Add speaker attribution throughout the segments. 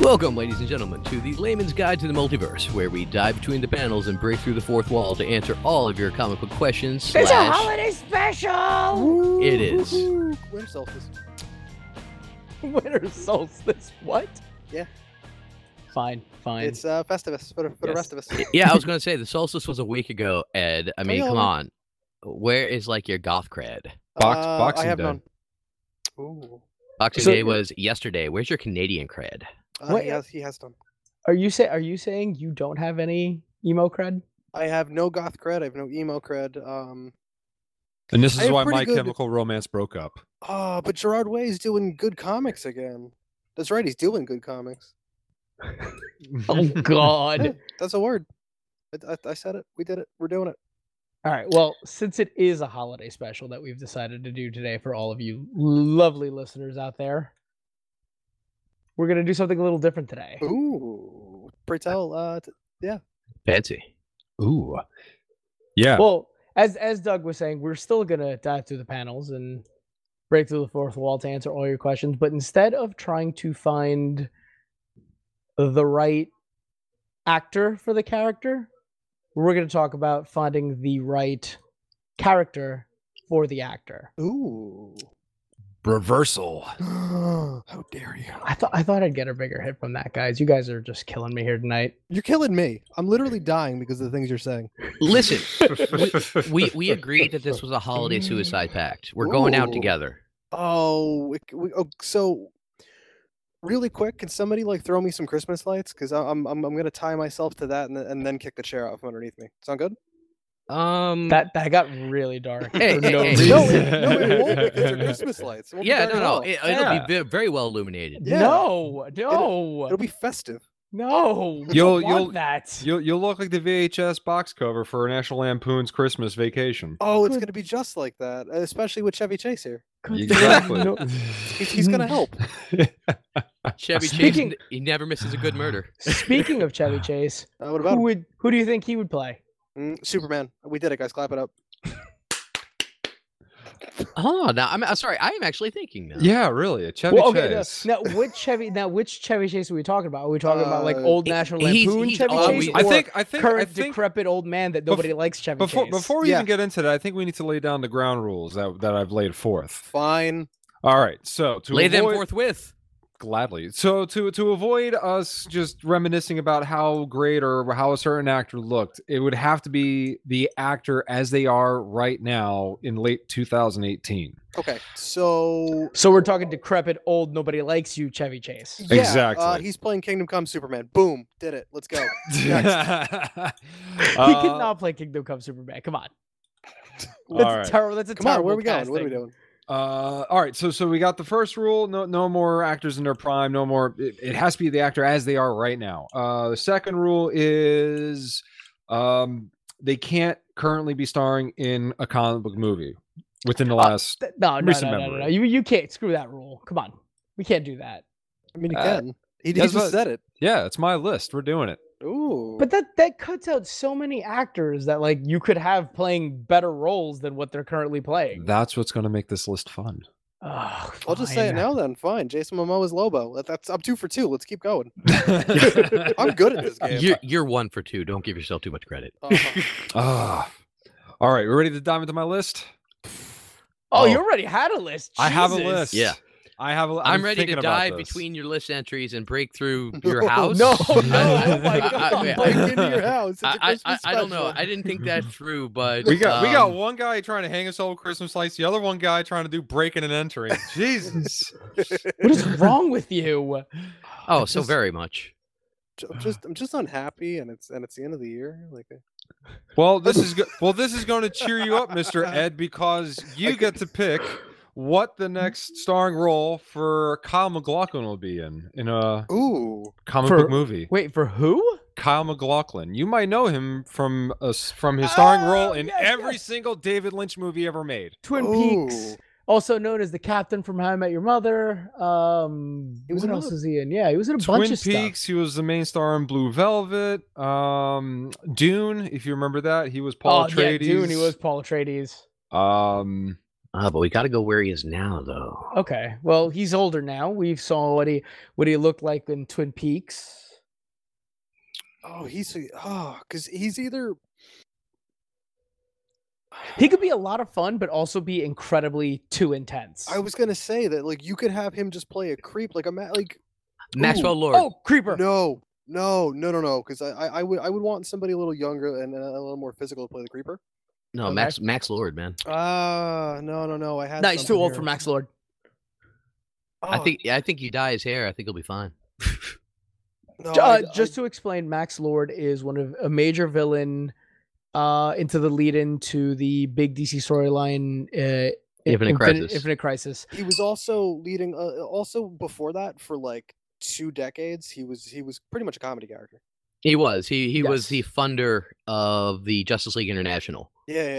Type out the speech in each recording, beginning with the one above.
Speaker 1: Welcome, ladies and gentlemen, to the Layman's Guide to the Multiverse, where we dive between the panels and break through the fourth wall to answer all of your comic book questions.
Speaker 2: It's a
Speaker 1: Slash,
Speaker 2: holiday special.
Speaker 3: Woo,
Speaker 1: Oh, It is.
Speaker 3: woo, woo. Winter solstice.
Speaker 2: Winter solstice. What?
Speaker 3: Yeah.
Speaker 2: Fine. Fine.
Speaker 3: It's uh, Festivus for, the- for the
Speaker 2: Yes.
Speaker 3: rest of us.
Speaker 1: yeah, I was gonna say the solstice was a week ago, Ed. I mean, come
Speaker 3: yeah.
Speaker 1: on, where is like your goth cred?
Speaker 4: Box-
Speaker 3: Uh,
Speaker 4: Boxing
Speaker 3: I have
Speaker 4: Day.
Speaker 3: none. Ooh.
Speaker 1: Boxing
Speaker 2: So-
Speaker 1: Day was yesterday. Where's your Canadian cred?
Speaker 3: Uh,
Speaker 2: What-
Speaker 3: he, has, he has done.
Speaker 2: Are you say? Are you saying you don't have any emo cred?
Speaker 3: I have no goth cred. I have no emo cred. Um,
Speaker 4: And this
Speaker 3: I
Speaker 4: is
Speaker 3: have
Speaker 4: why
Speaker 3: pretty
Speaker 4: My
Speaker 3: good-
Speaker 4: Chemical Romance broke up.
Speaker 3: oh, but Gerard Way's doing good comics again. That's right. He's doing good comics.
Speaker 2: Oh God.
Speaker 3: That's a word. I, I, I said it. We did it. We're doing it.
Speaker 2: All right. Well, since it is a holiday special that we've decided to do today for all of you lovely listeners out there, we're going to do something a little different today.
Speaker 3: Ooh. Pray tell. Uh, t-
Speaker 1: Fancy. Ooh.
Speaker 4: Yeah.
Speaker 2: Well, as as Doug was saying, we're still going to dive through the panels and break through the fourth wall to answer all your questions, but instead of trying to find the right actor for the character, we're going to talk about finding the right character for the actor.
Speaker 3: ooh.
Speaker 4: Reversal.
Speaker 3: How dare you?
Speaker 2: I thought I thought I'd get a bigger hit from that, guys. You guys are just killing me here tonight.
Speaker 3: You're killing me. I'm literally dying because of the things you're saying.
Speaker 1: Listen, we we agreed that this was a holiday suicide pact. We're going out
Speaker 3: Ooh.
Speaker 1: together.
Speaker 3: Oh, we, c- we, oh, so really quick, can somebody like throw me some Christmas lights? Because I'm I'm I'm gonna tie myself to that and, th- and then kick the chair out from underneath me. Sound good?
Speaker 1: Um.
Speaker 4: Mm.
Speaker 2: That that got really dark.
Speaker 1: Hey,
Speaker 2: for
Speaker 1: hey,
Speaker 2: no
Speaker 1: hey.
Speaker 2: reason.
Speaker 3: No, it, no, it won't because they're Christmas lights. It won't be
Speaker 1: yeah.
Speaker 3: dark
Speaker 1: No.
Speaker 3: at
Speaker 1: No.
Speaker 3: all.
Speaker 1: It,
Speaker 4: Yeah.
Speaker 1: will be ve- very well illuminated.
Speaker 3: Yeah.
Speaker 2: No, no,
Speaker 3: It'll be festive.
Speaker 2: no. we
Speaker 4: You'll-
Speaker 2: don't
Speaker 4: you'll-
Speaker 2: want that.
Speaker 4: You'll, you'll look like the VHS box cover for National Lampoon's Christmas Vacation.
Speaker 3: Oh, it's
Speaker 2: Good.
Speaker 3: gonna be just like that, especially with Chevy Chase here.
Speaker 2: Good
Speaker 4: Exactly.
Speaker 2: God, no.
Speaker 3: He's, he's gonna help.
Speaker 1: Chevy Chase.
Speaker 2: Speaking-
Speaker 1: n- He never misses a good murder.
Speaker 2: Speaking of Chevy Chase,
Speaker 3: Uh, what about
Speaker 2: who
Speaker 3: him?
Speaker 2: would who do you think he would play?
Speaker 3: Mm, Superman? We did it, guys. Clap it up.
Speaker 1: Oh, now I'm I'm sorry. I am actually thinking now.
Speaker 4: yeah, really. A Chevy
Speaker 2: Well, okay, no,
Speaker 4: Chase.
Speaker 2: now, which Chevy? Now which Chevy Chase are we talking about? Are we talking about like
Speaker 3: Uh,
Speaker 2: old
Speaker 1: he-
Speaker 2: National
Speaker 1: he's-
Speaker 2: Lampoon
Speaker 1: he's
Speaker 2: Chevy
Speaker 1: always-
Speaker 2: Chase
Speaker 4: I
Speaker 2: or
Speaker 4: think I think I
Speaker 2: current
Speaker 4: think
Speaker 2: decrepit old man that nobody likes Chevy
Speaker 4: before
Speaker 2: Chase?
Speaker 4: before we
Speaker 3: Yeah.
Speaker 4: even get into that, I think we need to lay down the ground rules that, that I've laid forth.
Speaker 3: Fine.
Speaker 4: All right. So to
Speaker 1: Lay them
Speaker 4: avoid,
Speaker 1: forthwith.
Speaker 4: gladly so to to avoid us just reminiscing about how great or how a certain actor looked it would have to be the actor as they are right now in late 2018
Speaker 3: Okay. So
Speaker 2: so we're talking decrepit old nobody likes you Chevy Chase.
Speaker 3: yeah, Uh,
Speaker 4: Exactly.
Speaker 3: he's playing Kingdom Come Superman. Boom. Did it. Let's go.
Speaker 2: he
Speaker 4: Uh,
Speaker 2: cannot play Kingdom Come Superman. Come on,
Speaker 4: all
Speaker 2: that's
Speaker 4: right.
Speaker 2: terrible. That's a
Speaker 3: Come on.
Speaker 2: terrible
Speaker 3: Where are we going? What are we
Speaker 2: casting.
Speaker 3: doing?
Speaker 4: Uh, all right. So so we got the first rule. No no more actors in their prime. No more. It, it has to be the actor as they are right now. Uh, the second rule is um, they can't currently be starring in a comic book movie within the last.
Speaker 2: Th- No, no, no,
Speaker 4: Recent
Speaker 2: no, no, no.
Speaker 4: memory.
Speaker 2: You you can't screw that rule. Come on, we can't do that.
Speaker 3: I mean, he
Speaker 4: Uh,
Speaker 3: can. He, he
Speaker 4: that's
Speaker 3: just
Speaker 4: what-
Speaker 3: said it.
Speaker 4: yeah, it's my list. We're doing it.
Speaker 3: Ooh.
Speaker 2: But that that cuts out so many actors that like you could have playing better roles than what they're currently playing.
Speaker 4: That's what's going to make this list fun.
Speaker 2: Ugh,
Speaker 3: I'll just say it
Speaker 2: fine.
Speaker 3: now then. Fine. Jason Momoa is Lobo. That- That's I'm two for two. Let's keep going. I'm good at this game.
Speaker 1: You're you're one for two. Don't give yourself too much credit.
Speaker 3: Uh-huh.
Speaker 4: Ah. all right, we ready to dive into my list?
Speaker 2: Oh,
Speaker 4: Oh.
Speaker 2: you already had a list.
Speaker 4: I have a
Speaker 2: Jesus.
Speaker 4: list.
Speaker 1: Yeah.
Speaker 4: I have. A,
Speaker 1: I'm,
Speaker 4: I'm
Speaker 1: ready to
Speaker 4: thinking about
Speaker 1: dive
Speaker 4: this.
Speaker 1: between your list entries and break through your
Speaker 3: No,
Speaker 1: house.
Speaker 2: No,
Speaker 4: I-
Speaker 2: no, oh my
Speaker 1: I-
Speaker 2: god.
Speaker 1: I-
Speaker 3: I'm breaking into your house. It's a
Speaker 1: I, I, I,
Speaker 3: Christmas
Speaker 1: I don't know.
Speaker 3: special.
Speaker 1: I didn't think that through, but
Speaker 4: We got we got
Speaker 1: um,
Speaker 4: one guy trying to hang us all Christmas lights, the other one guy trying to do breaking and entering. Jesus.
Speaker 2: what is wrong with you?
Speaker 1: Oh,
Speaker 4: I
Speaker 1: so
Speaker 4: just-
Speaker 1: very much.
Speaker 3: J- I'm just I'm just unhappy, and it's and it's the end of the year. Like uh,
Speaker 4: Well, this is go- well, this is going to cheer you up, Mister Ed, because you get to pick what the next starring role for Kyle McLaughlin will be in in a
Speaker 3: ooh,
Speaker 4: comic
Speaker 2: For-
Speaker 4: book movie.
Speaker 2: Wait for who?
Speaker 4: Kyle McLaughlin. You might know him from a s from his starring role
Speaker 2: Oh,
Speaker 4: in
Speaker 2: yes,
Speaker 4: every
Speaker 2: yes.
Speaker 4: single David Lynch movie ever made.
Speaker 2: Twin Peaks,
Speaker 3: ooh.
Speaker 2: also known as the captain from How I Met Your Mother. Um,
Speaker 3: He was
Speaker 2: what
Speaker 3: in
Speaker 2: else
Speaker 3: another-
Speaker 2: is he in? Yeah, he was in a bunch
Speaker 4: Twin
Speaker 2: of stuff.
Speaker 4: Peaks. He was the main star in Blue Velvet. Um, Dune, if you remember that, he was Paul
Speaker 2: oh,
Speaker 4: Atreides.
Speaker 2: yeah, Dune. He was Paul Atreides.
Speaker 4: Um,
Speaker 1: Ah, but we got to go where he is now, though.
Speaker 2: Okay. Well, he's older now. We saw what he what he looked like in Twin Peaks.
Speaker 3: Oh, he's a- oh, because he's either
Speaker 2: He could be a lot of fun, but also be incredibly too intense.
Speaker 3: I was gonna say that like you could have him just play a creep like a ma- like
Speaker 1: Maxwell Lord.
Speaker 2: oh, creeper.
Speaker 3: no no no no no because I, I I would I would want somebody a little younger and uh, a little more physical to play the creeper.
Speaker 1: no,
Speaker 2: okay.
Speaker 1: Max Max Lord, man.
Speaker 3: Ah no no no I had
Speaker 2: no, he's too
Speaker 3: something
Speaker 2: old
Speaker 3: here.
Speaker 2: for Max Lord.
Speaker 1: I
Speaker 3: Ah,
Speaker 1: think I think you dye his hair. I think he'll be fine.
Speaker 3: no,
Speaker 2: J-
Speaker 3: I-
Speaker 2: uh, just to explain, Max Lord is one of a major villain uh, into the lead in to the big DC storyline, uh, in-
Speaker 1: Infinite
Speaker 2: Infin-
Speaker 1: Crisis.
Speaker 2: Infinite Crisis.
Speaker 3: I- he was also leading uh, also before that for like two decades he was he was pretty much a comedy character.
Speaker 1: He was. He he was the
Speaker 2: Yes.
Speaker 1: funder of the Justice League International.
Speaker 3: Yeah yeah,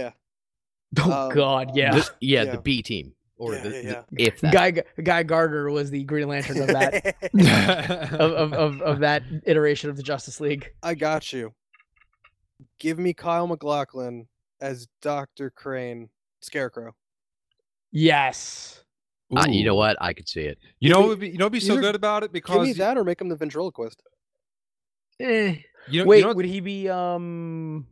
Speaker 3: yeah.
Speaker 2: Oh
Speaker 3: Um,
Speaker 2: God, yeah.
Speaker 1: The- yeah,
Speaker 3: Yeah.
Speaker 1: the B team or
Speaker 3: Yeah,
Speaker 1: the,
Speaker 3: yeah,
Speaker 1: the-
Speaker 3: yeah.
Speaker 1: if that.
Speaker 2: Guy Guy Gardner was the Green Lantern of that of, of, of, of that iteration of the Justice League.
Speaker 3: I got you. Give me Kyle McLaughlin as Doctor Crane Scarecrow.
Speaker 2: Yes.
Speaker 1: Ah, you know
Speaker 4: Ooh.
Speaker 1: what? I could see it.
Speaker 4: You
Speaker 3: Give
Speaker 4: know,
Speaker 3: me-
Speaker 4: what would be, you know, what'd be so
Speaker 3: either
Speaker 4: good about it
Speaker 3: Give
Speaker 4: because
Speaker 3: me
Speaker 4: you-
Speaker 3: that or make him the ventriloquist.
Speaker 1: Eh,
Speaker 4: you know,
Speaker 2: Wait,
Speaker 4: you know,
Speaker 2: would he be um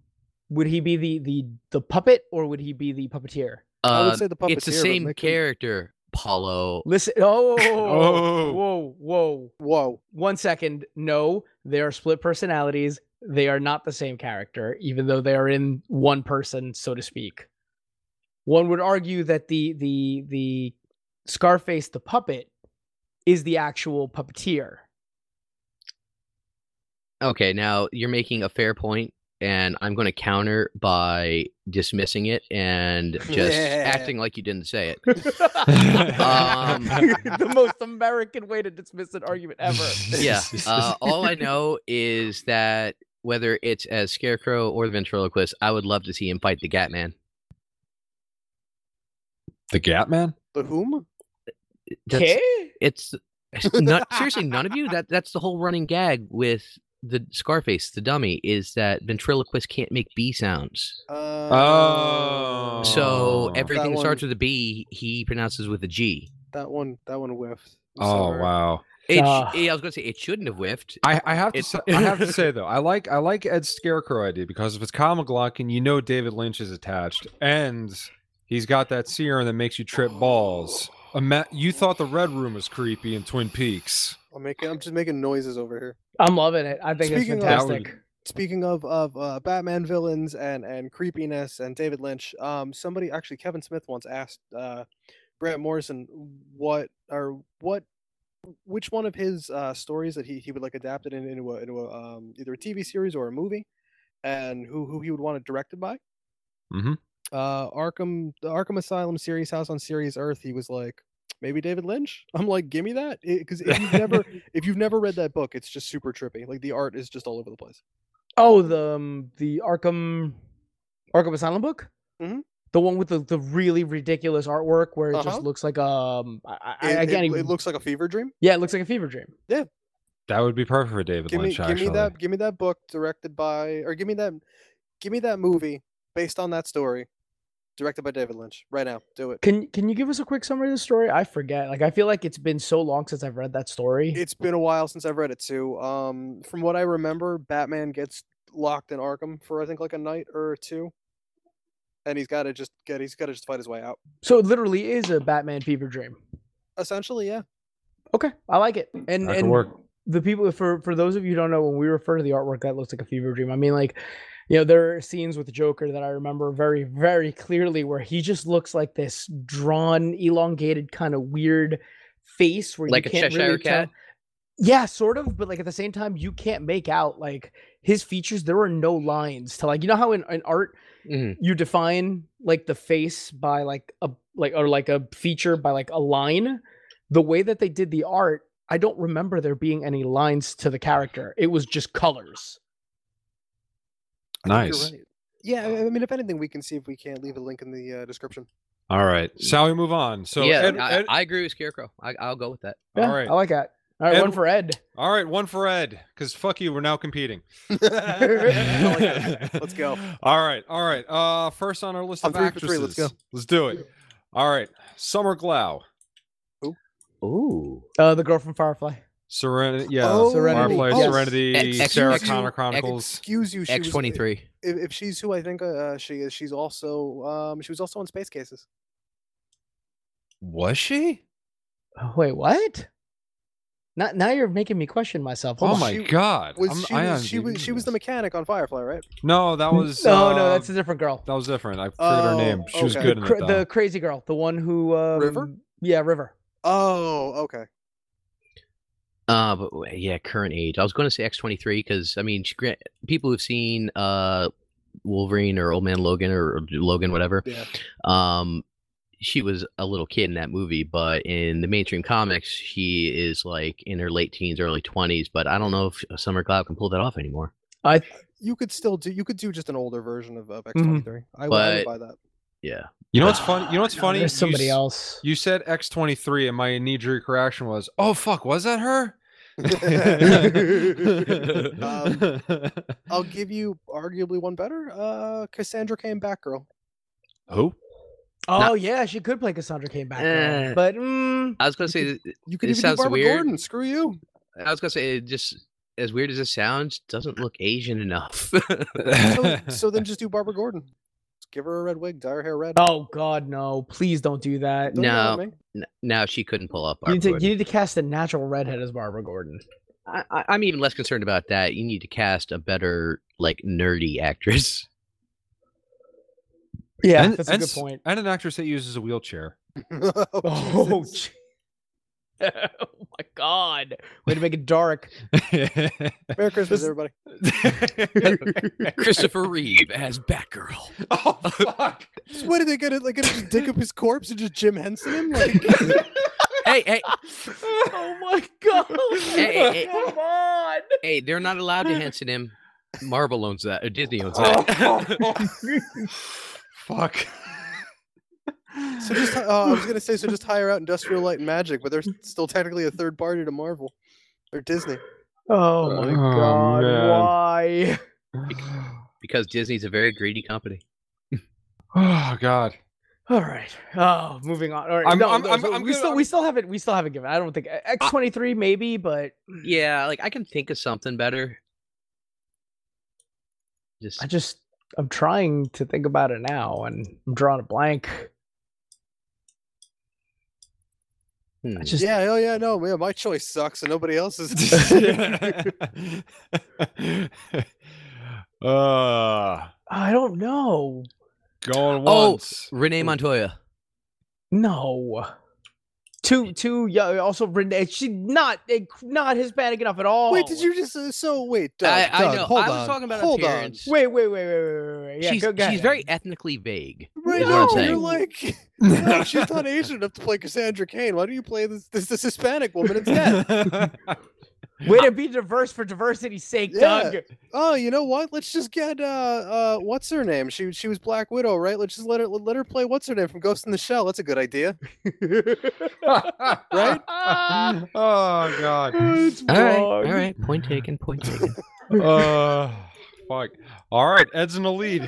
Speaker 2: would he be the the the puppet or would he be the puppeteer?
Speaker 3: I
Speaker 1: uh,
Speaker 3: would say the puppeteer.
Speaker 1: it's the
Speaker 3: but
Speaker 1: same
Speaker 3: make him-
Speaker 1: character, Paulo.
Speaker 2: Listen oh,
Speaker 4: Oh.
Speaker 2: whoa, whoa.
Speaker 3: Whoa.
Speaker 2: One second. No, they are split personalities. They are not the same character, even though they are in one person, so to speak. One would argue that the the the Scarface the puppet is the actual puppeteer.
Speaker 1: Okay, now you're making a fair point, and I'm going to counter by dismissing it and just
Speaker 3: Yeah.
Speaker 1: acting like you didn't say it. Um,
Speaker 2: the most American way to dismiss an argument ever.
Speaker 1: Yeah. Uh, all I know is that whether it's as Scarecrow or the Ventriloquist, I would love to see him fight the Gatman.
Speaker 4: the Gap Man.
Speaker 3: But whom?
Speaker 1: That's-
Speaker 2: Okay.
Speaker 1: It's it's not seriously none of you. That that's the whole running gag with the Scarface, the dummy, is that ventriloquist can't make B sounds.
Speaker 3: Oh. Uh,
Speaker 1: So
Speaker 4: Oh.
Speaker 1: everything
Speaker 3: That
Speaker 1: that starts
Speaker 3: one-
Speaker 1: with a B, he pronounces with a G.
Speaker 3: that one that one whiffed. I'm
Speaker 4: Oh
Speaker 3: sorry.
Speaker 4: wow!
Speaker 1: It sh-
Speaker 2: Ah.
Speaker 1: yeah, I was gonna say it shouldn't have whiffed.
Speaker 4: I, I have to
Speaker 1: It-
Speaker 4: say, I have to say though, I like I like Ed Scarecrow idea because if it's Kyle McLaughlin, you know David Lynch is attached, and he's got that serum that makes you trip balls. Ima- you thought the Red Room was creepy in Twin Peaks.
Speaker 3: I'm making I'm just making noises over here.
Speaker 2: I'm loving it. I think
Speaker 3: Speaking
Speaker 2: it's
Speaker 3: of-
Speaker 4: That would-
Speaker 2: fantastic.
Speaker 3: Speaking of of uh, Batman villains and and creepiness and David Lynch, um, somebody actually Kevin Smith once asked uh, Grant Morrison what or what which one of his uh, stories that he, he would like adapted in, into a, into a um, either a TV series or a movie, and who who he would want it directed by.
Speaker 4: Mhm.
Speaker 3: Uh, Arkham the Arkham Asylum series House on Series Earth. He was like. Maybe David Lynch. I'm like, give me that, because if you've never if you've never read that book, it's just super trippy. Like the art is just all over the place.
Speaker 2: Oh, the um, the Arkham Arkham Asylum book.
Speaker 3: Mhm.
Speaker 2: The one with the, the really ridiculous artwork where it
Speaker 3: Uh-huh.
Speaker 2: just looks like um I, I,
Speaker 3: it,
Speaker 2: I
Speaker 3: it-
Speaker 2: can't
Speaker 3: it
Speaker 2: even
Speaker 3: looks like a fever dream.
Speaker 2: yeah it looks like a fever dream.
Speaker 4: That would be perfect for David
Speaker 3: Give me,
Speaker 4: Lynch.
Speaker 3: give
Speaker 4: actually,
Speaker 3: me that, give me that book directed by, or give me that, give me that movie based on that story, directed by David Lynch. Right now, do it.
Speaker 2: Can can you give us a quick summary of the story? I forget. Like I feel like it's been so long since I've read that story.
Speaker 3: It's been a while since I've read it too. Um, from what I remember, Batman gets locked in Arkham for I think like a night or two, and he's got to just get, he's got to just fight his way out.
Speaker 2: so it literally is a Batman fever dream.
Speaker 3: Essentially, yeah.
Speaker 2: Okay, I like it. And
Speaker 4: That could
Speaker 2: and
Speaker 4: work.
Speaker 2: the people for for those of you who don't know when we refer to the artwork that looks like a fever dream i mean like you know there are scenes with the joker that i remember very very clearly where he just looks like this drawn elongated kind of weird face where
Speaker 1: Like
Speaker 2: you
Speaker 1: a
Speaker 2: can't
Speaker 1: Cheshire
Speaker 2: really tell-
Speaker 1: cat?
Speaker 2: yeah sort of but like at the same time you can't make out like his features there were no lines to like you know how in, in art
Speaker 1: Mhm.
Speaker 2: you define like the face by like a like or like a feature by like a line the way that they did the art i don't remember there being any lines to the character it was just colors
Speaker 3: I think you're
Speaker 4: Nice.
Speaker 3: right. Yeah, I I mean, if anything, we can see if we can't leave a link in the uh, description.
Speaker 4: All right, shall we move on? So
Speaker 1: yeah,
Speaker 4: Ed-
Speaker 1: I,
Speaker 4: Ed-
Speaker 1: I agree with Scarecrow. I, I'll go with that.
Speaker 2: yeah,
Speaker 4: all right,
Speaker 2: i like that all right one
Speaker 4: Ed-
Speaker 2: for ed
Speaker 4: all right, one for Ed because fuck you, we're now competing.
Speaker 3: I like that. Let's go.
Speaker 4: All right, all right. Uh, first on our list
Speaker 3: I'm
Speaker 4: of
Speaker 3: three for
Speaker 4: actresses.
Speaker 3: three, let's go.
Speaker 4: Let's do it. All right. Summer Glau.
Speaker 1: Ooh.
Speaker 2: Uh, the girl from Firefly. Uh,
Speaker 4: Serenity. Yeah.
Speaker 3: Oh,
Speaker 2: Serenity.
Speaker 4: Firefly,
Speaker 2: yes.
Speaker 4: Serenity,
Speaker 1: Ex- Ex-
Speaker 4: Sarah
Speaker 1: Ex-
Speaker 4: Connor
Speaker 3: Ex-
Speaker 4: Chronicles.
Speaker 3: Excuse you. she was-
Speaker 1: X twenty three.
Speaker 3: If, if she's who I think uh, she is, she's also um she was also in Space Cases.
Speaker 4: Was she?
Speaker 2: Oh, Wait, what? Now, now you're making me question myself. Hold
Speaker 4: Oh
Speaker 2: on.
Speaker 4: my
Speaker 3: She
Speaker 4: god.
Speaker 3: Was
Speaker 4: I'm-
Speaker 3: she
Speaker 4: I
Speaker 3: was,
Speaker 4: am
Speaker 3: she was she was the mechanic on Firefly, right?
Speaker 4: No, that was
Speaker 2: no,
Speaker 4: uh,
Speaker 2: no, that's a different girl.
Speaker 4: that was different. I forget her
Speaker 3: Oh,
Speaker 4: name. She was
Speaker 3: okay.
Speaker 4: good in
Speaker 2: the,
Speaker 4: it
Speaker 2: cra-
Speaker 4: though.
Speaker 2: the crazy girl, the one who um,
Speaker 3: River?
Speaker 2: Yeah, River.
Speaker 3: Oh, okay.
Speaker 1: Uh, but w- yeah, current age. I was going to say X twenty three because I mean, she, gra- people who've seen uh, Wolverine or Old Man Logan or, or Logan, whatever.
Speaker 3: Yeah.
Speaker 1: Um, she was a little kid in that movie, but in the mainstream comics, she is like in her late teens, early twenties. But I don't know if Summer Cloud can pull that off anymore.
Speaker 2: I
Speaker 3: You could still do you could do just an older version of, of
Speaker 2: Mm-hmm.
Speaker 3: X23. I, would- I
Speaker 1: But-
Speaker 3: would buy that.
Speaker 1: Yeah,
Speaker 4: you know what's funny? You know what's
Speaker 2: no,
Speaker 4: funny?
Speaker 2: There's
Speaker 4: You
Speaker 2: somebody
Speaker 4: s-
Speaker 2: else.
Speaker 4: You said X23, and my knee jerk reaction was, oh, fuck, was that her? Who?
Speaker 3: Um, I'll give you arguably one better. Uh Cassandra came back girl.
Speaker 2: Oh
Speaker 1: Not-
Speaker 2: yeah, she could play Cassandra came back,
Speaker 1: Eh.
Speaker 2: but mm,
Speaker 1: I was going to say. th-
Speaker 3: You could
Speaker 1: This
Speaker 3: even do
Speaker 1: sounds
Speaker 3: Barbara
Speaker 1: weird.
Speaker 3: Gordon. Screw you.
Speaker 1: I was going to say it just as weird as it sounds, doesn't look Asian enough.
Speaker 3: So, so then just do Barbara Gordon. Just give her a red wig, dye her hair red.
Speaker 2: oh god, no! Please don't do that.
Speaker 3: Don't yell at
Speaker 1: No.
Speaker 3: me.
Speaker 1: N- no, she couldn't pull up.
Speaker 2: You
Speaker 1: Barbara
Speaker 2: need, to, you
Speaker 1: Gordon.
Speaker 2: need to cast a natural redhead as Barbara Gordon.
Speaker 1: I, I- I'm even less concerned about that. You need to cast a better, like, nerdy actress.
Speaker 2: Yeah,
Speaker 4: and,
Speaker 2: that's
Speaker 4: and
Speaker 2: a good
Speaker 4: s-
Speaker 2: point.
Speaker 4: And an actress that uses a wheelchair.
Speaker 2: Oh,
Speaker 3: Jesus.
Speaker 2: gee- oh my god! Way to make it dark.
Speaker 3: Merry Christmas, everybody.
Speaker 1: Christopher Reeve as Batgirl.
Speaker 4: oh, fuck.
Speaker 3: So what did they gonna like gonna just dig up his corpse and just Jim Henson him? Like
Speaker 1: Hey, hey,
Speaker 2: oh my god!
Speaker 1: Hey, hey, hey.
Speaker 2: Come on!
Speaker 1: hey! They're not allowed to Henson him. Marvel owns that. Or Disney owns that.
Speaker 4: fuck.
Speaker 3: so just hi- oh, I was gonna say so just hire out Industrial Light and Magic, but they're s- still technically a third party to Marvel or Disney.
Speaker 2: Oh my
Speaker 4: Oh,
Speaker 2: god!
Speaker 4: man.
Speaker 2: Why?
Speaker 1: because Disney's a very greedy company.
Speaker 4: oh god.
Speaker 2: All right. Oh, moving on. All right.
Speaker 4: I'm-
Speaker 2: no,
Speaker 4: I'm-
Speaker 2: no,
Speaker 4: I'm-
Speaker 2: so
Speaker 4: I'm
Speaker 2: we
Speaker 4: good-
Speaker 2: still
Speaker 4: I'm-
Speaker 2: we still haven't we still haven't given. I don't think E, X twenty three maybe, but
Speaker 1: Yeah, like I can think of something better. Just
Speaker 2: I just I'm trying to think about it now, and I'm drawing a blank.
Speaker 1: hmm.
Speaker 2: I just
Speaker 3: yeah, oh yeah, no, yeah, my choice sucks and nobody else's.
Speaker 4: uh,
Speaker 2: I don't know.
Speaker 4: going
Speaker 1: Oh,
Speaker 4: once.
Speaker 1: Renee Montoya.
Speaker 2: No. Too too young. Also, Renee. She's not eh, not Hispanic enough at all.
Speaker 3: Wait, did you just uh, so wait? Doug,
Speaker 1: Oh. I- I
Speaker 3: Doug,
Speaker 1: know,
Speaker 3: Hold
Speaker 1: I was
Speaker 3: on,
Speaker 1: talking about
Speaker 3: hold
Speaker 1: appearance.
Speaker 2: Wait, wait, wait, wait, wait, wait, wait. Yeah,
Speaker 1: she's
Speaker 2: go, go
Speaker 1: she's
Speaker 2: ahead.
Speaker 1: very ethnically vague.
Speaker 3: on. Right
Speaker 1: Is what
Speaker 3: now,
Speaker 1: I'm
Speaker 3: you're
Speaker 1: saying.
Speaker 3: like, no, she's not Asian enough to play Cassandra Kane. Why do you play this this, this Hispanic woman instead?
Speaker 2: way to be diverse for diversity's sake,
Speaker 3: Yeah.
Speaker 2: Doug.
Speaker 3: oh, you know what? Let's just get uh uh what's her name? She she was Black Widow, right? Let's just let her let her play what's her name from Ghost in the Shell. That's a good idea.
Speaker 4: right?
Speaker 2: Ah,
Speaker 4: oh god.
Speaker 2: it's
Speaker 1: All right, all
Speaker 2: wrong.
Speaker 1: right. Point taken. Point taken.
Speaker 4: Uh, fuck. All right, Ed's in the lead.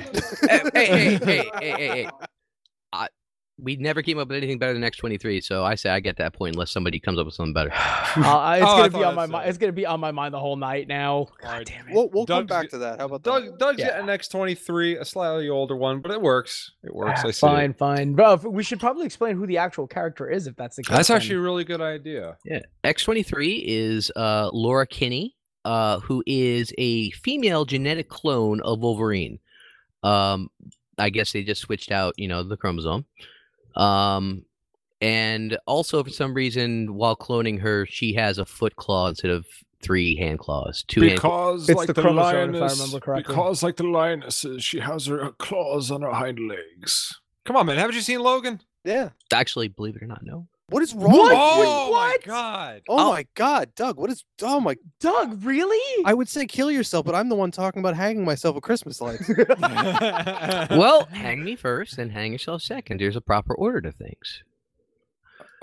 Speaker 1: Eh, hey, hey, hey, hey, hey, hey, hey. I, we never came up with anything better than X twenty three, so I say I get that point unless somebody comes up with something better.
Speaker 2: Uh, it's
Speaker 4: Oh, I
Speaker 2: gonna
Speaker 4: thought
Speaker 2: be on
Speaker 4: that's
Speaker 2: my
Speaker 4: it.
Speaker 2: mind. It's gonna be on my mind the whole night now. God
Speaker 4: Alright,
Speaker 2: damn it.
Speaker 3: We'll we'll come
Speaker 4: Doug's
Speaker 3: back
Speaker 4: g-
Speaker 3: to that. How about that?
Speaker 4: Doug, Doug's
Speaker 2: Yeah.
Speaker 4: getting X twenty three, a slightly older one, but it works. It works.
Speaker 2: Ah,
Speaker 4: I see.
Speaker 2: fine,
Speaker 4: It.
Speaker 2: fine. Bro, if- we should probably explain who the actual character is if that's the case.
Speaker 4: That's
Speaker 2: then.
Speaker 4: actually a really good idea.
Speaker 1: X twenty three is uh, Laura Kinney, uh, who is a female genetic clone of Wolverine. Um, I guess they just switched out, you know, the chromosome. Um, and also for some reason, while cloning her, she has a foot claw instead of three hand claws. Two hand claws.
Speaker 4: Because
Speaker 2: It's
Speaker 4: like
Speaker 2: the
Speaker 4: the,
Speaker 2: chromosome, if I remember
Speaker 4: lioness,
Speaker 2: correctly.
Speaker 4: because like the lionesses, she has her claws on her hind legs. Come on, man! Haven't you seen Logan?
Speaker 3: Yeah.
Speaker 1: Actually, believe it or not, no.
Speaker 3: What is wrong?
Speaker 2: What?
Speaker 3: With you?
Speaker 4: Oh
Speaker 2: What?
Speaker 4: my god!
Speaker 3: Oh
Speaker 1: Oh.
Speaker 3: my God, Doug! What is? Oh my!
Speaker 2: Doug, really?
Speaker 3: I would say kill yourself, but I'm the one talking about hanging myself with Christmas lights.
Speaker 1: Well, hang me first and hang yourself second. There's a proper order to things.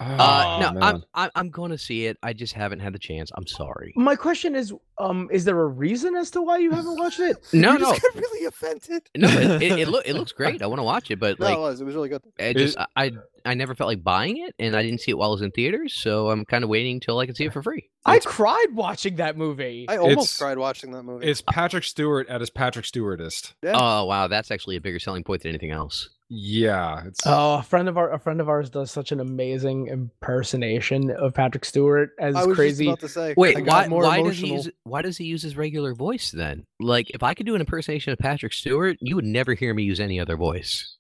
Speaker 1: Uh,
Speaker 4: Oh,
Speaker 1: no,
Speaker 4: man.
Speaker 1: I'm, I'm I'm going to see it. I just haven't had the chance. I'm sorry.
Speaker 2: My question is, um, is there a reason as to why you haven't watched it?
Speaker 1: No,
Speaker 3: you
Speaker 1: no,
Speaker 3: just got really offended.
Speaker 1: no. It it, it, look, it looks great. I want to watch it, but
Speaker 3: No,
Speaker 1: like
Speaker 3: it was. It was really good.
Speaker 1: I
Speaker 4: Is-
Speaker 1: just I- I I never felt like buying it, and I didn't see it while I was in theaters, so I'm kind of waiting till I can see it for free.
Speaker 2: I
Speaker 4: It's-
Speaker 2: cried watching that movie.
Speaker 3: I almost
Speaker 4: It's-
Speaker 3: cried watching that movie.
Speaker 4: It's Patrick Stewart at his Patrick Stewartist.
Speaker 3: yeah.
Speaker 1: Oh wow, that's actually a bigger selling point than anything else.
Speaker 4: Yeah, it's
Speaker 2: Oh, a friend of our a friend of ours does such an amazing impersonation of Patrick Stewart as
Speaker 3: I was
Speaker 2: crazy.
Speaker 3: just about to say. I
Speaker 1: Wait,
Speaker 3: got
Speaker 1: why
Speaker 3: more
Speaker 1: why does he
Speaker 3: emotional.
Speaker 1: use why does he use his regular voice then? Like if I could do an impersonation of Patrick Stewart, you would never hear me use any other voice.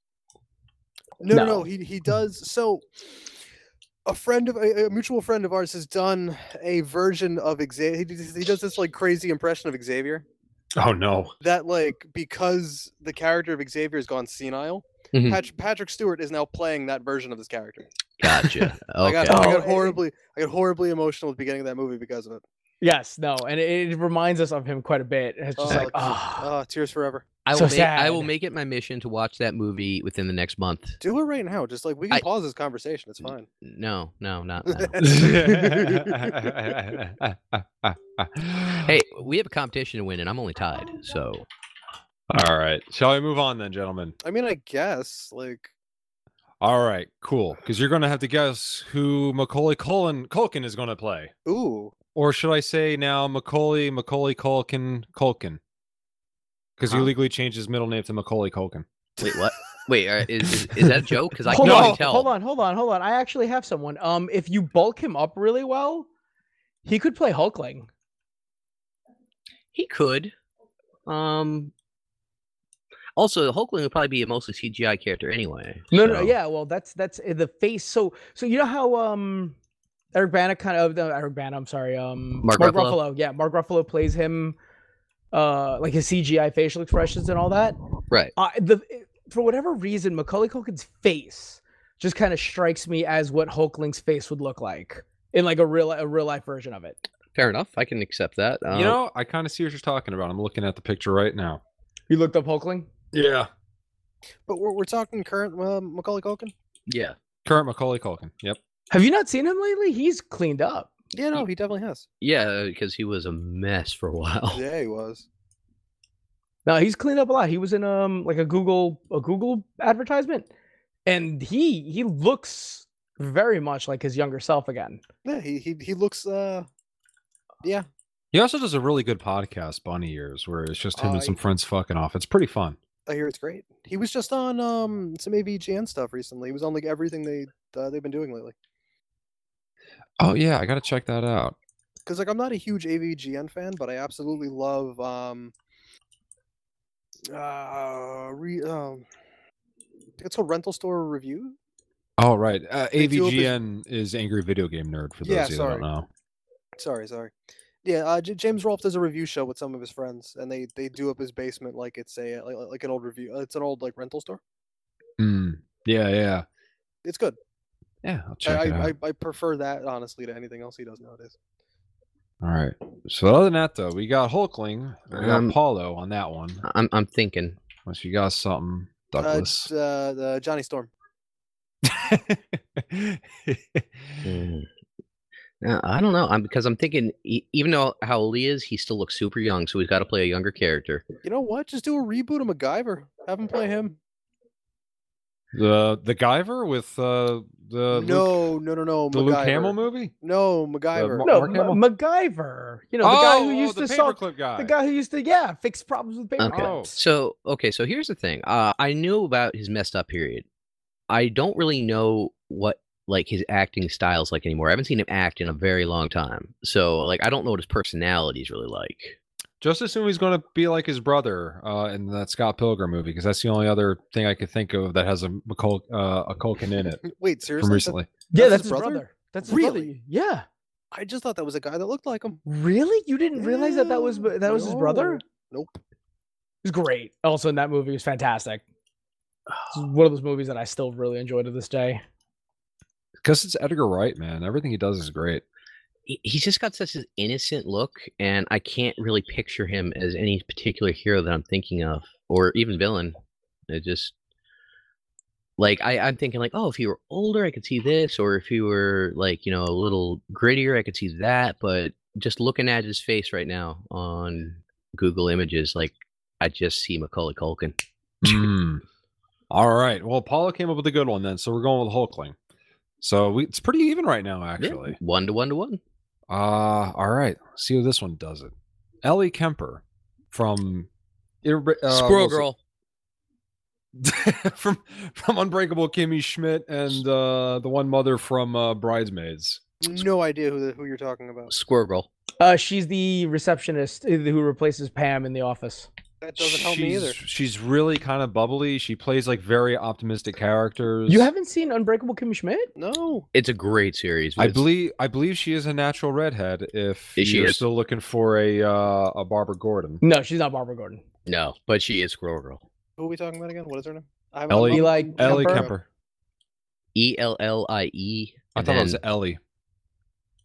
Speaker 3: No, no,
Speaker 2: No.
Speaker 3: no. He he does. So, a friend of a, a mutual friend of ours has done a version of Xavier. He, does- he does this like crazy impression of Xavier.
Speaker 4: oh no.
Speaker 3: That like because the character of Xavier has gone senile.
Speaker 1: Mhm.
Speaker 3: Pat- Patrick Stewart is now playing that version of this character.
Speaker 1: Gotcha.
Speaker 3: I
Speaker 1: Okay.
Speaker 3: got I
Speaker 2: Oh,
Speaker 3: got
Speaker 2: it-
Speaker 3: horribly I got horribly emotional at the beginning of that movie because of it.
Speaker 2: Yes, no, and it, it reminds us of him quite a bit. It's just
Speaker 3: Oh,
Speaker 2: like,
Speaker 3: it's-
Speaker 2: ah,
Speaker 3: Uh, Tears Forever.
Speaker 1: I will
Speaker 2: So
Speaker 1: make I will
Speaker 2: sad.
Speaker 1: make it my mission to watch that movie within the next month.
Speaker 3: Do it right now. Just like we can
Speaker 1: I-
Speaker 3: pause this conversation. It's fine.
Speaker 1: No, no, not now.
Speaker 4: hey.
Speaker 1: hey, we have a competition to win, and I'm only tied. So
Speaker 4: All right. Shall we move on then, gentlemen?
Speaker 3: I mean, I guess like
Speaker 4: All right, cool. Because you're going to have to guess who Macaulay Culkin, Culkin is going to play.
Speaker 3: ooh.
Speaker 4: Or should I say now Macaulay, Macaulay Culkin, Culkin? Because he
Speaker 3: Uh-huh.
Speaker 1: Huh.
Speaker 4: legally changed his middle name to Macaulay Culkin.
Speaker 1: wait, what? Wait, uh, is, is is that a joke? Because I
Speaker 2: hold
Speaker 1: can't
Speaker 2: on,
Speaker 1: really tell.
Speaker 2: hold on, hold on, hold on. I actually have someone. Um, if you bulk him up really well, he could play Hulkling.
Speaker 1: He could. Um. Also, Hulkling would probably be a mostly CGI character anyway.
Speaker 2: No, no,
Speaker 1: so-
Speaker 2: yeah. Well, that's that's uh, the face. So, so you know how um, Eric Bana kind of no, Eric Bana. I'm sorry. Um,
Speaker 1: Mark
Speaker 2: Ruffalo. Yeah, Mark Ruffalo plays him, uh, like his CGI facial expressions and all that.
Speaker 1: Right.
Speaker 2: Uh, the for whatever reason, Macaulay Culkin's face just kind of strikes me as what Hulkling's face would look like in like a real a real life version of it.
Speaker 1: Fair enough. I can accept that. Um,
Speaker 3: Uh-huh.
Speaker 4: you know, I kind of see what you're talking about. I'm looking at the picture right now.
Speaker 2: You looked up Hulkling.
Speaker 4: Yeah.
Speaker 3: But we're, we're talking current uh, Macaulay Culkin.
Speaker 1: Yeah.
Speaker 4: Current Macaulay Culkin. Yep.
Speaker 2: Have you not seen him lately? He's cleaned up.
Speaker 3: Yeah, no, he definitely has.
Speaker 1: Yeah, because he was a mess for a while.
Speaker 3: Yeah, he was.
Speaker 2: No, he's cleaned up a lot. He was in um like a Google a Google advertisement, and he he looks very much like his younger self again.
Speaker 3: Yeah, he he, he looks uh yeah.
Speaker 4: He also does a really good podcast, Bunny Ears, where it's just him
Speaker 3: Uh,
Speaker 4: and some friends fucking off. It's pretty fun.
Speaker 3: I hear it's great. He was just on um some AVGN stuff recently. He was on like everything they uh, they've been doing lately.
Speaker 4: Oh, yeah. I got to check that out.
Speaker 3: Because like I'm not a huge AVGN fan, but I absolutely love um uh re um I think it's called Rental Store Review.
Speaker 4: Oh, right. Uh,
Speaker 3: They do a bus-
Speaker 4: AVGN is Angry Video Game Nerd for those
Speaker 3: Yeah,
Speaker 4: of you that
Speaker 3: sorry.
Speaker 4: don't know.
Speaker 3: Sorry, sorry. Yeah, uh, J- James Rolfe does a review show with some of his friends, and they they do up his basement like it's a like, like an old review. uh, It's an old like rental store.
Speaker 4: Mm, Yeah, yeah.
Speaker 3: It's good.
Speaker 4: Yeah, I'll
Speaker 3: I,
Speaker 4: check it out.
Speaker 3: I, I I prefer that honestly to anything else he does nowadays.
Speaker 4: All right. So other than that, though, we got Hulkling, we got
Speaker 1: Um, uh,
Speaker 4: Paulo on that one.
Speaker 1: I- I'm I'm thinking.
Speaker 4: Unless you got something,
Speaker 3: Uh,
Speaker 4: Douglas.
Speaker 3: j- uh, the Johnny Storm.
Speaker 1: Mm. Uh, I don't know. I'm because I'm thinking e- even though how old he is, he still looks super young, so he's got to play a younger character.
Speaker 3: You know what? Just do a reboot of MacGyver. Have him play him.
Speaker 4: the the Guyver with uh, the Luke,
Speaker 3: no, no, no, no.
Speaker 4: the Luke
Speaker 3: MacGyver.
Speaker 4: Hamill movie.
Speaker 3: No, MacGyver.
Speaker 4: Mar-
Speaker 2: No,
Speaker 4: Mark
Speaker 2: Ma-
Speaker 4: Hamill?
Speaker 2: MacGyver. You know the guy who
Speaker 4: oh,
Speaker 2: used
Speaker 4: the
Speaker 2: to solve
Speaker 4: paperclip guy.
Speaker 2: the guy who used to yeah fix problems with paper
Speaker 1: Okay.
Speaker 4: Oh.
Speaker 2: clips.
Speaker 1: So okay, so here's the thing. Uh, I knew about his messed up period. I don't really know what like his acting styles like anymore. I haven't seen him act in a very long time, so like I don't know what his personality is really like.
Speaker 4: Just assume he's going to be like his brother uh, in that Scott Pilgrim movie because that's the only other thing I could think of that has a Macul- uh, a Culkin in it
Speaker 3: Wait,
Speaker 4: from
Speaker 3: seriously? That-
Speaker 4: recently.
Speaker 2: Yeah, that's,
Speaker 3: That's
Speaker 2: his
Speaker 3: his
Speaker 2: brother.
Speaker 3: brother?
Speaker 2: That's his
Speaker 3: Really?
Speaker 2: brother. Yeah.
Speaker 3: I just thought that was a guy that looked like him.
Speaker 2: Really? You didn't realize that that was
Speaker 3: Yeah,
Speaker 2: that was his brother?
Speaker 3: no. Nope.
Speaker 2: He's great. Also in that movie, he was fantastic. It's one of those movies that I still really enjoy to this day.
Speaker 4: Because it's Edgar Wright, man. Everything he does is great.
Speaker 1: He- He's just got such an innocent look, and I can't really picture him as any particular hero that I'm thinking of, or even villain. It just Like I, I'm thinking like, oh, if he were older, I could see this, or if he were like, you know, a little grittier, I could see that. But just looking at his face right now on Google Images, like I just see Macaulay Culkin.
Speaker 4: Mm. All right. Well, Paula came up with a good one then, so we're going with Hulkling. So we, it's pretty even right now,
Speaker 1: Yeah,
Speaker 4: actually.
Speaker 1: one to one to one.
Speaker 4: Uh, all right. See how this one does it. Ellie Kemper from Irre- uh,
Speaker 1: Squirrel
Speaker 4: was it-
Speaker 1: Girl.
Speaker 4: from from Unbreakable Kimmy Schmidt and uh, the one mother from uh, Bridesmaids.
Speaker 3: No idea who the, who you're talking about.
Speaker 1: Squirrel Girl.
Speaker 2: Uh, she's the receptionist uh, who replaces Pam in the office.
Speaker 3: That doesn't help me either.
Speaker 4: She's- She's really kind of bubbly. She plays like very optimistic characters.
Speaker 2: You haven't seen Unbreakable Kimmy Schmidt?
Speaker 3: No.
Speaker 1: It's a great series.
Speaker 4: I
Speaker 1: It's-
Speaker 4: believe I believe she is a natural redhead. If
Speaker 1: Yeah, she
Speaker 4: you're
Speaker 1: is.
Speaker 4: still looking for a uh, a Barbara Gordon,
Speaker 2: No, she's not Barbara Gordon.
Speaker 1: no, but she is Squirrel Girl.
Speaker 3: Who are we talking about again? What is her name? I haven't-
Speaker 4: Ellie-
Speaker 3: I'm-
Speaker 2: Eli
Speaker 3: I'm-
Speaker 4: Ellie
Speaker 2: Kemper?
Speaker 4: Kemper.
Speaker 1: E L L I E.
Speaker 4: I
Speaker 1: and
Speaker 4: thought it was
Speaker 1: then-
Speaker 4: Ellie.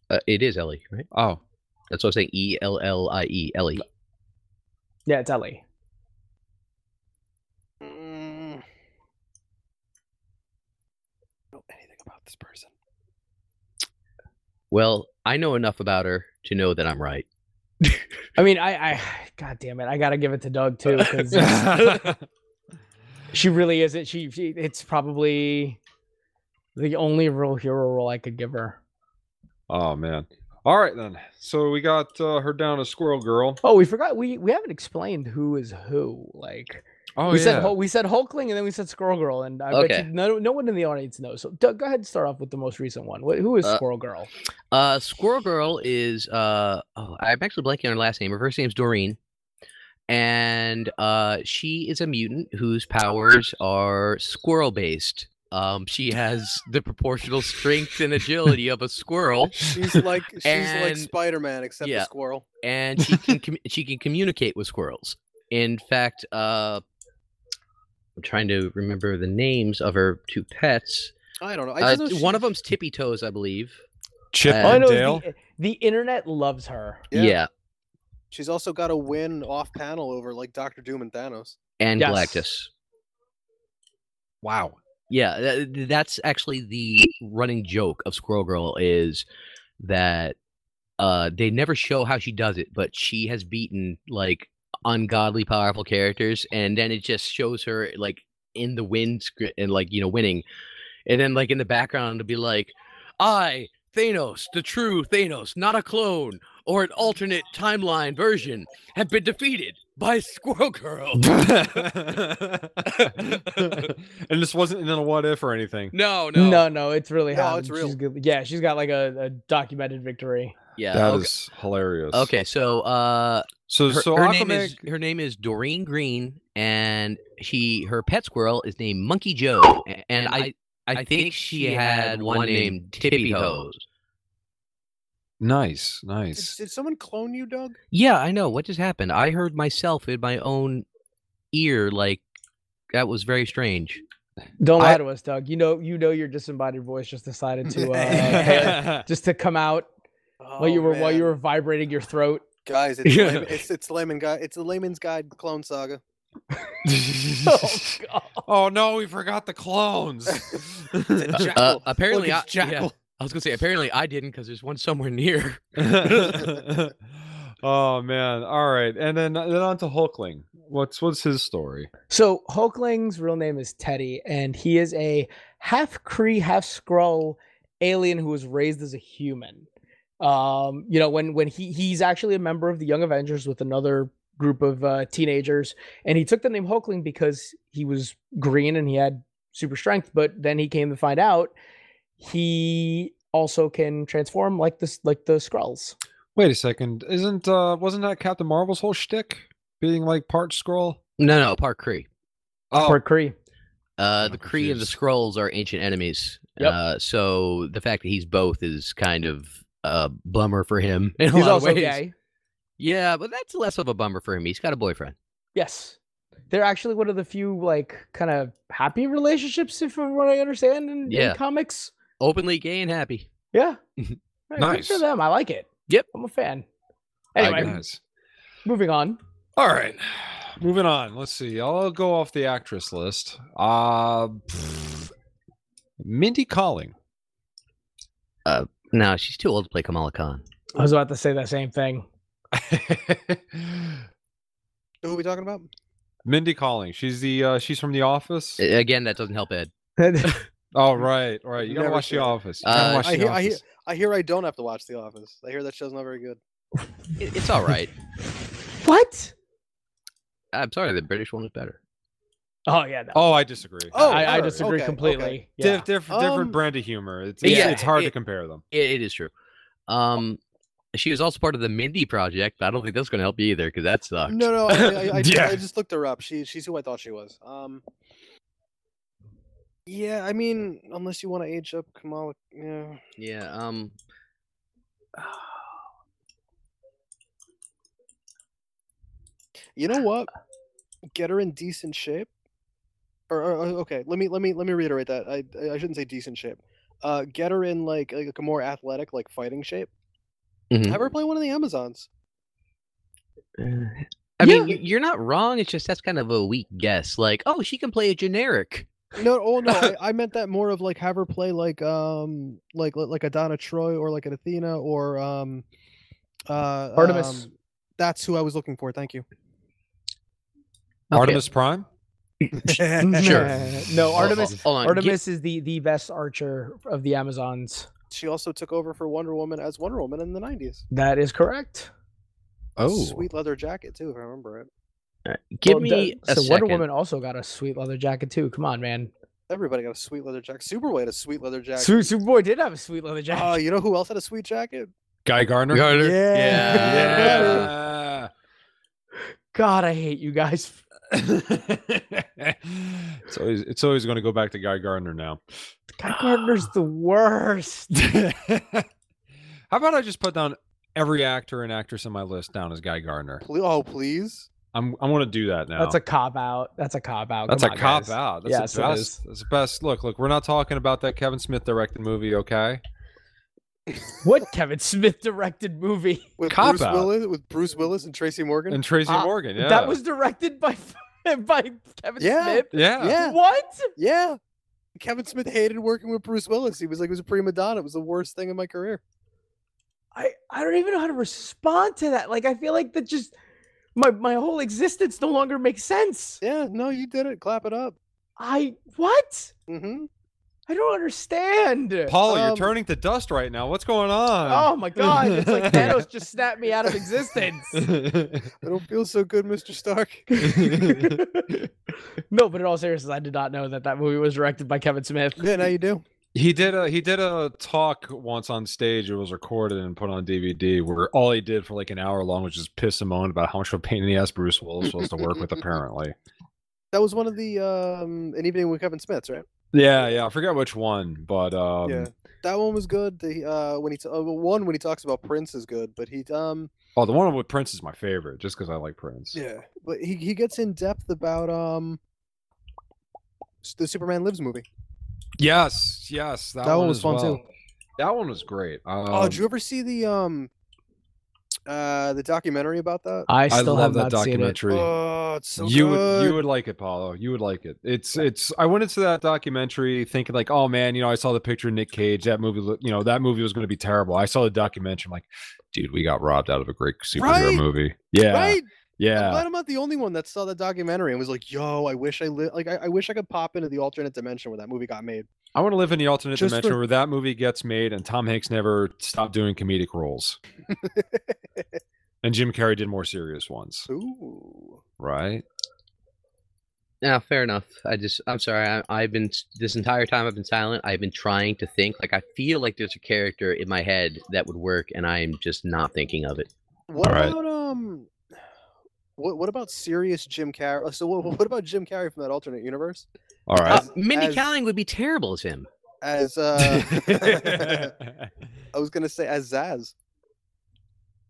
Speaker 1: uh, it is Ellie, right?
Speaker 4: Oh,
Speaker 1: That's what I'm saying. E L L I E. Ellie.
Speaker 2: Yeah, it's Ellie.
Speaker 3: Mm. Know anything about this person?
Speaker 1: Well, I know enough about her to know that I'm right.
Speaker 2: I mean, I, I, God damn it, I gotta give it to Doug too because she really isn't. She, she, it's probably the only real hero role I could give her.
Speaker 4: oh man. All right then. So we got uh, her down as Squirrel Girl.
Speaker 2: Oh, we forgot. We we haven't explained who is who. Like
Speaker 4: Oh
Speaker 2: we
Speaker 4: yeah.
Speaker 2: said, Hul- we said Hulkling, and then we said Squirrel Girl, and I
Speaker 1: Okay.
Speaker 2: bet you no no one in the audience knows. So Doug, go ahead and start off with the most recent one. Wh- Who is
Speaker 1: Uh,
Speaker 2: Squirrel Girl?
Speaker 1: Uh, Squirrel Girl is uh, oh, I'm actually blanking on her last name. Her first name's Doreen, and uh, she is a mutant whose powers are squirrel based. Um, she has the proportional strength and agility of a squirrel,
Speaker 3: She's like she's like
Speaker 1: And-
Speaker 3: Spider-Man except
Speaker 1: yeah.
Speaker 3: a squirrel.
Speaker 1: and she can commu- she can communicate with squirrels. In fact, uh, I'm trying to remember the names of her two pets.
Speaker 3: I don't know. I
Speaker 1: Uh,
Speaker 3: just know
Speaker 1: one
Speaker 3: she-
Speaker 1: of them's Tippy Toes, I believe.
Speaker 4: Chip
Speaker 1: All I
Speaker 4: and
Speaker 2: know is
Speaker 4: Dale.
Speaker 2: Oh, the, the internet loves her.
Speaker 3: Yeah.
Speaker 1: yeah.
Speaker 3: She's also got a win off panel over like Doctor Doom and Thanos.
Speaker 1: and
Speaker 2: Yes.
Speaker 1: Galactus.
Speaker 4: Wow.
Speaker 1: Yeah, tha- th- that's actually the running joke of Squirrel Girl is that uh, they never show how she does it, but she has beaten like ungodly powerful characters, and then it just shows her like in the wind scr- and like you know winning, and then like in the background to be like, I Thanos, the true Thanos, not a clone or an alternate timeline version, have been defeated by Squirrel Girl.
Speaker 4: and this wasn't in a what if or anything.
Speaker 1: No, no,
Speaker 2: No, no, it's really
Speaker 3: No,
Speaker 2: happened.
Speaker 3: it's real.
Speaker 2: She's good. Yeah, she's got like a, a documented victory.
Speaker 1: Yeah,
Speaker 4: That
Speaker 1: okay.
Speaker 4: is hilarious.
Speaker 1: Okay, so uh,
Speaker 4: So
Speaker 1: her,
Speaker 4: so
Speaker 1: her
Speaker 4: Aquaman,
Speaker 1: name is her name is Doreen Green, and she her pet squirrel is named Monkey Joe, a- and I I think she had one named Tippy Toes.
Speaker 4: nice,
Speaker 3: Did,
Speaker 4: nice.
Speaker 3: did someone clone you, Doug?
Speaker 1: Yeah, I know what just happened. I heard myself in my own ear, like that was very strange.
Speaker 2: Don't
Speaker 4: I-
Speaker 2: lie to us, Doug. You know, you know, your disembodied voice just decided to uh, just to come out
Speaker 3: Oh,
Speaker 2: while
Speaker 1: Oh,
Speaker 2: you were while you were vibrating your throat.
Speaker 3: guys, it's,
Speaker 4: Yeah.
Speaker 3: layman, it's it's layman guy. It's the layman's guide clone saga.
Speaker 2: Oh, God.
Speaker 4: oh no, we forgot the clones.
Speaker 1: Uh,
Speaker 3: Jackal.
Speaker 1: apparently, I,
Speaker 3: Look, it's
Speaker 1: yeah,
Speaker 3: Jackal.
Speaker 1: I was gonna say apparently I didn't because there's one somewhere near.
Speaker 4: oh man. All right. And then then on to Hulkling. What's what's his story?
Speaker 2: So Hulkling's real name is Teddy, and he is a half Cree, half Skrull alien who was raised as a human. Um, you know, when when he he's actually a member of the Young Avengers with another group of uh, teenagers, and he took the name Hulkling because he was green and he had super strength. But then he came to find out he also can transform like this, like the Skrulls.
Speaker 4: Wait a second. Isn't uh wasn't that Captain Marvel's whole shtick? Being like part scroll?
Speaker 1: No, no, Park Cree.
Speaker 4: Oh,
Speaker 2: Or Cree.
Speaker 1: Uh,
Speaker 4: I'm
Speaker 1: the Kree and the
Speaker 4: confused.
Speaker 1: Skrulls are ancient enemies.
Speaker 2: Yep.
Speaker 1: Uh, so the fact that he's both is kind of a bummer for him in a
Speaker 2: He's
Speaker 1: lot
Speaker 2: also
Speaker 1: of ways.
Speaker 2: gay.
Speaker 1: Yeah, but that's less of a bummer for him. He's got a boyfriend.
Speaker 2: Yes. They're actually one of the few like kind of happy relationships, if from what I understand in, in
Speaker 1: Yeah.
Speaker 2: comics.
Speaker 1: Openly gay and happy.
Speaker 2: Yeah. Hey, Good for
Speaker 4: Nice.
Speaker 2: them. I like it.
Speaker 1: Yep.
Speaker 2: I'm a fan.
Speaker 1: I
Speaker 2: Anyway,
Speaker 4: nice.
Speaker 2: moving on.
Speaker 4: Oh, All right. Moving on. Let's see. I'll go off the actress list. Uh pff, Mindy Calling.
Speaker 1: No, she's too old to play Kamala Khan.
Speaker 2: I was about to say that same thing.
Speaker 3: Who are we talking about?
Speaker 4: Mindy Calling. She's the uh, she's from The Office.
Speaker 1: A- Again, that doesn't help Ed.
Speaker 4: Oh right, right. You gotta
Speaker 3: Never
Speaker 4: watch The
Speaker 3: seen it.
Speaker 4: Office. You gotta
Speaker 1: Uh,
Speaker 4: watch
Speaker 3: I
Speaker 4: The
Speaker 3: hear- I hear-
Speaker 4: Office.
Speaker 3: I hear I don't have to watch The Office. I hear that show's not very good.
Speaker 1: It- It's all right.
Speaker 2: what?
Speaker 1: I'm sorry, the British one is better.
Speaker 2: Oh yeah, no.
Speaker 4: Oh, I disagree.
Speaker 3: Oh,
Speaker 2: I, I
Speaker 3: alright,
Speaker 2: disagree
Speaker 3: okay, okay.
Speaker 2: completely.
Speaker 4: Di-
Speaker 2: Yeah.
Speaker 4: diff-
Speaker 3: Um,
Speaker 4: different brand of humor. It's, it's,
Speaker 1: Yeah,
Speaker 4: it's hard to
Speaker 1: it-
Speaker 4: compare them.
Speaker 1: It, it is true. Um, she was also part of the Mindy Project, but I don't think that's going to help you either because that sucked.
Speaker 3: No, no, I, I, I,
Speaker 4: Yeah.
Speaker 3: I just looked her up. She, she's who I thought she was. Um, yeah, I mean, unless you want to age up Kamala, yeah.
Speaker 1: Yeah. Um.
Speaker 3: You know what? Get her in decent shape. Or, or or- okay, let me let me let me reiterate that. I I- I shouldn't say decent shape. Uh, get her in like like a more athletic, like fighting shape.
Speaker 1: mhm.
Speaker 3: Have her play one of the Amazons.
Speaker 1: Uh, I mean, you- you're not wrong. It's just that's kind of a weak guess. Like, oh, she can play a generic.
Speaker 3: No, oh no, I, I meant that more of like have her play like um like like a Donna Troy or like an Athena or um uh
Speaker 2: Artemis.
Speaker 3: um, that's who I was looking for. Thank you.
Speaker 1: Okay.
Speaker 4: Artemis Prime.
Speaker 1: Sure.
Speaker 2: no,
Speaker 1: Hold-
Speaker 2: Artemis.
Speaker 1: hold- hold on, gi-
Speaker 2: Artemis is the the best archer of the Amazons.
Speaker 3: She also took over for Wonder Woman as Wonder Woman in the '90s.
Speaker 2: That is correct.
Speaker 3: Oh.
Speaker 4: Oh.
Speaker 3: sweet leather jacket too, if I remember it.
Speaker 1: give
Speaker 2: Well,
Speaker 1: me
Speaker 2: the-
Speaker 1: a
Speaker 2: so
Speaker 1: second.
Speaker 2: Wonder Woman also got a sweet leather jacket too. Come on, man.
Speaker 3: Everybody got a sweet leather jacket. Superboy had a sweet leather jacket.
Speaker 2: Sweet Superboy did have a sweet leather jacket.
Speaker 3: Oh, you know who else had a sweet jacket?
Speaker 4: Guy Gardner.
Speaker 1: Yeah.
Speaker 4: Yeah.
Speaker 2: God, I hate you guys.
Speaker 4: it's always it's always going to go back to Guy Gardner now.
Speaker 2: Guy Gardner's the worst.
Speaker 4: How about I just put down every actor and actress on my list down as Guy Gardner?
Speaker 3: Ple- oh, please.
Speaker 4: I'm I want to do that now.
Speaker 2: That's a cop out. That's a cop out.
Speaker 4: that's
Speaker 2: Come
Speaker 4: a
Speaker 2: on,
Speaker 4: cop
Speaker 2: Oh guys.
Speaker 4: out. That's
Speaker 2: Yes, it
Speaker 4: the
Speaker 2: is.
Speaker 4: best. That's the best. Look, look, we're not talking about that Kevin Smith directed movie, okay?
Speaker 2: What Kevin Smith directed movie?
Speaker 3: With
Speaker 4: Cop
Speaker 3: Bruce
Speaker 4: out.
Speaker 3: Willis, with Bruce Willis and Tracy Morgan.
Speaker 4: And Tracy
Speaker 2: Ah,
Speaker 4: Morgan. Yeah.
Speaker 2: That was directed by by Kevin
Speaker 3: Yeah.
Speaker 2: Smith.
Speaker 4: yeah.
Speaker 3: yeah,
Speaker 2: What?
Speaker 3: yeah. Kevin Smith hated working with Bruce Willis. He was like, it was a prima donna. It was the worst thing in my career.
Speaker 2: I I don't even know how to respond to that. Like I feel like that just my my whole existence no longer makes sense.
Speaker 3: Yeah, no, you did it. Clap it up.
Speaker 2: I what?
Speaker 3: hmm
Speaker 2: I don't understand.
Speaker 4: Paula,
Speaker 3: Um,
Speaker 4: you're turning to dust right now. What's going on?
Speaker 2: Oh my god! It's
Speaker 4: um,
Speaker 2: like Thanos just snapped me out of existence. Oh.
Speaker 3: I don't feel so good, Mr. Stark.
Speaker 2: no, but in all seriousness, I did not know that that movie was directed by Kevin Smith.
Speaker 3: Yeah, now you do.
Speaker 4: He did a he did a talk once on stage. It was recorded and put on DVD. Where all he did for like an hour long was just piss and moan about how much of a pain in the ass Bruce Willis was to work with. Apparently,
Speaker 3: That was one of the um an evening with Kevin Smith's, right?
Speaker 4: yeah, yeah. I forget which one, but um,
Speaker 3: yeah, that one was good. The uh when he t- uh, well, one when he talks about Prince is good, but he um
Speaker 4: oh, the one with Prince is my favorite, just because I like Prince.
Speaker 3: yeah, but he he gets in depth about um s- the Superman Lives movie.
Speaker 4: Yes, yes. That,
Speaker 3: That one
Speaker 4: one
Speaker 3: was
Speaker 4: as
Speaker 3: fun, too.
Speaker 4: well. That one was great. Um,
Speaker 3: oh, did you ever see the um uh the documentary about that?
Speaker 2: I
Speaker 4: I
Speaker 2: still
Speaker 4: love
Speaker 2: have
Speaker 4: that
Speaker 2: not seen it.
Speaker 4: documentary.
Speaker 3: Oh, it's so
Speaker 4: you
Speaker 3: good.
Speaker 4: would you would like it, Paulo. You would like it. It's it's. I went into that documentary thinking like, oh man, you know, I saw the picture of Nick Cage. That movie, look- you know, that movie was going to be terrible. I saw the documentary. I'm like, dude, we got robbed out of a great superhero
Speaker 3: Right?
Speaker 4: movie. Yeah,
Speaker 3: Right? I'm
Speaker 4: yeah.
Speaker 3: glad I'm not the only one that saw the documentary and was like, "Yo, I wish I li- like I, I wish I could pop into the alternate dimension where that movie got made."
Speaker 4: I want to live in the alternate
Speaker 3: Just
Speaker 4: dimension
Speaker 3: for-
Speaker 4: where that movie gets made and Tom Hanks never stopped doing comedic roles, and Jim Carrey did more serious ones.
Speaker 3: Ooh.
Speaker 4: Right?
Speaker 1: Yeah, Ah, fair enough. I just, I'm sorry. I, I've been s- this entire time. I've been silent. I've been trying to think. Like I feel like there's a character in my head that would work, and I am just not thinking of it.
Speaker 3: What
Speaker 4: Alright.
Speaker 3: about um, what what about serious Jim Carrey? So what, what about Jim Carrey from that alternate universe?
Speaker 4: All right.
Speaker 1: Uh,
Speaker 3: As-
Speaker 1: Mindy
Speaker 3: as-
Speaker 1: Kaling would be terrible as him.
Speaker 3: As uh, I was gonna say as Zaz.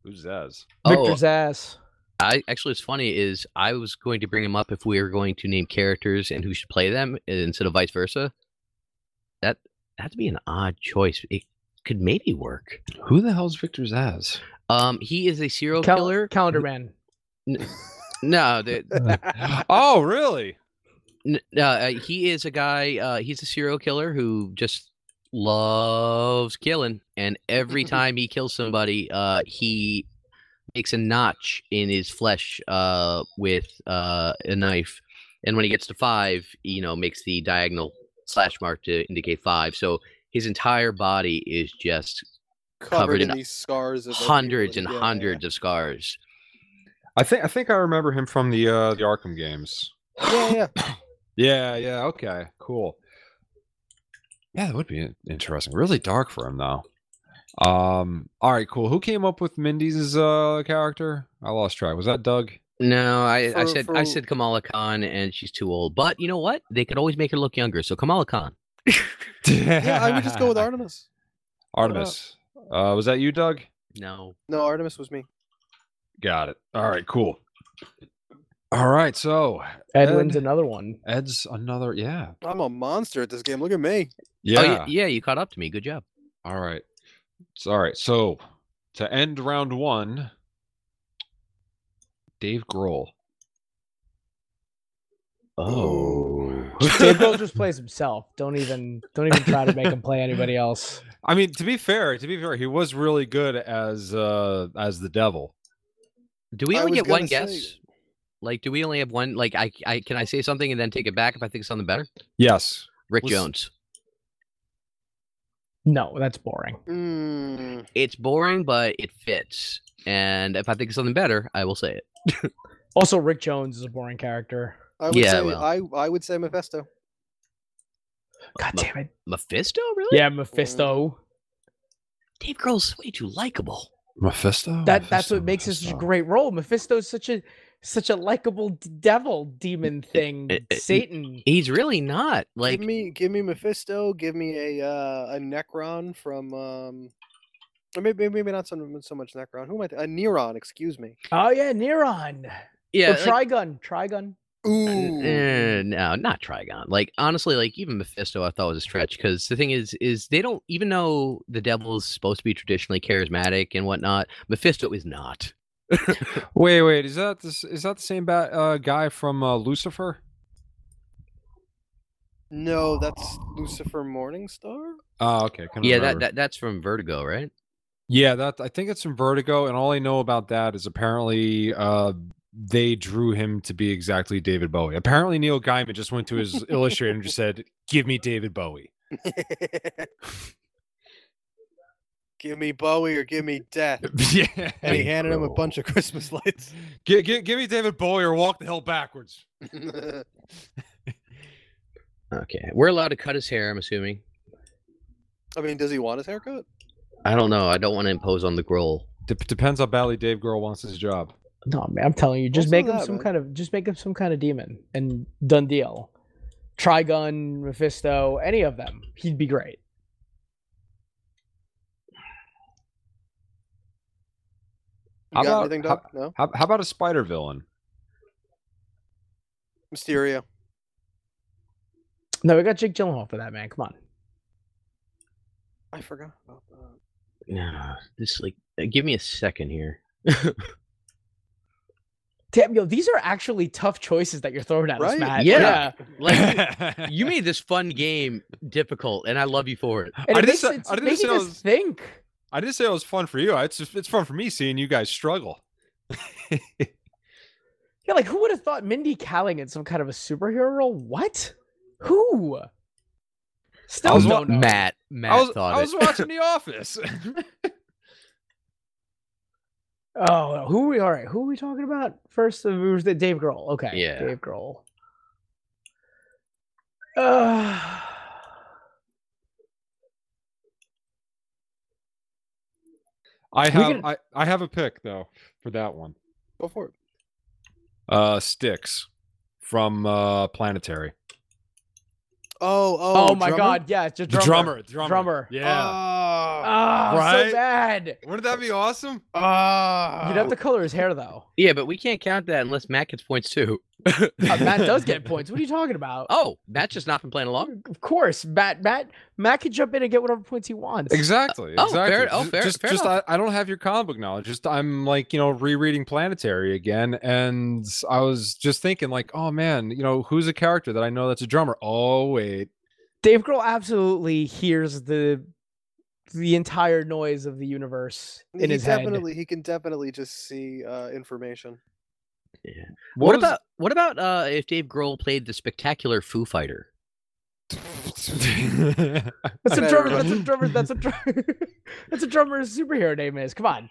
Speaker 4: Who's Zaz?
Speaker 1: oh,
Speaker 2: Victor's ass.
Speaker 1: I actually, it's funny is I was going to bring him up if we were going to name characters and who should play them instead of vice versa. That that'd be an odd choice. It could maybe work.
Speaker 4: Who the hell's Victor Zaz?
Speaker 1: Um, he is a serial
Speaker 2: Cal-
Speaker 1: killer.
Speaker 2: Calendar Man.
Speaker 1: No, the,
Speaker 4: oh, really?
Speaker 1: N- uh, uh, he is a guy. Uh, he's a serial killer who just loves killing, and every time he kills somebody, uh, he makes a notch in his flesh uh, with uh, a knife. And when he gets to five, you know, makes the diagonal slash mark to indicate five. So his entire body is just
Speaker 3: Covered,
Speaker 1: Covered
Speaker 3: in,
Speaker 1: in
Speaker 3: these scars of the people
Speaker 1: hundreds
Speaker 3: that-
Speaker 1: and
Speaker 3: yeah, yeah, yeah.
Speaker 1: hundreds of scars.
Speaker 4: I think I think I remember him from the uh, the Arkham games.
Speaker 3: Yeah, yeah.
Speaker 4: Yeah, yeah, okay, cool. Yeah, that would be in- interesting. Really dark for him though. Um, all right, cool. Who came up with Mindy's uh character? I lost track. Was that Doug?
Speaker 1: No, I, I
Speaker 3: For-
Speaker 1: said I
Speaker 3: for-
Speaker 1: said Kamala Khan, and she's too old. But you know what? They could always make her look younger. So Kamala Khan.
Speaker 3: Yeah, I would just go with Artemis.
Speaker 4: Artemis. Uh, was that you, Doug?
Speaker 1: No,
Speaker 3: No, Artemis was me.
Speaker 4: Got it. All right, cool. All right, so
Speaker 2: Edwin's
Speaker 4: Ed.
Speaker 2: another one.
Speaker 4: Ed's another, yeah,
Speaker 3: I'm a monster at this game. Look at me.
Speaker 4: yeah.
Speaker 1: Oh, y- yeah, you caught up to me. Good job.
Speaker 4: All right, it's all right. So to end round one, Dave Grohl.
Speaker 3: Oh.
Speaker 2: Dave Grohl just plays himself. Don't even don't even try to make him play anybody else.
Speaker 4: I mean, to be fair, to be fair, he was really good as uh as the devil.
Speaker 1: Do we
Speaker 3: I
Speaker 1: only
Speaker 3: was
Speaker 1: get one
Speaker 3: gonna say-
Speaker 1: guess? Like, do we only have one? Like, I, I can I say something and then take it back if I think of something better?
Speaker 4: Yes.
Speaker 1: Rick
Speaker 4: Was-
Speaker 1: Jones.
Speaker 2: No, that's boring.
Speaker 3: Mm,
Speaker 1: It's boring, but it fits. And if I think of something better, I will say it.
Speaker 2: Also, Rick Jones is a boring character.
Speaker 3: I would
Speaker 1: Yeah,
Speaker 3: say
Speaker 1: well.
Speaker 3: I, I would say Mephisto.
Speaker 2: God
Speaker 1: Ma-
Speaker 2: damn it.
Speaker 1: Mephisto, really?
Speaker 2: Yeah, Mephisto.
Speaker 1: Dave Grohl's way too likable.
Speaker 4: Mephisto.
Speaker 2: That that's what makes it such a great role. Mephisto's such a such a likable d- devil demon thing.
Speaker 1: eh, eh,
Speaker 2: Satan.
Speaker 1: He's really not. Like,
Speaker 3: give me give me Mephisto, give me a uh, a Necron from um or maybe maybe not so, so much Necron. Who am I? Th- a Neron, excuse me.
Speaker 2: Oh yeah, Neron.
Speaker 1: yeah,
Speaker 2: or
Speaker 1: like-
Speaker 2: Trigun. Trigun.
Speaker 1: N- Uh, eh, no, not Trigon. Like honestly, like even Mephisto, I thought was a stretch because the thing is, is they don't even know the devil is supposed to be traditionally charismatic and whatnot. Mephisto is not.
Speaker 4: Wait, wait, is that this is that the same bat, uh, guy from uh, Lucifer?
Speaker 3: No, that's Lucifer Morningstar.
Speaker 4: Oh, okay. couldn't
Speaker 1: yeah, that,
Speaker 4: remember.
Speaker 1: that that's from Vertigo, right?
Speaker 4: yeah, that I think it's from Vertigo, and all I know about that is apparently uh they drew him to be exactly David Bowie. Apparently Neil Gaiman just went to his illustrator and just said, "Give me David Bowie."
Speaker 3: give me Bowie or give me death.
Speaker 4: yeah,
Speaker 3: And he handed him a bunch of Christmas lights.
Speaker 4: Give, give, me David Bowie or walk the hell backwards.
Speaker 1: Okay, we're allowed to cut his hair. I'm assuming.
Speaker 3: I mean, does he want his haircut?
Speaker 1: I don't know. I don't want to impose on the Grohl.
Speaker 4: depends how badly Dave Girl wants his job.
Speaker 2: No, man, I'm telling you, just
Speaker 3: Also
Speaker 2: make him
Speaker 3: that,
Speaker 2: some
Speaker 3: man.
Speaker 2: kind of just make him some kind of demon and done deal. Trigun, Mephisto, any of them, he'd be great.
Speaker 3: You
Speaker 4: How
Speaker 3: got
Speaker 4: about-
Speaker 3: anything,
Speaker 4: how-
Speaker 3: Doc? No.
Speaker 4: How, how about a spider villain?
Speaker 3: Mysterio.
Speaker 2: No, we got Jake Gyllenhaal for that man. Come on,
Speaker 3: I forgot about that.
Speaker 1: Nah, this like, uh, give me a second here.
Speaker 2: damn yo, these are actually tough choices that you're throwing at us,
Speaker 3: Right?
Speaker 2: Matt.
Speaker 1: Yeah. Like, you made this fun game difficult, and I love you for it.
Speaker 2: and
Speaker 4: I
Speaker 2: it
Speaker 4: didn't
Speaker 2: makes,
Speaker 4: say-
Speaker 2: it's
Speaker 4: I didn't
Speaker 2: making
Speaker 4: say I
Speaker 2: us
Speaker 4: was-
Speaker 2: think.
Speaker 4: I didn't say it was fun for you. It's just- it's fun for me seeing you guys struggle.
Speaker 2: Yeah, like who would have thought Mindy Kaling in some kind of a superhero role? What? Who? Still
Speaker 4: was wa-
Speaker 2: don't know.
Speaker 1: Matt. Matt
Speaker 4: I was,
Speaker 1: thought
Speaker 4: I
Speaker 1: it.
Speaker 4: was watching The Office.
Speaker 2: Oh, who we? All right, who are we talking about first? It was the Dave Grohl. Okay,
Speaker 1: Yeah.
Speaker 2: Dave Grohl. Uh,
Speaker 4: I have
Speaker 2: can-
Speaker 4: I, I have a pick though for that one.
Speaker 3: Go for it.
Speaker 4: Uh, Sticks from uh, Planetary.
Speaker 3: Oh, oh.
Speaker 2: oh, my
Speaker 3: drummer? oh,
Speaker 2: Oh God! Yeah, it's a drummer.
Speaker 4: The drummer, drummer.
Speaker 2: Drummer.
Speaker 4: Yeah.
Speaker 3: Ah,
Speaker 2: Ah,
Speaker 5: Right?
Speaker 2: so bad.
Speaker 4: Oh,
Speaker 5: Wouldn't that be awesome?
Speaker 3: Ah,
Speaker 2: Uh, You'd have to color his hair though.
Speaker 1: Yeah, but we can't count that unless Matt gets points too.
Speaker 2: Uh, Matt does get points. What are you talking about?
Speaker 1: Oh, Matt's just not been playing along.
Speaker 2: Of course, Matt. Matt. Matt can jump in and get whatever points he wants.
Speaker 4: Exactly.
Speaker 1: oh,
Speaker 4: exactly.
Speaker 1: fair- oh,
Speaker 4: Ju-
Speaker 1: fair-
Speaker 4: just,
Speaker 1: fair
Speaker 4: just I, I don't have your comic book knowledge. Just I'm like you know rereading Planetary again, and I was just thinking like, oh man, you know who's a character that I know that's a drummer? Oh wait,
Speaker 2: Dave Grohl absolutely hears the the entire noise of the universe in
Speaker 3: he
Speaker 2: his head.
Speaker 3: definitely he can definitely just see uh, information.
Speaker 1: What,
Speaker 4: was-
Speaker 1: about what about uh, if Dave Grohl played the spectacular Foo Fighter?
Speaker 2: That's a
Speaker 3: Better
Speaker 2: drummer.
Speaker 3: run.
Speaker 2: That's a drummer. That's a drummer. that's a drummer's superhero name is. Come on.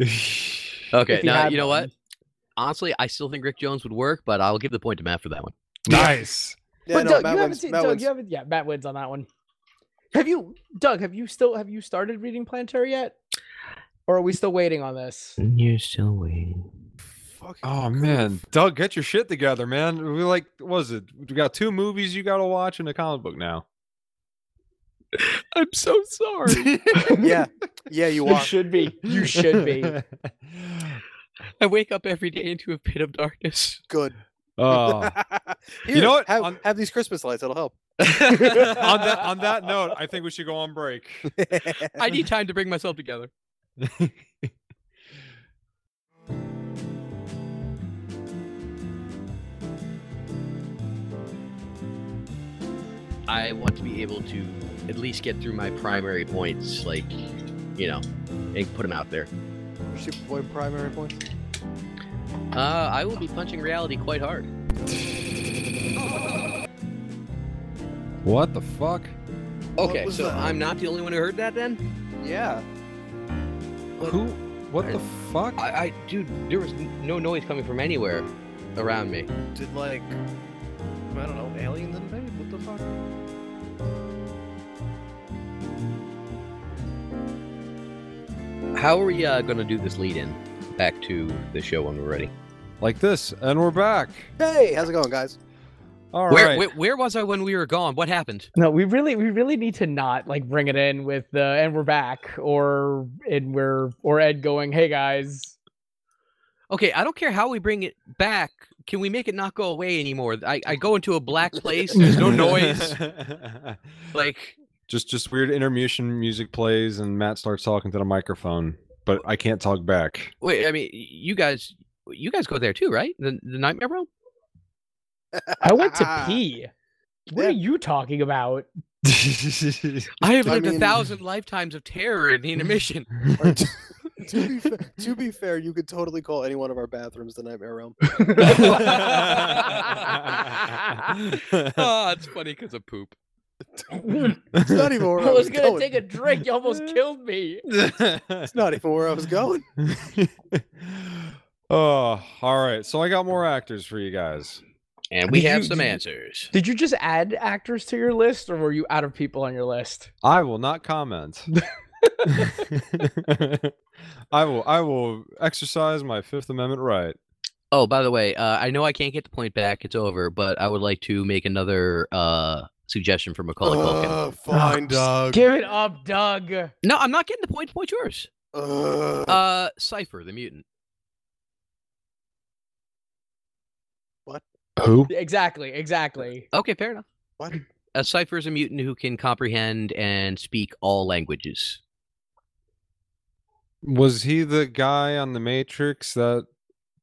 Speaker 1: Okay,
Speaker 2: if he
Speaker 1: now
Speaker 2: had
Speaker 1: you know what?
Speaker 2: one.
Speaker 1: Honestly, I still think Rick Jones would work, but I'll give the point to Matt for that one.
Speaker 4: nice.
Speaker 3: Yeah,
Speaker 2: but
Speaker 3: no,
Speaker 2: Doug,
Speaker 3: Matt
Speaker 2: you haven't
Speaker 3: wins,
Speaker 2: seen
Speaker 3: Matt
Speaker 2: Doug.
Speaker 3: wins.
Speaker 2: You haven't. Yeah, Matt wins on that one. Have you, Doug? Have you still have you started reading Planetary yet, or are we still waiting on this?
Speaker 1: You're still waiting.
Speaker 3: Fucking
Speaker 4: Oh man, Doug, get your shit together, man. We like, what was it? We got two movies you got to watch and a comic book now.
Speaker 1: I'm so sorry.
Speaker 3: yeah, yeah, you
Speaker 2: You
Speaker 3: are.
Speaker 2: should be. You should be.
Speaker 1: I wake up every day into a pit of darkness.
Speaker 3: Good.
Speaker 4: Oh.
Speaker 3: Here,
Speaker 4: know what?
Speaker 3: Have,
Speaker 4: On-
Speaker 3: have these Christmas lights. It'll help.
Speaker 4: on that on that note, I think we should go on break.
Speaker 1: I need time to bring myself together. I want to be able to at least get through my primary points, like, you know, and put them out there.
Speaker 3: Superboy primary points.
Speaker 1: Uh, I will be punching reality quite hard.
Speaker 4: What the fuck?
Speaker 3: What
Speaker 1: Okay,
Speaker 3: was
Speaker 1: so
Speaker 3: that?
Speaker 1: I'm not the only one who heard that then?
Speaker 3: Yeah.
Speaker 1: What-
Speaker 4: Who? What
Speaker 1: I-
Speaker 4: the fuck?
Speaker 1: I, I dude, there was n- no noise coming from anywhere around me.
Speaker 3: Did like I don't know aliens invade? What the fuck?
Speaker 1: How are we uh, gonna do this lead in back to the show when we're ready?
Speaker 4: Like this, and we're back.
Speaker 3: Hey, how's it going, guys?
Speaker 4: All right.
Speaker 1: where, where where was I when we were gone? What happened?
Speaker 2: No, we really we really need to not like bring it in with the and we're back or and we're or Ed going, hey guys.
Speaker 1: Okay, I don't care how we bring it back. Can we make it not go away anymore? I, I go into a black place. There's no noise. Like
Speaker 4: just just weird intermission music plays, and Matt starts talking to the microphone, but I can't talk back.
Speaker 1: wait, I mean, y- you guys, you guys go there too, right? The, the nightmare realm.
Speaker 2: I went to pee. What
Speaker 3: Yeah.
Speaker 2: are you talking about?
Speaker 1: I have
Speaker 3: I
Speaker 1: lived a
Speaker 3: mean-
Speaker 1: thousand lifetimes of terror and intermission.
Speaker 3: Or t- to, be fa- to be fair, you could totally call any one of our bathrooms the Nightmare Realm.
Speaker 4: I
Speaker 1: oh, it's funny because of poop.
Speaker 3: It's not even where I, was
Speaker 2: gonna
Speaker 3: going.
Speaker 2: take a drink, you almost killed me.
Speaker 3: It's not even where I was going.
Speaker 4: oh, all right. So I got more actors for you guys.
Speaker 1: And we
Speaker 2: Did
Speaker 1: have
Speaker 2: you-
Speaker 1: some
Speaker 2: did you-
Speaker 1: answers.
Speaker 2: Did you just add actors to your list or were you out of people on your list?
Speaker 4: I will not comment. I will I will exercise my Fifth Amendment right.
Speaker 1: Oh, by the way, uh, I know I can't get the point back. It's over, but I would like to make another uh, suggestion for Macaulay Culkin.
Speaker 3: Ugh,
Speaker 2: Oh,
Speaker 3: fine, Doug.
Speaker 2: Give it up, Doug.
Speaker 1: No, I'm not getting the point. Point yours.
Speaker 3: Ugh.
Speaker 1: Uh, Cipher the mutant.
Speaker 4: Who?
Speaker 2: Exactly, exactly.
Speaker 1: Okay, fair enough.
Speaker 3: What?
Speaker 1: A cipher is a mutant who can comprehend and speak all languages.
Speaker 4: Was he the guy on the Matrix that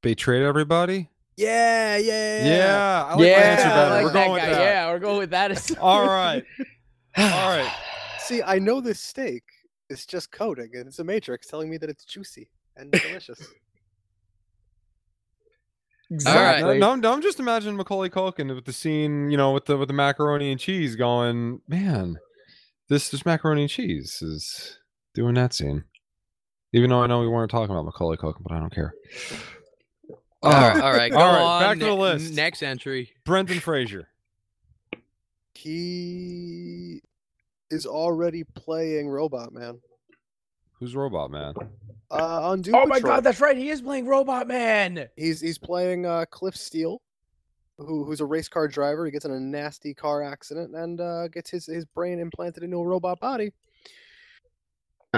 Speaker 4: betrayed everybody?
Speaker 3: yeah, yeah,
Speaker 4: Yeah, I like my answer
Speaker 3: Yeah, I
Speaker 4: better.
Speaker 3: like
Speaker 4: We're going with
Speaker 2: guy.
Speaker 4: that.
Speaker 2: Yeah, we're going with that. as-
Speaker 4: All right. All right.
Speaker 3: See, I know this steak is just coating, and it's a matrix telling me that it's juicy and delicious.
Speaker 1: right.
Speaker 2: exactly.
Speaker 4: No, no, I'm- I'm just imagining Macaulay Culkin with the scene, you know, with the with the macaroni and cheese going, man, this this macaroni and cheese is doing that scene. Even though I know we weren't talking about Macaulay Culkin, but I don't care.
Speaker 1: all right,
Speaker 4: Uh,
Speaker 1: all right, go
Speaker 4: All right,
Speaker 1: on,
Speaker 4: back to the
Speaker 1: ne-
Speaker 4: list.
Speaker 1: Next entry.
Speaker 4: Brendan Fraser.
Speaker 3: he is already playing Robot Man.
Speaker 4: Who's Robot Man?
Speaker 3: Uh, on Doom
Speaker 2: Oh my
Speaker 3: Patrol.
Speaker 2: god, that's right. He is playing Robot Man.
Speaker 3: He's he's playing uh, Cliff Steele, who who's a race car driver. He gets in a nasty car accident and uh, gets his his brain implanted into a robot body.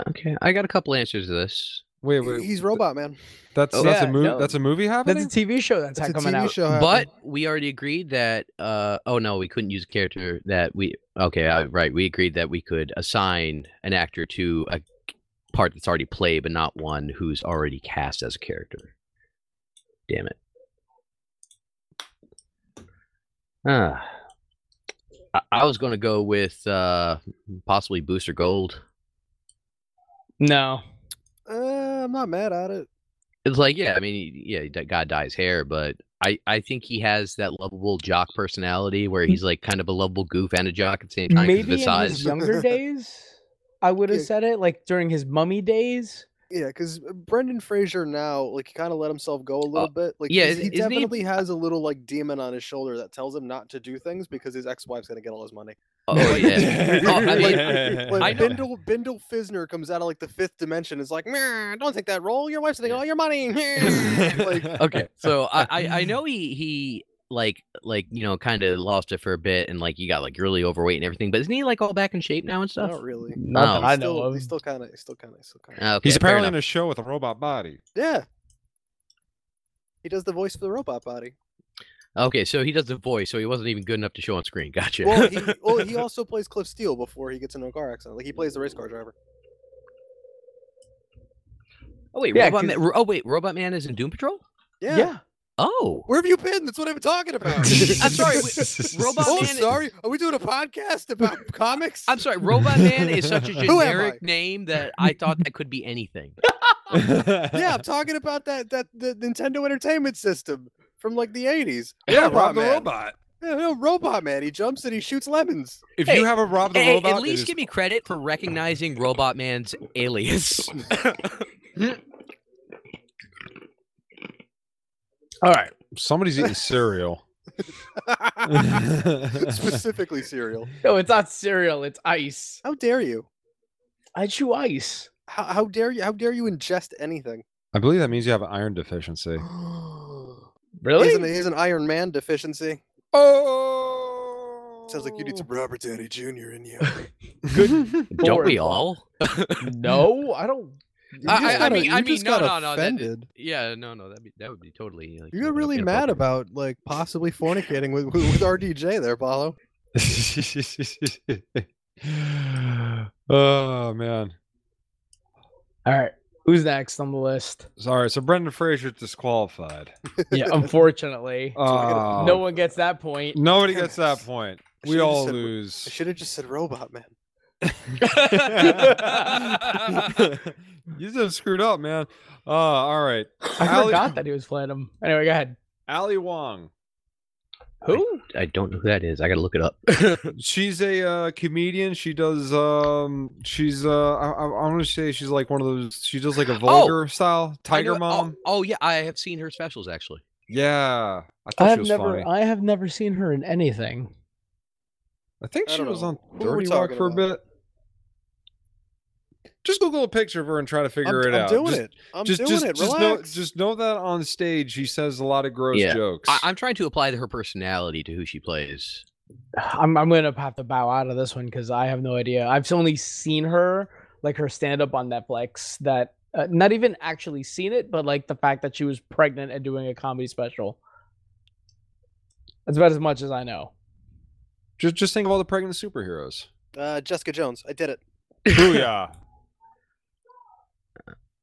Speaker 1: Okay, I got a couple answers to this.
Speaker 3: He-
Speaker 4: Wait, wait.
Speaker 3: He's robot man.
Speaker 4: That's
Speaker 1: Oh,
Speaker 4: that's
Speaker 2: yeah,
Speaker 4: a movie.
Speaker 2: no.
Speaker 4: That's a movie
Speaker 2: That's
Speaker 4: happening.
Speaker 2: a TV show that's
Speaker 3: It's a
Speaker 2: coming
Speaker 3: TV
Speaker 2: out.
Speaker 3: show.
Speaker 1: But
Speaker 3: happening.
Speaker 1: we already agreed that. Uh, oh no, we couldn't use a character that we. Okay, uh, right. We agreed that we could assign an actor to a part that's already played, but not one who's already cast as a character. Damn it. Ah, I, I was gonna go with uh, possibly Booster Gold.
Speaker 2: No.
Speaker 3: uh, I'm not mad at it.
Speaker 1: It's like, yeah, I mean, he- yeah, that guy dyes hair, but I, I think he has that lovable jock personality where he's like kind of a lovable goof and a jock at the same time because of
Speaker 2: Maybe
Speaker 1: his
Speaker 2: in his
Speaker 1: size.
Speaker 2: younger days, I would have
Speaker 3: Yeah.
Speaker 2: said it like during his mummy days.
Speaker 3: Yeah, because Brendan Fraser now, like, he kind of let himself go a little
Speaker 1: Uh,
Speaker 3: bit. Like,
Speaker 1: yeah,
Speaker 3: he's- he
Speaker 1: isn't- isn't he-
Speaker 3: definitely has a little like demon on his shoulder that tells him not to do things because his ex-wife's gonna get all his money.
Speaker 1: Oh yeah. Oh, I mean,
Speaker 3: When
Speaker 1: I know-
Speaker 3: Bindle Bindle Fisner comes out of like the fifth dimension, is like, "Meh, don't take that role. Your wife's taking
Speaker 1: Yeah.
Speaker 3: all your money. meh." like,
Speaker 1: okay, so I, I, I know he he like like you know kind of lost it for a bit and like he got like really overweight and everything, but isn't he like all back in shape now and stuff?
Speaker 3: not really.
Speaker 1: No.
Speaker 2: that I know
Speaker 3: still,
Speaker 2: of.
Speaker 3: He's still kind of, still kind of, still kind of.
Speaker 1: Okay,
Speaker 4: He's
Speaker 1: fair
Speaker 4: apparently
Speaker 1: enough.
Speaker 4: in a show with a robot body.
Speaker 3: Yeah. He does the voice for the robot body.
Speaker 1: okay, so he does the voice, so he wasn't even good enough to show on screen. Gotcha.
Speaker 3: Well, he, well, he also plays Cliff Steele before he gets into a car accident. Like he plays the race car driver.
Speaker 1: oh wait,
Speaker 2: yeah,
Speaker 1: Robot
Speaker 2: 'cause-
Speaker 1: Man, oh wait, Robot Man is in Doom Patrol.
Speaker 3: Yeah.
Speaker 1: Oh,
Speaker 3: Where have you been? That's what I've been talking about.
Speaker 1: I'm sorry, Robot
Speaker 3: oh,
Speaker 1: Man-
Speaker 3: sorry. Are we doing a podcast about comics?
Speaker 1: I'm sorry, Robot Man is such a
Speaker 4: Who am
Speaker 1: generic
Speaker 3: I?
Speaker 1: name that I thought that could be anything.
Speaker 3: yeah, I'm talking about that that the Nintendo Entertainment System from like the 80s.
Speaker 4: yeah,
Speaker 3: Robot
Speaker 4: Rob the
Speaker 3: Man.
Speaker 4: Robot.
Speaker 3: Yeah, no, robot man. He jumps and he shoots lemons.
Speaker 4: If
Speaker 1: Hey,
Speaker 4: you have a Rob the
Speaker 1: Hey,
Speaker 4: Robot,
Speaker 1: at
Speaker 4: it
Speaker 1: least
Speaker 4: is-
Speaker 1: give me credit for recognizing Robot Man's alias.
Speaker 4: all right. Somebody's eating cereal.
Speaker 3: Specifically cereal.
Speaker 2: No, it's not cereal. It's ice.
Speaker 3: How dare you?
Speaker 2: I chew ice.
Speaker 3: How, how dare you? How dare you ingest anything?
Speaker 4: I believe that means you have an iron deficiency.
Speaker 3: He's an, he's an Iron Man deficiency.
Speaker 4: Oh,
Speaker 3: Sounds like you need some Robert Downey Jr. in you.
Speaker 4: good.
Speaker 1: Don't
Speaker 2: Lord.
Speaker 1: we all?
Speaker 2: No, I don't.
Speaker 3: You
Speaker 1: I-
Speaker 3: just
Speaker 1: I- I
Speaker 3: got-
Speaker 1: mean-
Speaker 3: you
Speaker 1: I mean,
Speaker 3: just
Speaker 1: no,
Speaker 3: got
Speaker 1: no, no, that-
Speaker 3: offended.
Speaker 1: Yeah, no, no, that be that would be totally. Like,
Speaker 3: You got really mad about like possibly fornicating with with, with RDJ there, Paulo.
Speaker 4: oh man.
Speaker 2: All right. Who's next on the list?
Speaker 4: Sorry. So Brendan Fraser disqualified.
Speaker 2: Yeah, unfortunately.
Speaker 3: I gotta-
Speaker 4: Oh,
Speaker 2: no one gets that point.
Speaker 4: Nobody
Speaker 3: Damn
Speaker 4: gets
Speaker 3: it.
Speaker 4: that point.
Speaker 3: I
Speaker 4: We
Speaker 3: should've
Speaker 4: all
Speaker 3: said-
Speaker 4: lose.
Speaker 3: I should have just said robot man.
Speaker 4: you just screwed up, man. Uh, all right.
Speaker 2: I
Speaker 4: Ali-
Speaker 2: forgot that he was playing him. Anyway, go ahead.
Speaker 4: Ali Wong.
Speaker 2: Who?
Speaker 1: I don't know who that is. I gotta look it up.
Speaker 4: She's a uh, comedian. She does. Um, she's. Uh, I, I, I want to say she's like one of those. She does like
Speaker 3: Oh,
Speaker 4: a vulgar style
Speaker 1: I know
Speaker 4: tiger
Speaker 1: it-
Speaker 4: mom.
Speaker 1: Oh, oh yeah, I have seen her specials actually.
Speaker 4: Yeah, I thought
Speaker 2: I
Speaker 4: she
Speaker 2: have
Speaker 4: was
Speaker 2: never.
Speaker 4: funny. I,
Speaker 2: I have never seen her in anything.
Speaker 4: think
Speaker 3: I
Speaker 4: she
Speaker 3: don't
Speaker 4: was
Speaker 3: know.
Speaker 4: on
Speaker 3: Who are we
Speaker 4: Dirty Rock
Speaker 3: talking
Speaker 4: for a bit. Just Google a picture of her and try to figure
Speaker 3: I'm,
Speaker 4: it
Speaker 3: I'm
Speaker 4: out.
Speaker 3: doing
Speaker 4: just,
Speaker 3: it. I'm
Speaker 4: just,
Speaker 3: doing
Speaker 4: just,
Speaker 3: it.
Speaker 4: just know,
Speaker 3: Relax.
Speaker 4: just know that on stage she says a lot of gross
Speaker 1: Yeah.
Speaker 4: jokes.
Speaker 1: I, I'm trying to apply her personality to who she plays.
Speaker 2: I'm. I'm gonna have to bow out of this one because I have no idea. I've only seen her like her stand up on Netflix. That uh, not even actually seen it, but like the fact that she was pregnant and doing a comedy special. That's about as much as I know.
Speaker 4: just, just think of all the pregnant superheroes.
Speaker 3: Uh, Jessica Jones. I did it.
Speaker 4: Booyah.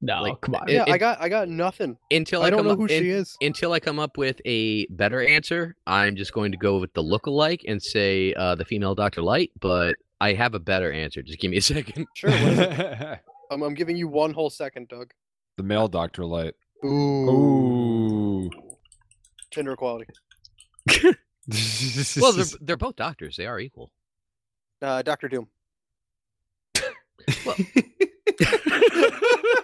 Speaker 2: No,
Speaker 1: Like,
Speaker 2: come on.
Speaker 1: It-
Speaker 3: Yeah, I
Speaker 1: it-
Speaker 3: got I got nothing.
Speaker 1: Until I,
Speaker 3: I don't
Speaker 1: come
Speaker 3: know
Speaker 1: up-
Speaker 3: who
Speaker 1: un-
Speaker 3: she is.
Speaker 1: Until I come up with a better answer, I'm just going to go with the lookalike and say uh, the female Doctor Light. But I have a better answer. Just give me a second.
Speaker 3: Sure. what is it?
Speaker 4: the
Speaker 3: I'm, I'm giving you one whole second, Doug.
Speaker 4: male Doctor Light.
Speaker 3: Ooh.
Speaker 4: Ooh.
Speaker 3: Gender equality.
Speaker 1: Well, they're they're both doctors. They are equal.
Speaker 3: Uh, Doctor Doom.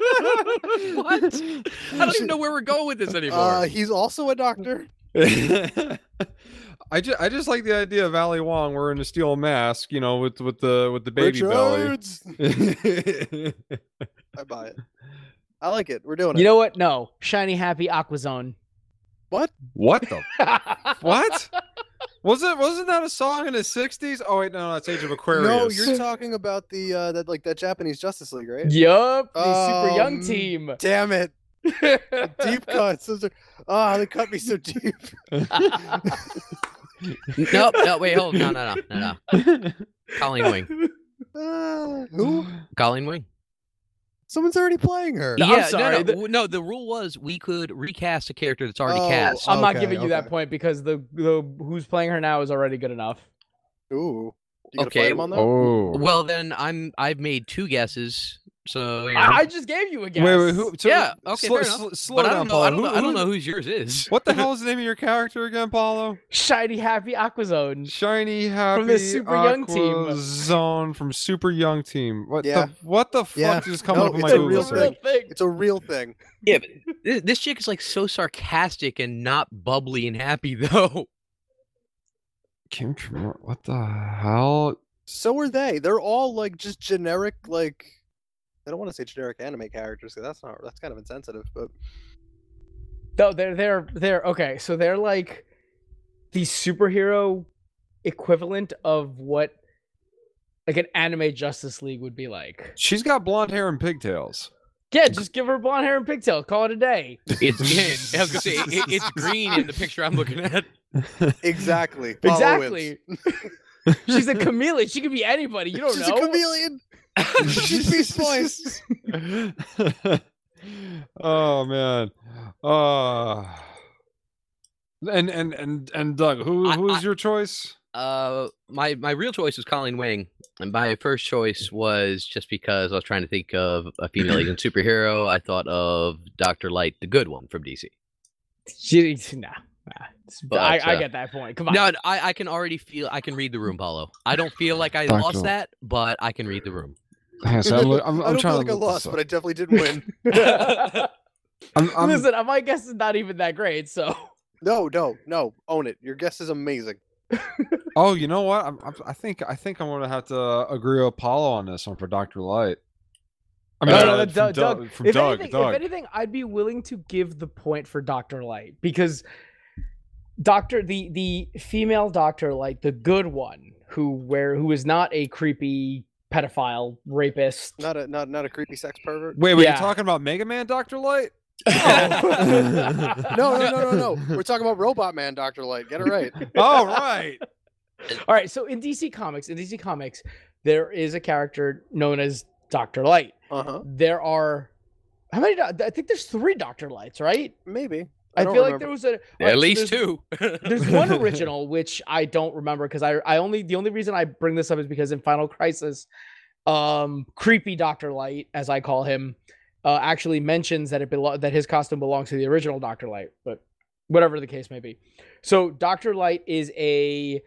Speaker 1: What? I don't even know where we're going with this anymore.
Speaker 3: Uh, he's also a doctor.
Speaker 4: I just I just like the idea of Ali Wong wearing a steel mask, you know, with with the with the baby
Speaker 3: Richards!
Speaker 4: belly.
Speaker 3: I buy it. I like it. We're doing it.
Speaker 2: You know what? No, shiny happy Aquazone.
Speaker 4: what the
Speaker 2: what?
Speaker 4: what? Wasn't wasn't that a song in the '60s? Oh wait, no, that's Age of Aquarius.
Speaker 3: No, you're talking about the uh, that like that Japanese Justice League, right?
Speaker 2: Yup, the super young
Speaker 3: Um,
Speaker 2: team.
Speaker 3: Damn it! Deep cuts. Those are- Ah, they cut me so deep.
Speaker 1: Nope, no, wait, hold on. No, no, no, no, no. Colleen Wing.
Speaker 3: Ah, who?
Speaker 1: Colleen Wing.
Speaker 3: Someone's already playing her.
Speaker 2: No, I'm sorry,
Speaker 1: no, no,
Speaker 2: the-
Speaker 1: w- no. The rule was we could recast a character that's already
Speaker 3: Oh,
Speaker 1: cast.
Speaker 2: I'm not
Speaker 3: Okay,
Speaker 2: giving you that
Speaker 3: okay.
Speaker 2: point because the, the who's playing her now is already good enough.
Speaker 3: Ooh. You gonna
Speaker 1: Okay,
Speaker 3: fight him on that?
Speaker 4: oh.
Speaker 1: Well, then I'm I've made two guesses. So you know.
Speaker 2: I, I just gave you a guess.
Speaker 4: Wait, wait, who? so-
Speaker 1: yeah, okay,
Speaker 4: slow,
Speaker 1: fair enough.
Speaker 4: sl- slow
Speaker 1: but I don't
Speaker 4: down,
Speaker 1: know.
Speaker 4: Paulo.
Speaker 1: I don't
Speaker 4: Who-
Speaker 1: know. I don't
Speaker 4: who-
Speaker 1: know who's yours is.
Speaker 4: What the hell is the name of your character again, Paulo?
Speaker 2: Shiny Happy Aquazone.
Speaker 4: Shiny Happy
Speaker 2: the Super Young Team.
Speaker 4: Aqua Zone from Super Young Team. What
Speaker 3: Yeah.
Speaker 4: the what the fuck
Speaker 3: Yeah.
Speaker 4: just coming
Speaker 3: No,
Speaker 4: up in
Speaker 3: Oh, it's
Speaker 4: my
Speaker 3: a
Speaker 4: Google
Speaker 3: real
Speaker 4: search?
Speaker 3: thing.
Speaker 2: thing.
Speaker 3: It's a real thing.
Speaker 1: Yeah, but thi- this chick is like so sarcastic and not bubbly and happy though.
Speaker 4: Kim Tremor. What the hell?
Speaker 3: So are they. They're all like just generic, like I don't want to say generic anime characters because that's not that's kind of insensitive. But
Speaker 2: No, they're they're they're okay. So they're like the superhero equivalent of what like an anime Justice League would be like.
Speaker 4: She's got blonde hair and pigtails.
Speaker 2: Yeah, just give her blonde hair and pigtail. Call it a day.
Speaker 1: It's yeah, I was gonna say it, it's green in the picture I'm looking at.
Speaker 3: exactly, Paolo wins.
Speaker 2: exactly. She's a chameleon. She could be anybody. You don't
Speaker 3: She's
Speaker 2: know.
Speaker 3: a chameleon. She's Beast Boys.
Speaker 4: oh man. Uh and and and and Doug, who
Speaker 1: I-
Speaker 4: who's
Speaker 1: I-
Speaker 4: your choice?
Speaker 1: Uh, my my real choice was Colleen Wing, and my first choice was just because I was trying to think of a female agent superhero. I thought of Doctor Light, the good one from DC.
Speaker 2: She, nah, nah. It's-
Speaker 1: But,
Speaker 2: I, I
Speaker 1: uh,
Speaker 2: get that point. Come on.
Speaker 1: No, I, I can already feel I can read the room, Paulo. I don't feel like I
Speaker 4: Doctor
Speaker 1: lost
Speaker 4: Light.
Speaker 1: that, but I can read the room.
Speaker 4: Yes, I'm, lo- I'm,
Speaker 3: I
Speaker 4: I'm
Speaker 3: don't
Speaker 4: trying
Speaker 3: feel like I
Speaker 4: to look this
Speaker 3: lost,
Speaker 4: up.
Speaker 3: but I definitely did win.
Speaker 4: I'm, I'm,
Speaker 2: Listen, uh, my guess is not even that great, so
Speaker 3: no, no, no. Own it. Your guess is amazing.
Speaker 4: oh, you know what? I'm, I'm, I think I think I'm gonna have to uh, agree with Apollo on this one for Doctor Light. I
Speaker 2: No, no,
Speaker 4: uh,
Speaker 2: no,
Speaker 4: from
Speaker 2: Doug-
Speaker 4: Doug,
Speaker 2: Doug.
Speaker 4: from
Speaker 2: if
Speaker 4: Doug,
Speaker 2: anything,
Speaker 4: Doug.
Speaker 2: if anything, I'd be willing to give the point for Doctor Light because Doctor the the female Doctor Light, the good one, who where who is not a creepy pedophile rapist.
Speaker 3: Not a not not a creepy sex pervert.
Speaker 4: Wait, wait,
Speaker 2: Yeah.
Speaker 4: you're talking about Mega Man, Doctor Light?
Speaker 2: Oh.
Speaker 3: No, no, no, no, no. We're talking about Robot Man, Doctor Light. Get it right.
Speaker 4: oh right.
Speaker 2: All right, so in DC Comics, in DC Comics, there is a character known as Doctor Light.
Speaker 3: Uh huh.
Speaker 2: There are how many? doc- I think there's three Doctor Lights, right?
Speaker 3: Maybe.
Speaker 2: I,
Speaker 3: don't
Speaker 2: feel like
Speaker 3: remember.
Speaker 2: there was a
Speaker 1: At
Speaker 2: so
Speaker 1: least
Speaker 2: there's-
Speaker 1: two.
Speaker 2: There's one original which I don't remember because I I only the only reason I bring this up is because in Final Crisis, um, creepy Doctor Light, as I call him, uh, actually mentions that it belo- that his costume belongs to the original Doctor Light, but whatever the case may be. So Doctor Light is a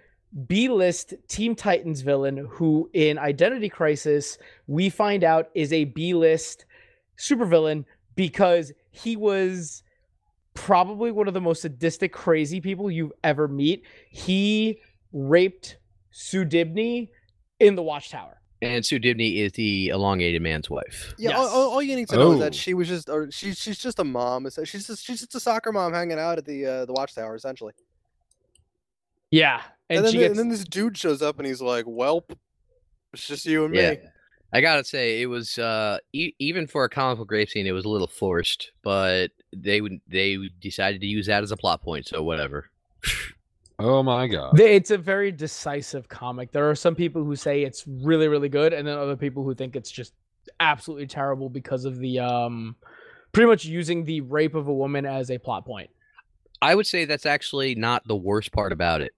Speaker 2: B-list Team Titans villain who, in Identity Crisis, we find out is a B-list supervillain because he was probably one of the most sadistic, crazy people you ever meet. He raped Sudibni in the Watchtower.
Speaker 1: and Sue Dibney is the elongated man's wife.
Speaker 3: Yeah, all, all,
Speaker 2: Yes.
Speaker 3: all you need to know is
Speaker 4: Oh.
Speaker 3: that she was just, or she's she's just a mom. is that- She's just she's just a soccer mom hanging out at the uh, the watchtower essentially.
Speaker 2: Yeah,
Speaker 3: And,
Speaker 2: and,
Speaker 3: then
Speaker 2: she
Speaker 3: the-
Speaker 2: gets
Speaker 3: and then this dude shows up and he's like, "Welp, it's just you and
Speaker 1: Yeah.
Speaker 3: me."
Speaker 1: I gotta say, it was uh, e- even for a comical grape scene, it was a little forced, but they would they decided to use that as a plot point, so whatever.
Speaker 4: Oh my god.
Speaker 2: Th- It's a very decisive comic. There are some people who say it's really, really good, and then other people who think it's just absolutely terrible because of the um, pretty much using the rape of a woman as a plot point.
Speaker 1: I would say that's actually not the worst part about it.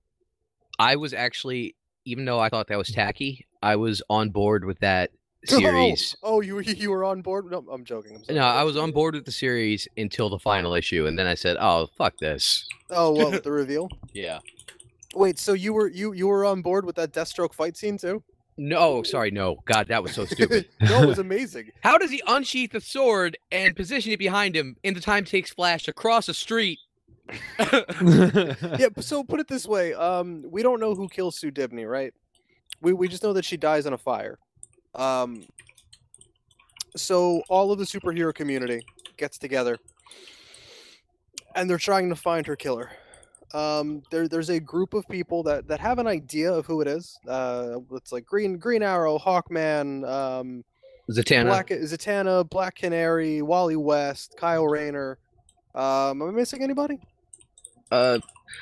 Speaker 1: I was actually, even though I thought that was tacky, I was on board with that
Speaker 3: Oh,
Speaker 1: series.
Speaker 3: Oh, you were- you were on board? No, I'm joking. I'm sorry.
Speaker 1: No, I was on board with the series until the final issue, and then I said, "Oh, fuck this."
Speaker 3: Oh, well, with the reveal.
Speaker 1: Yeah.
Speaker 3: Wait, so you were you you were on board with that Deathstroke fight scene too?
Speaker 1: No, sorry, no. God, that was so stupid.
Speaker 3: no, it was amazing.
Speaker 1: How does he unsheath the sword and position it behind him in the time it takes Flash to cross a street?
Speaker 3: Yeah. but So put it this way, um, we don't know who kills Sue Dibney, right? We we just know that she dies in a fire. Um. So all of the superhero community gets together, and they're trying to find her killer. um, there there's a group of people that that have an idea of who it is. Uh, it's like Green Green Arrow, Hawkman, um,
Speaker 1: Zatanna.
Speaker 3: Black Zatanna, Black Canary, Wally West, Kyle Rayner. Um, am I missing anybody?
Speaker 1: Uh,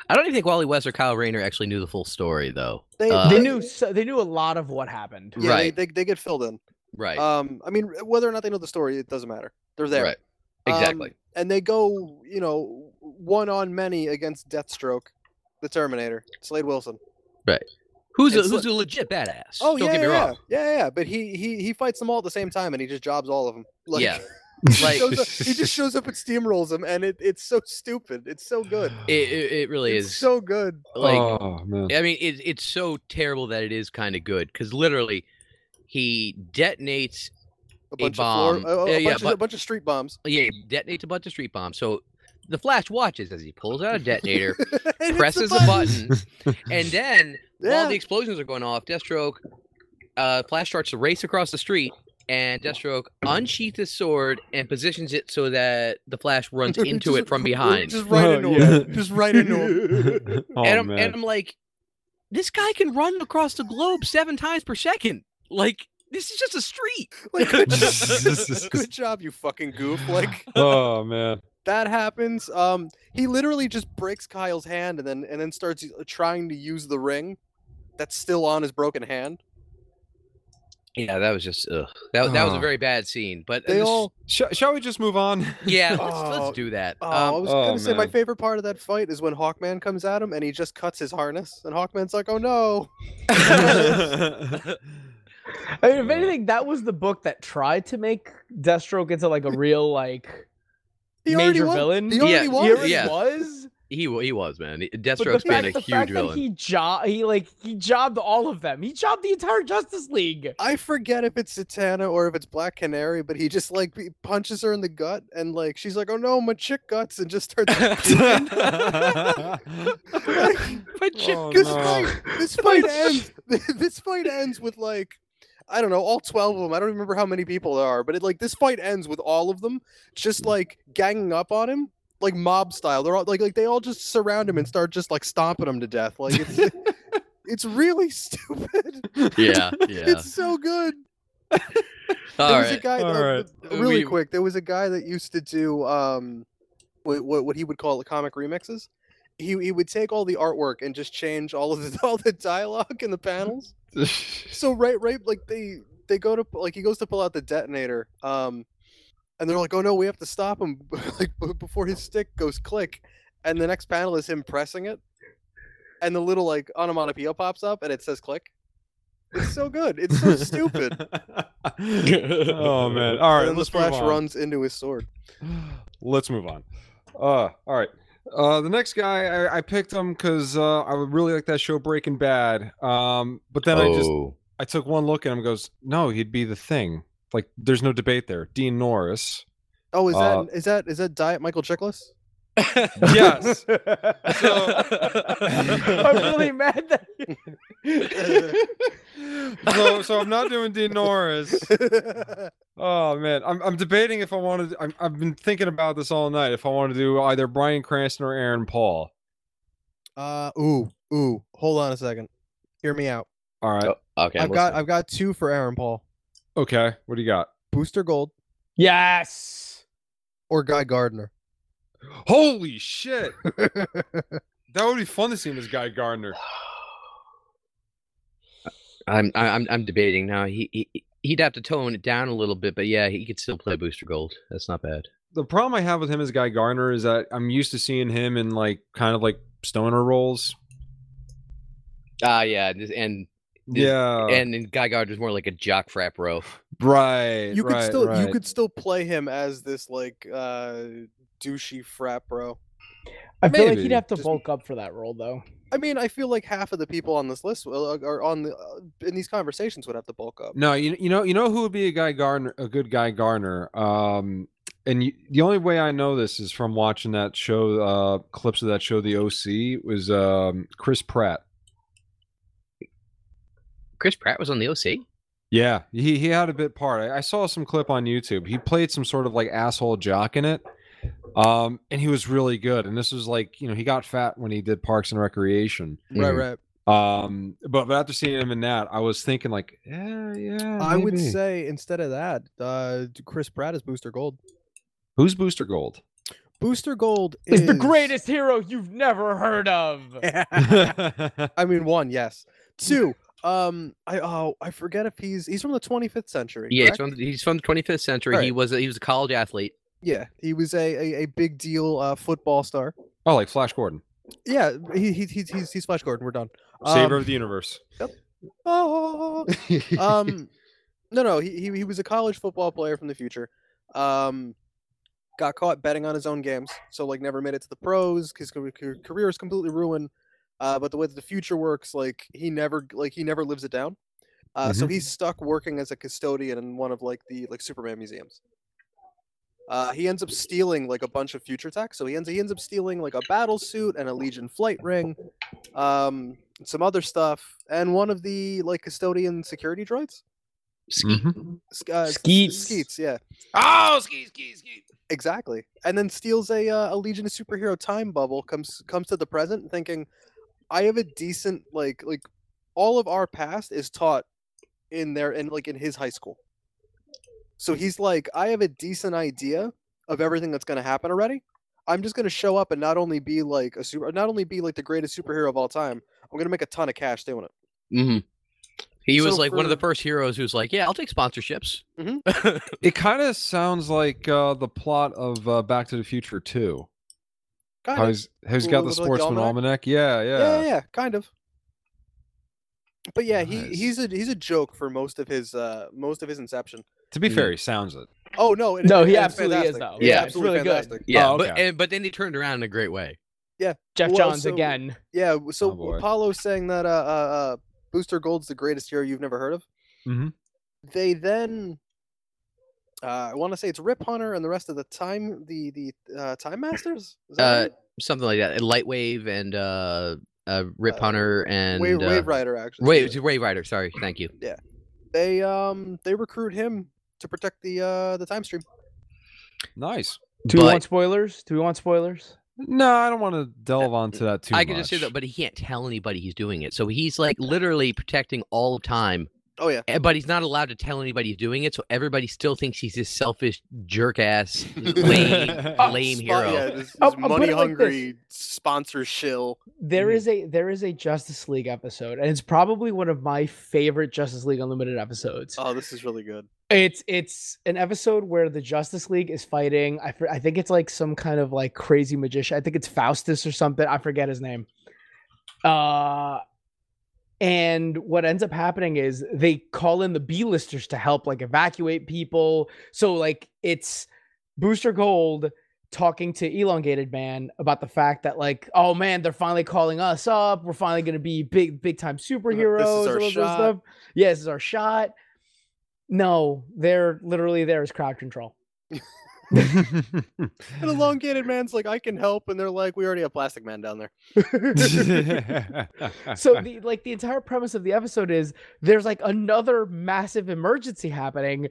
Speaker 1: I don't even think Wally West or Kyle Rayner actually knew the full story though.
Speaker 3: They-
Speaker 1: Uh,
Speaker 2: they knew so, they knew a lot of what happened.
Speaker 3: Yeah,
Speaker 1: right.
Speaker 3: they, they they get filled in.
Speaker 1: right.
Speaker 3: Um, I mean, whether or not they know the story, it doesn't matter. They're there.
Speaker 1: Right.
Speaker 3: Um,
Speaker 1: Exactly.
Speaker 3: and they go, you know, one on many against Deathstroke, the Terminator, Slade Wilson.
Speaker 1: who's a,
Speaker 3: it's
Speaker 1: who's
Speaker 3: like-
Speaker 1: a legit badass?
Speaker 3: Oh
Speaker 1: don't
Speaker 3: yeah,
Speaker 1: get me
Speaker 3: yeah,
Speaker 1: wrong.
Speaker 3: yeah, yeah, yeah. But he he he fights them all at the same time, and he just jobs all of them. Like,
Speaker 1: Yeah.
Speaker 3: he
Speaker 1: Like-
Speaker 3: shows up- he just shows up and steamrolls them, and it, it's so stupid. It's so good.
Speaker 1: It, it, it really
Speaker 3: It's
Speaker 1: is.
Speaker 3: so good.
Speaker 1: like
Speaker 4: oh man.
Speaker 1: I mean, it, it's so terrible that it is kind of good because literally, he detonates.
Speaker 3: A
Speaker 1: A
Speaker 3: bunch of
Speaker 1: bomb.
Speaker 3: floor, a- a,
Speaker 1: Yeah,
Speaker 3: bunch
Speaker 1: yeah,
Speaker 3: of,
Speaker 1: but-
Speaker 3: a bunch of street bombs.
Speaker 1: Yeah, he detonates a bunch of street bombs. So the Flash watches as he pulls out a detonator,
Speaker 3: And hits the
Speaker 1: presses a button, and then
Speaker 3: Yeah.
Speaker 1: while the explosions are going off, Deathstroke, uh, Flash starts to race across the street, and Deathstroke unsheathes his sword and positions it so that the Flash runs into
Speaker 3: Just-
Speaker 1: it from behind.
Speaker 3: Just right
Speaker 4: Oh,
Speaker 3: into
Speaker 4: yeah.
Speaker 3: him. Just right into him.
Speaker 4: oh
Speaker 1: and, I'm,
Speaker 4: man.
Speaker 1: and I'm like, this guy can run across the globe seven times per second. Like this is just a street.
Speaker 3: Like, good job. good job, you fucking goof. Like.
Speaker 4: oh man.
Speaker 3: that happens. Um, he literally just breaks Kyle's hand and then and then starts u- trying to use the ring that's still on his broken hand.
Speaker 1: Yeah, that was just ugh. that. That was a
Speaker 4: Oh.
Speaker 1: very bad scene. But uh,
Speaker 3: They
Speaker 1: this-
Speaker 3: all.
Speaker 4: Sh- shall we just move on?
Speaker 1: yeah, let's,
Speaker 3: Oh,
Speaker 1: let's do that.
Speaker 3: Oh, I
Speaker 1: um,
Speaker 3: was
Speaker 4: oh,
Speaker 3: gonna say my
Speaker 4: man.
Speaker 3: favorite part of that fight is when Hawkman comes at him and he just cuts his harness, and Hawkman's like, "Oh no!"
Speaker 2: I mean, if
Speaker 4: Yeah.
Speaker 2: anything, that was the book that tried to make Deathstroke into like a real like
Speaker 3: He already
Speaker 2: major
Speaker 3: won.
Speaker 2: villain.
Speaker 3: He already
Speaker 1: Yeah,
Speaker 2: He
Speaker 3: won.
Speaker 2: already
Speaker 1: yeah.
Speaker 2: was.
Speaker 1: he wa- he was man. He-
Speaker 2: But
Speaker 1: Deathstroke's
Speaker 2: the
Speaker 1: been
Speaker 2: fact,
Speaker 1: a
Speaker 2: the
Speaker 1: huge
Speaker 2: fact that
Speaker 1: villain.
Speaker 2: he jo- he like he jobbed all of them. He jobbed the entire Justice League.
Speaker 3: I forget if it's Satana or if it's Black Canary, but he just like he punches her in the gut, and like she's like, "Oh no, my chick guts," and just starts. like,
Speaker 1: But shit,
Speaker 4: Oh,
Speaker 3: this
Speaker 4: no.
Speaker 3: fight, this fight ends. this fight ends with like, I don't know, all twelve of them. I don't remember how many people there are, but it, like this fight ends with all of them just like ganging up on him, like mob style. They're all like, like they all just surround him and start just like stomping him to death. Like it's, it's really stupid.
Speaker 1: yeah, yeah.
Speaker 3: It's so good.
Speaker 1: All
Speaker 3: there was a
Speaker 1: right.
Speaker 3: guy.
Speaker 4: all
Speaker 3: uh,
Speaker 4: right.
Speaker 1: We-
Speaker 3: Really quick, there was a guy that used to do um, what what, what he would call the comic remixes. He, he would take all the artwork and just change all of the all the dialogue in the panels.
Speaker 1: Oh.
Speaker 3: so right right like they they go to pu- like he goes to pull out the detonator um and they're like oh no we have to stop him like b- before his stick goes click and the next panel is him pressing it and the little like onomatopoeia pops up and it says click it's so good it's so stupid
Speaker 4: oh man. All
Speaker 3: and
Speaker 4: right.
Speaker 3: then the
Speaker 4: Let's move
Speaker 3: flash
Speaker 4: on.
Speaker 3: runs into his sword
Speaker 4: Let's move on. Uh, all right. Uh, the next guy I, I picked him because uh, I would really like that show Breaking Bad. Um, but then I just
Speaker 1: Oh.
Speaker 4: I took one look at him. and Goes no, he'd be the thing. Like there's no debate there. Dean Norris.
Speaker 3: oh is
Speaker 4: Uh,
Speaker 3: that is that is that diet michael chiklis
Speaker 4: Yes.
Speaker 2: I'm really mad that
Speaker 4: so, so I'm not doing Dean Norris. Oh man, I'm I'm debating if I wanted. I'm, I've been thinking about this all night. If I want to do either Brian Cranston or Aaron Paul.
Speaker 3: uh ooh ooh hold on a second hear me out
Speaker 4: All right.
Speaker 1: Okay. I'm
Speaker 3: i've got
Speaker 1: listening.
Speaker 3: i've got two for aaron paul
Speaker 4: Okay. What do you got?
Speaker 3: booster gold
Speaker 2: yes,
Speaker 3: or guy gardner
Speaker 4: Holy shit! that would be fun to see him as Guy Gardner.
Speaker 1: I'm I- I'm I'm debating now. He, he he'd have to tone it down a little bit, but yeah, he could still play Booster Gold. That's not bad.
Speaker 4: The problem I have with him as Guy Gardner is that I'm used to seeing him in like kind of like stoner roles.
Speaker 1: Ah, yeah, this- and
Speaker 3: Oh.
Speaker 4: Yeah.
Speaker 1: and and Guy Gardner's more like a jock frap bro.
Speaker 4: right.
Speaker 3: you could
Speaker 4: right,
Speaker 3: still
Speaker 4: right.
Speaker 3: you could still play him as this like uh douchey frat bro.
Speaker 2: I feel like he'd
Speaker 4: Maybe.
Speaker 2: have to
Speaker 3: Just-
Speaker 2: bulk up for that role though.
Speaker 3: I mean, I feel like half of the people on this list will- are on the uh, in these conversations would have to bulk up.
Speaker 4: No, you you know you know who would be a guy Gardner, a good guy Garner. Um, and you, the only way I know this is from watching that show, uh, clips of that show, The OC, was um Chris Pratt.
Speaker 1: Chris Pratt was on the OC.
Speaker 4: Yeah, he he had a bit part. I, I saw some clip on YouTube. He played some sort of like asshole jock in it, Um, and he was really good. And this was like, you know, he got fat when he did Parks and Recreation.
Speaker 3: Right,
Speaker 1: Mhm.
Speaker 3: right.
Speaker 4: Um, but, but after seeing him in that, I was thinking like, yeah, yeah.
Speaker 3: I would
Speaker 4: maybe.
Speaker 3: say instead of that, uh, Chris Pratt is Booster Gold.
Speaker 4: who's Booster Gold?
Speaker 3: Booster Gold
Speaker 2: It's
Speaker 3: is
Speaker 2: the greatest hero you've never heard of.
Speaker 4: okay,
Speaker 3: I mean, one, yes. Two, um, I oh, I forget if he's he's from the 25th century.
Speaker 1: Yeah, he's
Speaker 3: correct?
Speaker 1: from, the- he's from the 25th century. He
Speaker 3: Alright.
Speaker 1: was a, he was a college athlete.
Speaker 3: yeah. He was a a, a big deal uh, football star.
Speaker 4: oh, like Flash Gordon,
Speaker 3: Yeah, he, he, he's he's he's Flash Gordon. We're done.
Speaker 4: saver
Speaker 3: Um,
Speaker 4: of the universe.
Speaker 3: oh, um, no, no, he, he he was a college football player from the future. Um, got caught betting on his own games, so like never made it to the pros. His ca- ca- career is completely ruined. Uh, but the way that the future works, like he never like he never lives it down. Uh, So he's stuck working as a custodian in one of like the like Superman museums. Uh, he ends up stealing like a bunch of future tech. So he ends he ends up stealing like a battle suit and a Legion flight ring, um, some other stuff, and one of the like custodian security droids.
Speaker 1: Skeet.
Speaker 4: Mhm.
Speaker 3: Sk- uh, s-
Speaker 2: Skeets.
Speaker 3: Skeets, yeah,
Speaker 4: Oh, ski, ski, ski.
Speaker 3: exactly. And then steals a uh, a Legion of Superhero time bubble. comes comes to the present, thinking, I have a decent like like all of our past is taught in there and like in his high school. So he's like, I have a decent idea of everything that's going to happen already. I'm just going to show up and not only be like a super, not only be like the greatest superhero of all time. I'm going to make a ton of cash doing it.
Speaker 1: hmm He was
Speaker 3: Mm-hmm. So
Speaker 1: like one of the
Speaker 3: for-
Speaker 1: first heroes who's like, yeah, I'll take sponsorships.
Speaker 3: Mhm.
Speaker 4: It kind of sounds like uh, the plot of uh, Back to the Future too.
Speaker 3: Kind
Speaker 4: How
Speaker 3: of.
Speaker 4: he's, how he's
Speaker 3: With-
Speaker 4: got the
Speaker 3: with, like, the
Speaker 4: Sportsman
Speaker 3: almanac?
Speaker 4: Almanac. Yeah, yeah.
Speaker 3: yeah, yeah, kind of. But yeah, he,
Speaker 4: Nice.
Speaker 3: he's a he's a joke for most of his uh most of his inception.
Speaker 4: To be
Speaker 1: Mhm.
Speaker 4: fair, he sounds it.
Speaker 3: Oh no, it-
Speaker 2: No,
Speaker 3: it-
Speaker 2: he
Speaker 3: it's
Speaker 2: absolutely is,
Speaker 3: fantastic.
Speaker 2: though.
Speaker 1: Yeah, it's
Speaker 3: absolutely
Speaker 2: really good.
Speaker 3: fantastic.
Speaker 1: yeah,
Speaker 4: Oh,
Speaker 1: but
Speaker 4: okay.
Speaker 1: and, but then he turned around in a great way.
Speaker 2: Jeff
Speaker 3: Well,
Speaker 2: Johns
Speaker 3: so-
Speaker 2: again.
Speaker 3: Yeah, w- so
Speaker 2: Oh,
Speaker 4: boy.
Speaker 3: Apollo's saying that uh, uh uh Booster Gold's the greatest hero you've never heard of.
Speaker 1: Mm-hmm.
Speaker 4: Mhm.
Speaker 3: They then uh, I want to say it's Rip Hunter and the rest of the time the the uh, Time Masters. Is
Speaker 1: Uh,
Speaker 3: that right?
Speaker 1: Something like that. Lightwave and uh, uh, Rip
Speaker 3: Uh,
Speaker 1: Hunter and
Speaker 3: Wave,
Speaker 1: uh,
Speaker 3: Wave Rider actually.
Speaker 1: Wave Wave Rider. Sorry, thank you.
Speaker 3: They um they recruit him to protect the uh the time stream.
Speaker 4: Nice.
Speaker 2: Do we
Speaker 1: But-
Speaker 2: want spoilers? Do we want spoilers?
Speaker 4: No, I don't want to delve onto that too
Speaker 1: Uh, I
Speaker 4: much.
Speaker 1: could just say that, but he can't tell anybody he's doing it. So he's like literally protecting all of time,
Speaker 3: Oh yeah.
Speaker 1: eh, but he's not allowed to tell anybody he's doing it. So everybody still thinks he's this selfish jerk ass lame, lame
Speaker 3: Spot-
Speaker 1: hero.
Speaker 3: Yeah, this,
Speaker 2: I'll-
Speaker 3: this
Speaker 2: I'll put it like
Speaker 3: money
Speaker 2: this.
Speaker 3: hungry sponsor shill.
Speaker 2: There
Speaker 3: Mhm.
Speaker 2: is a there is a Justice League episode, and it's probably one of my favorite Justice League Unlimited episodes.
Speaker 3: Oh, this is really good.
Speaker 2: It's it's an episode where the Justice League is fighting. I for, I think it's like some kind of like crazy magician. I think it's Faustus or something. I forget his name. Uh and what ends up happening is they call in the B-listers to help like evacuate people. So like it's Booster Gold talking to Elongated Man about the fact that like oh man, they're finally calling us up. We're finally going to be big big time superheroes
Speaker 3: our
Speaker 2: all this
Speaker 3: shot.
Speaker 2: stuff. Yeah, this is our shot. No, they're literally there is crowd control.
Speaker 3: An elongated man's like, I can help, and they're like, we already have Plastic Man down there.
Speaker 2: So the like the entire premise of the episode is there's like another massive emergency happening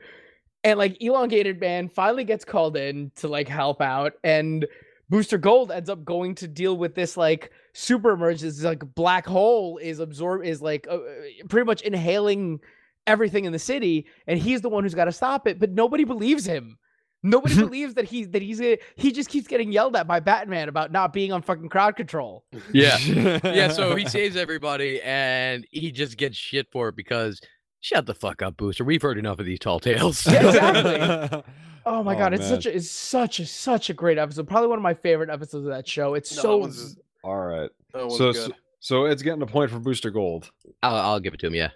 Speaker 2: and like elongated man finally gets called in to like help out and Booster Gold ends up going to deal with this like super emergency this, like black hole is absorb is like uh, uh, pretty much inhaling everything in the city and he's the one who's got to stop it but nobody believes him. Nobody believes that he that he's a, he just keeps getting yelled at by Batman about not being on fucking crowd control.
Speaker 1: Yeah. yeah, so he saves everybody and he just gets shit for it because shut the fuck up, Booster. We've heard enough of these tall tales.
Speaker 2: Yeah, exactly. Oh my god, it's such a it's such a such a great episode. Probably one of my favorite episodes of that show. It's
Speaker 3: No, that
Speaker 2: so
Speaker 3: one's-
Speaker 4: All right.
Speaker 3: That one's
Speaker 4: So,
Speaker 3: good.
Speaker 4: so so it's getting a point for Booster Gold.
Speaker 1: I'll, I'll give it to him. Yeah,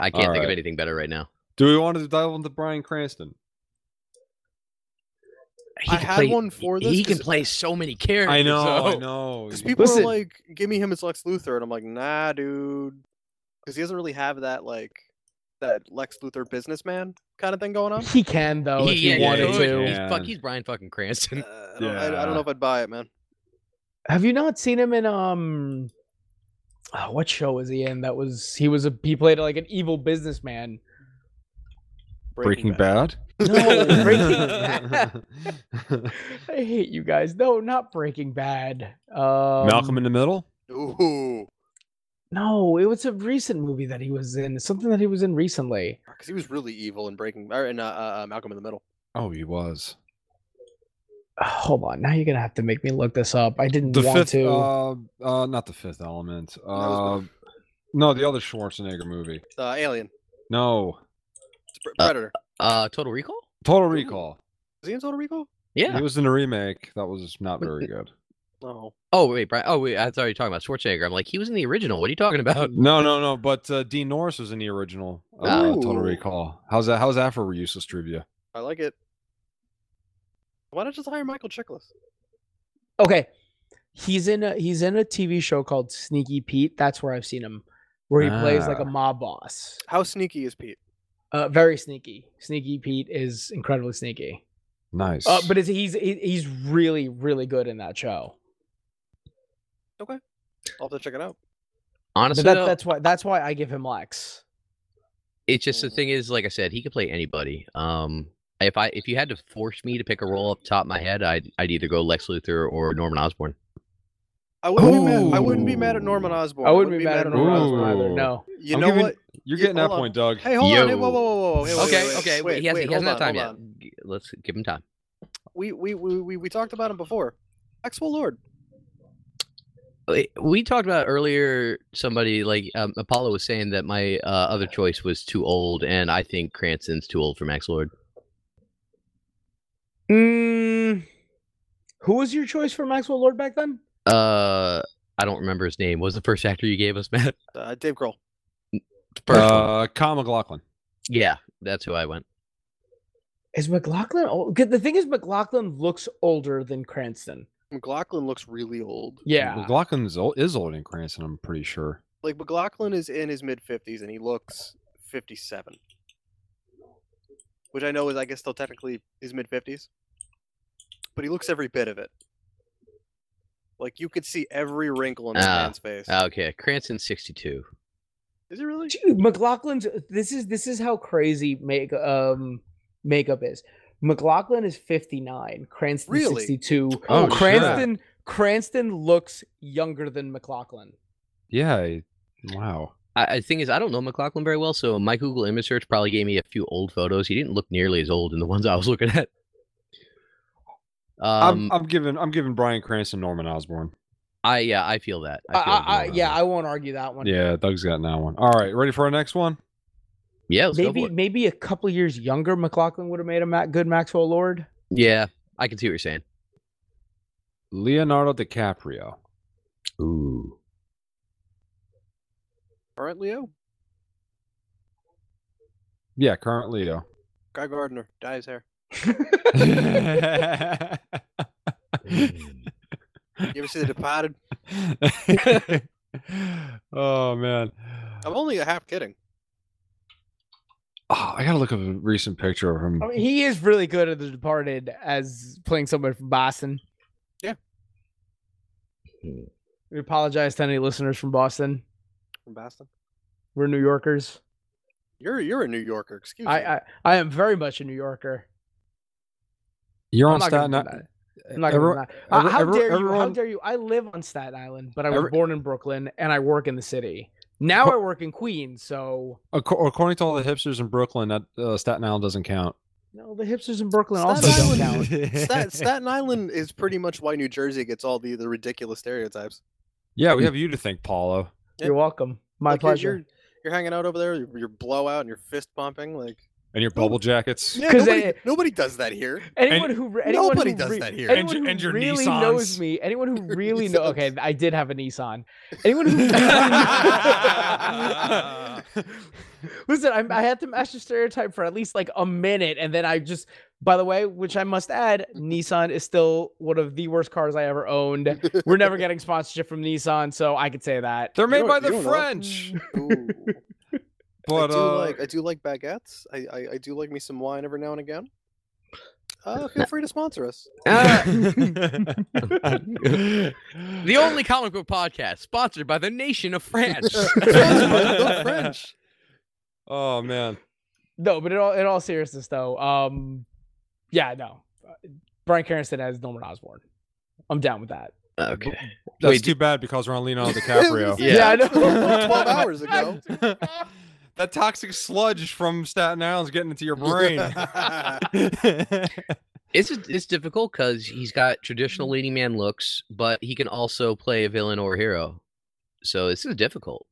Speaker 1: I can't think of
Speaker 4: Alright.
Speaker 1: anything better right now.
Speaker 4: Do we want to dive into Brian Cranston?
Speaker 1: He
Speaker 3: I
Speaker 1: can
Speaker 3: had
Speaker 1: play-
Speaker 3: one for
Speaker 1: he-
Speaker 3: this
Speaker 1: He can
Speaker 3: 'cause-
Speaker 1: play so many characters.
Speaker 4: I know.
Speaker 1: so-
Speaker 4: I know.
Speaker 3: Because
Speaker 4: You-
Speaker 3: people
Speaker 2: Listen.
Speaker 3: are like, give me him as Lex Luthor, and I'm like, nah, dude, because he doesn't really have that like that Lex Luthor businessman kind of thing going on.
Speaker 2: he can though if
Speaker 1: He,
Speaker 2: he
Speaker 1: yeah,
Speaker 2: wanted
Speaker 1: he
Speaker 2: to.
Speaker 1: could. He's, fuck,
Speaker 4: Yeah.
Speaker 1: he's Brian fucking
Speaker 3: Uh,
Speaker 1: Cranston.
Speaker 3: I, don't, I, I don't
Speaker 4: Yeah.
Speaker 3: know if I'd buy it, man.
Speaker 2: Have you not seen him in um oh, what show was he in? That was he was a he played like an evil businessman.
Speaker 4: Breaking, Bad.
Speaker 2: No, Breaking
Speaker 3: Bad.
Speaker 2: I hate you guys. No, not Breaking Bad. Um,
Speaker 4: Malcolm in the Middle.
Speaker 3: Ooh,
Speaker 2: No, it was a recent movie that he was in. Something that he was in recently.
Speaker 3: because he was really evil in Breaking or in uh, uh, uh, Malcolm in the Middle.
Speaker 4: Oh, he was
Speaker 2: Hold on. Now you're gonna have to make me look this up. I didn't
Speaker 4: the
Speaker 2: want
Speaker 4: fifth.
Speaker 2: to.
Speaker 4: Uh, uh, not the Fifth Element. Uh,
Speaker 3: was
Speaker 4: no, the other Schwarzenegger movie.
Speaker 3: Uh, Alien,
Speaker 4: No,
Speaker 3: it's Pre-
Speaker 1: Uh,
Speaker 3: Predator.
Speaker 1: Uh, Total Recall.
Speaker 4: Total Recall.
Speaker 3: Is he in Total Recall?
Speaker 1: Yeah.
Speaker 4: He was in a remake that was not very good.
Speaker 3: No.
Speaker 1: Oh wait, Brian. Oh wait, I thought you were talking about Schwarzenegger. I'm like, he was in the original. What are you
Speaker 3: Uh,
Speaker 1: talking about?
Speaker 4: No, no, no. But uh, Dean Norris was in the original uh, Total
Speaker 3: Ooh.
Speaker 4: Recall. How's that? How's that for useless trivia?
Speaker 3: I like it. Why not just hire Michael Chiklis?
Speaker 2: Okay. He's in a he's in a TV show called Sneaky Pete. That's where I've seen him, where he plays like a
Speaker 4: Ah.
Speaker 2: mob boss.
Speaker 3: How sneaky is Pete?
Speaker 2: Uh, very sneaky. Sneaky Pete is incredibly sneaky.
Speaker 4: Nice.
Speaker 2: Uh, but it's, he's he- he's really really good in that show.
Speaker 3: I'll have to check it out.
Speaker 2: But
Speaker 1: Honestly,
Speaker 2: that,
Speaker 1: though,
Speaker 2: that's why that's why I give him Lex.
Speaker 1: it's just the
Speaker 3: Mm.
Speaker 1: thing is, like I said, he could play anybody. Um, if I if you had to force me to pick a role up top of my head, I'd I'd either go Lex Luthor or Norman Osborn.
Speaker 3: I wouldn't, be mad, I wouldn't be
Speaker 4: Ooh.
Speaker 3: mad at Norman Osborn.
Speaker 2: I wouldn't be mad at Norman Osborn either.
Speaker 4: Ooh.
Speaker 2: No.
Speaker 3: You
Speaker 4: I'm
Speaker 3: know
Speaker 4: giving-
Speaker 3: what?
Speaker 4: You're
Speaker 3: Yeah,
Speaker 4: getting that
Speaker 3: hold on.
Speaker 4: point, Doug.
Speaker 3: Hey, hold on. Hey, whoa,
Speaker 1: Yo.
Speaker 3: whoa, whoa, whoa. Hey, wait,
Speaker 1: okay,
Speaker 3: wait, wait,
Speaker 1: okay,
Speaker 3: Wait,
Speaker 1: he hasn't
Speaker 3: wait,
Speaker 1: he hasn't had
Speaker 3: hold on,
Speaker 1: time yet.
Speaker 3: hold on.
Speaker 1: G- Let's give him time.
Speaker 3: We, we, we, we, we talked about him before. Maxwell Lord.
Speaker 1: Wait, We talked about earlier. Somebody like um, Apollo was saying that my uh, other choice was too old, and I think Cranston's too old for Max Lord.
Speaker 2: Mm, who was your choice for Maxwell Lord back then?
Speaker 1: Uh, I don't remember his name. What was the first actor you gave us, Matt?
Speaker 3: Uh, Dave Grohl.
Speaker 1: First one.
Speaker 4: Uh, Kyle McLaughlin.
Speaker 1: yeah, that's who I went.
Speaker 2: Is McLaughlin old? 'Cause The thing is, McLaughlin looks older than Cranston.
Speaker 3: McLaughlin looks really old.
Speaker 2: Yeah.
Speaker 4: McLaughlin is old, is older than Cranston. I'm pretty sure.
Speaker 3: Like, McLaughlin is in his mid 50s and he looks 57. Which I know is, I guess, still technically his mid 50s. But he looks every bit of it. Like, you could see every wrinkle in this
Speaker 1: Ah,
Speaker 3: man's face.
Speaker 1: Okay, Cranston's sixty-two.
Speaker 3: is he really?
Speaker 2: Dude, McLaughlin's this is this is how crazy make um makeup is. McLaughlin is 59, Cranston
Speaker 3: Really?
Speaker 2: 62.
Speaker 4: Oh, shit.
Speaker 2: Cranston Cranston looks younger than McLaughlin.
Speaker 4: Yeah. I- Wow.
Speaker 1: I, the thing is, I don't know McLaughlin very well, so my Google image search probably gave me a few old photos. He didn't look nearly as old in the ones I was looking at. Um,
Speaker 4: I'm, I'm giving I'm giving Brian Cranston Norman Osborn.
Speaker 1: I yeah, I feel that.
Speaker 2: I,
Speaker 1: I feel
Speaker 2: I, I,
Speaker 1: Norman
Speaker 2: yeah,
Speaker 1: Osborn.
Speaker 2: I won't argue that one.
Speaker 4: uh, Yeah, Doug's got that one. All right, ready for our next one?
Speaker 1: yeah, let's go
Speaker 2: maybe
Speaker 1: for it.
Speaker 2: maybe a couple years younger McLaughlin would have made a ma- good Maxwell Lord.
Speaker 1: yeah. I can see what you're saying.
Speaker 4: Leonardo DiCaprio.
Speaker 1: Ooh,
Speaker 3: All right, Leo.
Speaker 4: Yeah, current Leo.
Speaker 3: Guy Gardner. Dyes hair. You ever see The Departed?
Speaker 4: oh man.
Speaker 3: I'm only a half kidding.
Speaker 4: Oh, I gotta look up a recent picture of him.
Speaker 2: I mean, he is really good at The Departed as playing someone from Boston.
Speaker 3: Yeah.
Speaker 1: Hmm.
Speaker 2: We apologize to any listeners from Boston.
Speaker 3: From Boston.
Speaker 2: We're New Yorkers.
Speaker 3: You're you're a New Yorker. Excuse me.
Speaker 2: I, I I am very much a New Yorker.
Speaker 4: You're
Speaker 2: I'm
Speaker 4: on
Speaker 2: not gonna
Speaker 4: Staten
Speaker 2: deny
Speaker 4: Island.
Speaker 2: it. I'm not
Speaker 4: Everyone-
Speaker 2: gonna deny.
Speaker 4: every-
Speaker 2: Uh, how
Speaker 4: every-
Speaker 2: dare you? How
Speaker 4: everyone-
Speaker 2: dare you? I live on Staten Island, but I was
Speaker 4: Every-
Speaker 2: born in Brooklyn and I work in the city. Now I work in Queens, so
Speaker 4: acco- According to all the hipsters in Brooklyn, that uh, Staten Island doesn't count.
Speaker 2: no, the hipsters in Brooklyn
Speaker 3: Staten
Speaker 2: also don't
Speaker 3: Island-
Speaker 2: count.
Speaker 3: Stat, Staten Island is pretty much why New Jersey gets all the, the ridiculous stereotypes.
Speaker 4: yeah, we have you to thank, Paulo.
Speaker 2: You're welcome. My
Speaker 3: Like, you're-
Speaker 2: pleasure.
Speaker 3: You're, you're hanging out over there. You're, you're blowout and you're fist bumping. Like
Speaker 4: And your bubble jackets.
Speaker 3: yeah,
Speaker 2: 'Cause
Speaker 3: nobody,
Speaker 2: I-
Speaker 3: nobody does that here.
Speaker 2: Anyone who re- anyone
Speaker 3: nobody
Speaker 2: who
Speaker 3: does
Speaker 2: re-
Speaker 3: that here.
Speaker 2: Anyone
Speaker 5: And your-
Speaker 2: who
Speaker 5: and your
Speaker 2: really knows
Speaker 5: Nissans.
Speaker 2: me. Anyone who
Speaker 3: Your
Speaker 2: really knows. Okay,
Speaker 3: Nissans.
Speaker 2: I did have a Nissan. Anyone who. really- Listen, I'm, I had to match the stereotype for at least like a minute, and then I just, by the way, which I must add, Nissan is still one of the worst cars I ever owned. We're never getting sponsorship from Nissan, so I could say that.
Speaker 4: They're made
Speaker 3: don't-
Speaker 4: by
Speaker 3: you
Speaker 4: the
Speaker 3: don't know.
Speaker 4: French.
Speaker 3: Ooh.
Speaker 4: But
Speaker 3: I do
Speaker 4: uh,
Speaker 3: like I do like baguettes. I, I, I do like me some wine every now and again. Uh, feel free to sponsor us.
Speaker 2: Uh,
Speaker 4: uh,
Speaker 1: the only comic book podcast sponsored by the nation of France.
Speaker 3: Sponsored by the French.
Speaker 4: Oh man.
Speaker 2: No, but in all in all seriousness though, um, yeah, no, Brian Cranston as Norman Osborn. I'm down with that.
Speaker 1: Okay.
Speaker 4: That's
Speaker 1: Wait,
Speaker 4: too bad because we're on Leonardo DiCaprio.
Speaker 1: Yeah.
Speaker 2: I know.
Speaker 3: Twelve hours ago.
Speaker 4: that toxic sludge from Staten Island's getting into your brain. Uh,
Speaker 1: It's it's difficult because he's got traditional leading man looks, but he can also play a villain or a hero. So this is difficult.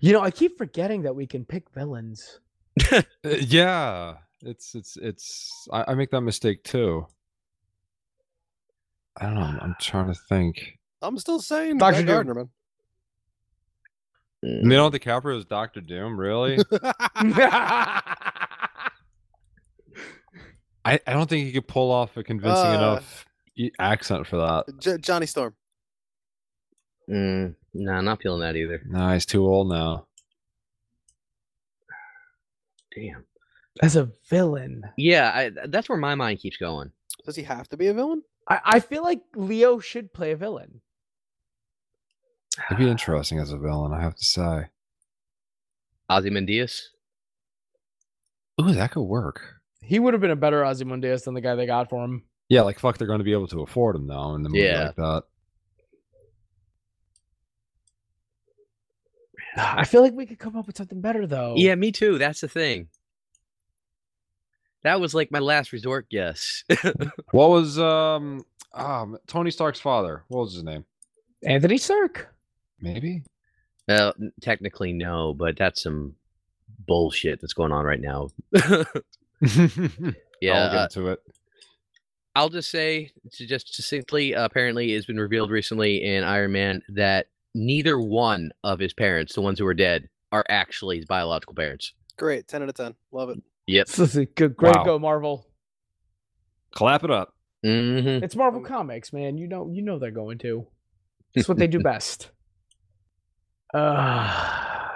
Speaker 2: You know, I keep forgetting that we can pick villains.
Speaker 4: Uh, yeah it's it's it's I, I make that mistake too i don't know i'm, I'm trying to think
Speaker 3: I'm still saying
Speaker 2: Dr.
Speaker 3: Brett
Speaker 2: Doom.
Speaker 3: Gardner, man.
Speaker 1: Mm.
Speaker 4: leonardo DiCaprio is dr doom really I, I don't think he could pull off a convincing
Speaker 3: Uh,
Speaker 4: enough e- accent for that
Speaker 3: J- Johnny Storm.
Speaker 1: Mm, nah, not feeling that either.
Speaker 4: no he's too old now
Speaker 1: Damn.
Speaker 2: As a villain,
Speaker 1: Yeah, I, that's where my mind keeps going.
Speaker 3: Does he have to be a villain?
Speaker 2: I, I feel like Leo should play a villain.
Speaker 4: it'd be interesting as a villain i have to say
Speaker 1: Ozymandias.
Speaker 4: Ooh, that could work
Speaker 2: He would have been a better Ozymandias than the guy they got for him.
Speaker 4: yeah like fuck they're going to be able to afford him now in the movie
Speaker 1: Yeah.
Speaker 4: like that
Speaker 2: I feel like we could come up with something better though.
Speaker 1: Yeah, me too. That's the thing. That was like my last resort guess.
Speaker 4: what was um um tony stark's father what was his name
Speaker 2: Anthony Stark.
Speaker 4: maybe
Speaker 1: uh, n- technically, no, but that's some bullshit that's going on right now. yeah,
Speaker 4: i'll Oh, get
Speaker 1: uh,
Speaker 4: into it
Speaker 1: I'll just say to just succinctly. Apparently, it's been revealed recently in Iron Man that neither one of his parents, the ones who are dead, are actually his biological parents.
Speaker 3: Great, ten out of ten. Love it.
Speaker 1: Yep.
Speaker 2: So it's a good, great
Speaker 4: Wow.
Speaker 2: go, Marvel.
Speaker 4: clap it up
Speaker 1: hmm
Speaker 2: It's Marvel Comics, man. You know, you know they're going to. It's what they do best. Uh,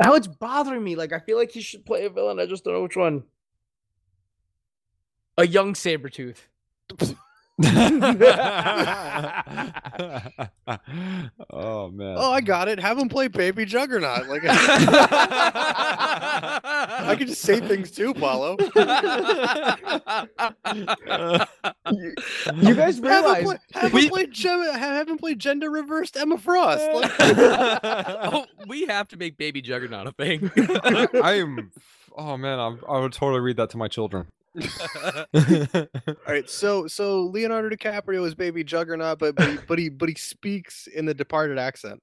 Speaker 2: now it's bothering me. Like I feel like he should play a villain. I just don't know which one. A young Sabretooth.
Speaker 4: oh man.
Speaker 3: Oh, I got it. Have him play Baby Juggernaut. Like I
Speaker 4: I
Speaker 3: can just say things too, Paulo.
Speaker 2: You guys
Speaker 3: Have him
Speaker 2: realize
Speaker 3: play, have him
Speaker 4: We-
Speaker 3: play, gem- have him play gender reversed Emma Frost. Like,
Speaker 1: oh, we have to make Baby Juggernaut a thing.
Speaker 4: I am oh man, I'm, I would totally read that to my children.
Speaker 3: All right, so so Leonardo DiCaprio is Baby Juggernaut, but but he, but he but he speaks in the Departed accent.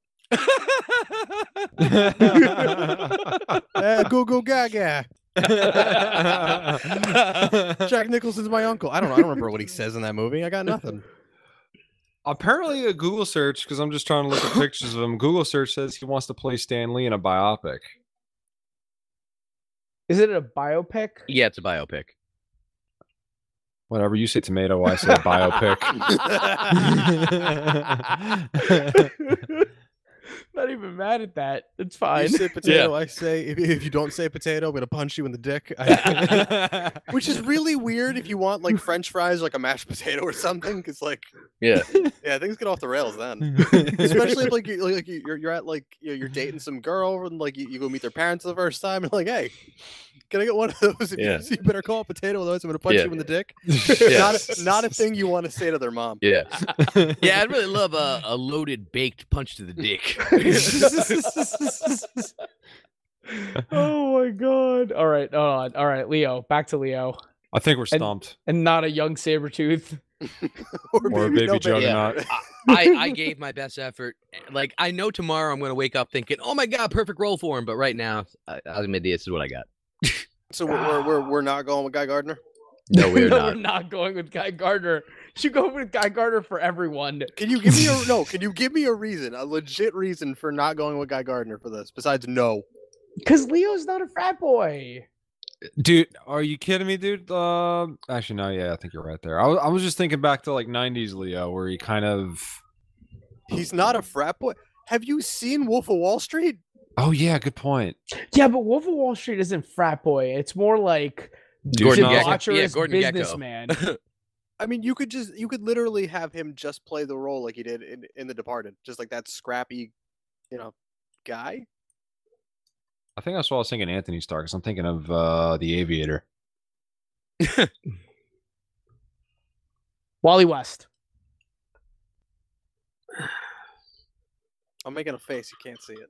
Speaker 3: Uh, go go gaga. Jack Nicholson's my uncle. I don't know. I don't remember what he says in that movie. I got nothing.
Speaker 4: Apparently a Google search, because I'm just trying to look at pictures of him. Google search says he wants to play Stan Lee in a biopic.
Speaker 2: is it a biopic?
Speaker 1: yeah, it's a biopic.
Speaker 4: Whatever you say tomato, I say biopic.
Speaker 2: Not even mad at that. It's
Speaker 3: You
Speaker 2: fine.
Speaker 3: say potato. I say if, if you don't say potato, I'm gonna punch you in the dick. I- Which is really weird if you want like French fries, like a mashed potato or something, because like
Speaker 1: Yeah.
Speaker 3: yeah, things get off the rails then. Especially if like you're like you- you're, you're at like you know, you're dating some girl and like you, you go meet their parents for the first time and like hey, can I get one of those? If you-
Speaker 1: Yeah.
Speaker 3: you, better call it potato, otherwise I'm gonna punch
Speaker 1: Yeah.
Speaker 3: you in the dick.
Speaker 1: Yeah.
Speaker 3: Not a, not a thing you want to say to their mom.
Speaker 1: Yeah. Yeah, I'd really love a, a loaded baked punch to the dick.
Speaker 2: oh my god. All right, hold on. All right, Leo. Back to Leo.
Speaker 4: I think we're
Speaker 2: And-
Speaker 4: stumped.
Speaker 2: And not a young Sabretooth.
Speaker 4: Or a baby juggernaut.
Speaker 1: Ah. I, I gave my best effort. Like I know tomorrow I'm gonna wake up thinking, "Oh my god, perfect role for him." But right now, uh, Ozymandias is what I got.
Speaker 3: So we're, we're we're we're not going with Guy Gardner.
Speaker 1: No, we're
Speaker 2: we're
Speaker 1: not.
Speaker 2: not going with Guy Gardner. You should go with Guy Gardner for everyone.
Speaker 3: Can you give me a no? Can you give me a reason, a legit reason for not going with Guy Gardner for this? Besides, no.
Speaker 2: Because Leo's not a frat boy.
Speaker 4: dude are you kidding me dude um actually no yeah i think you're right there i was, I was just thinking back to like 90s leo where he kind of
Speaker 3: He's not a frat boy. Have you seen Wolf of Wall Street?
Speaker 4: oh yeah good point
Speaker 2: Yeah, but Wolf of Wall Street isn't frat boy. It's more like
Speaker 1: Gordon
Speaker 4: Gecko.
Speaker 2: debaucherous
Speaker 1: Yeah, Gordon Gecko.
Speaker 2: businessman.
Speaker 3: I mean, you could just you could literally have him just play the role like he did in in The Departed, just like that scrappy, you know, guy.
Speaker 4: I think that's what I was thinking Anthony Starr because I'm thinking of uh, the Aviator.
Speaker 2: Wally West.
Speaker 3: I'm making a face. You can't see it.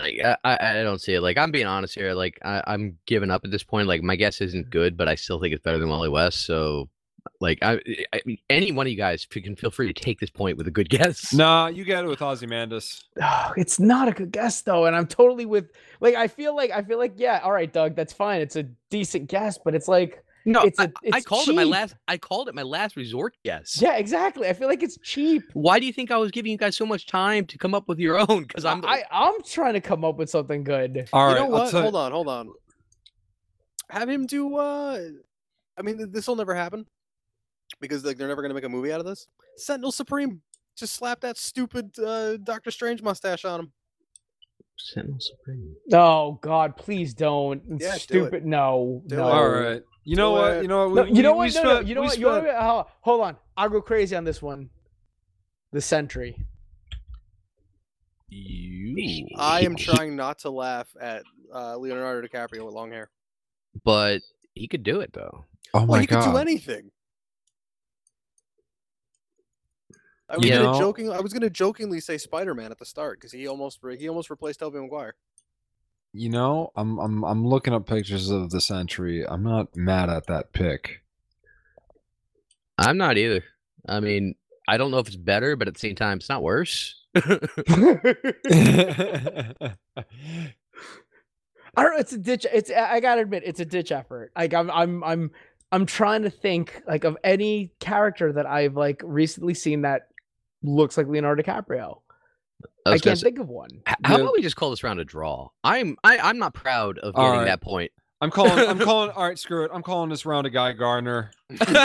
Speaker 1: Like, I, I I don't see it. Like I'm being honest here. Like I, I'm giving up at this point. Like my guess
Speaker 2: Mm-hmm.
Speaker 1: isn't good, but I still think it's better than Wally West. So, like I, I mean, any one of you guys f- can feel free to take this point with a good guess.
Speaker 4: nah, you got it with Ozymandias.
Speaker 2: Oh, it's not a good guess though, and I'm totally with. Like, I feel like I feel like yeah, all right, Doug, that's fine. It's a decent guess, but it's like
Speaker 1: no,
Speaker 2: it's
Speaker 1: I
Speaker 2: a it's
Speaker 1: I called it my
Speaker 2: cheap.
Speaker 1: last. I called it my last resort guess.
Speaker 2: Yeah, exactly. I feel like it's cheap.
Speaker 1: Why do you think I was giving you guys so much time to come up with your own? Because I'm. the-
Speaker 2: I I'm trying to come up with something good.
Speaker 4: All
Speaker 3: you
Speaker 4: right,
Speaker 3: know
Speaker 4: I'll
Speaker 3: what?
Speaker 4: tell-
Speaker 3: Hold on, hold on. Have him do. uh I mean, this will never happen because like they're never gonna make a movie out of this. Sentinel Supreme. Just slap that stupid uh, Doctor Strange mustache on him.
Speaker 1: Sentinel Supreme.
Speaker 2: Oh God, please don't. It's
Speaker 3: Yeah, do it.
Speaker 2: stupid. No,
Speaker 3: Do it.
Speaker 2: no.
Speaker 4: All right. You know
Speaker 3: Do
Speaker 4: what?
Speaker 3: it.
Speaker 4: You know what?
Speaker 2: No,
Speaker 4: we-
Speaker 2: you know
Speaker 4: we-
Speaker 2: what?
Speaker 4: we
Speaker 2: No, no,
Speaker 4: spent-
Speaker 2: you know
Speaker 4: we
Speaker 2: what? You know
Speaker 4: spent-
Speaker 2: what? Hold- Hold on. I'll go crazy on this one. The Sentry.
Speaker 1: You.
Speaker 3: I am trying not to laugh at uh, Leonardo DiCaprio with long hair.
Speaker 1: But he could do it though.
Speaker 4: Oh
Speaker 3: well,
Speaker 4: my
Speaker 3: he could do
Speaker 4: god!
Speaker 3: anything. I was
Speaker 4: You
Speaker 3: gonna
Speaker 4: know-
Speaker 3: joking. I was gonna jokingly say Spider Man at the start because he almost re- he almost replaced Tobey Maguire.
Speaker 4: You know, I'm I'm I'm looking up pictures of the Sentry. I'm not mad at that pick.
Speaker 1: I'm not either. I mean, I don't know if it's better, but at the same time, it's not worse.
Speaker 4: yeah,
Speaker 2: I don't know. It's a ditch. It's I I gotta admit, it's a ditch effort. Like I'm I'm I'm I'm trying to think like of any character that I've like recently seen that looks like Leonardo DiCaprio.
Speaker 1: I
Speaker 2: I
Speaker 1: was gonna
Speaker 2: can't
Speaker 1: say-
Speaker 2: think of one.
Speaker 1: H- How
Speaker 4: Yeah.
Speaker 1: about we just call this round a draw? I'm I, I'm not proud of
Speaker 4: All
Speaker 1: getting
Speaker 4: right.
Speaker 1: that point.
Speaker 4: I'm calling. I'm calling. All right, screw it. I'm calling this round a Guy Gardner. Moving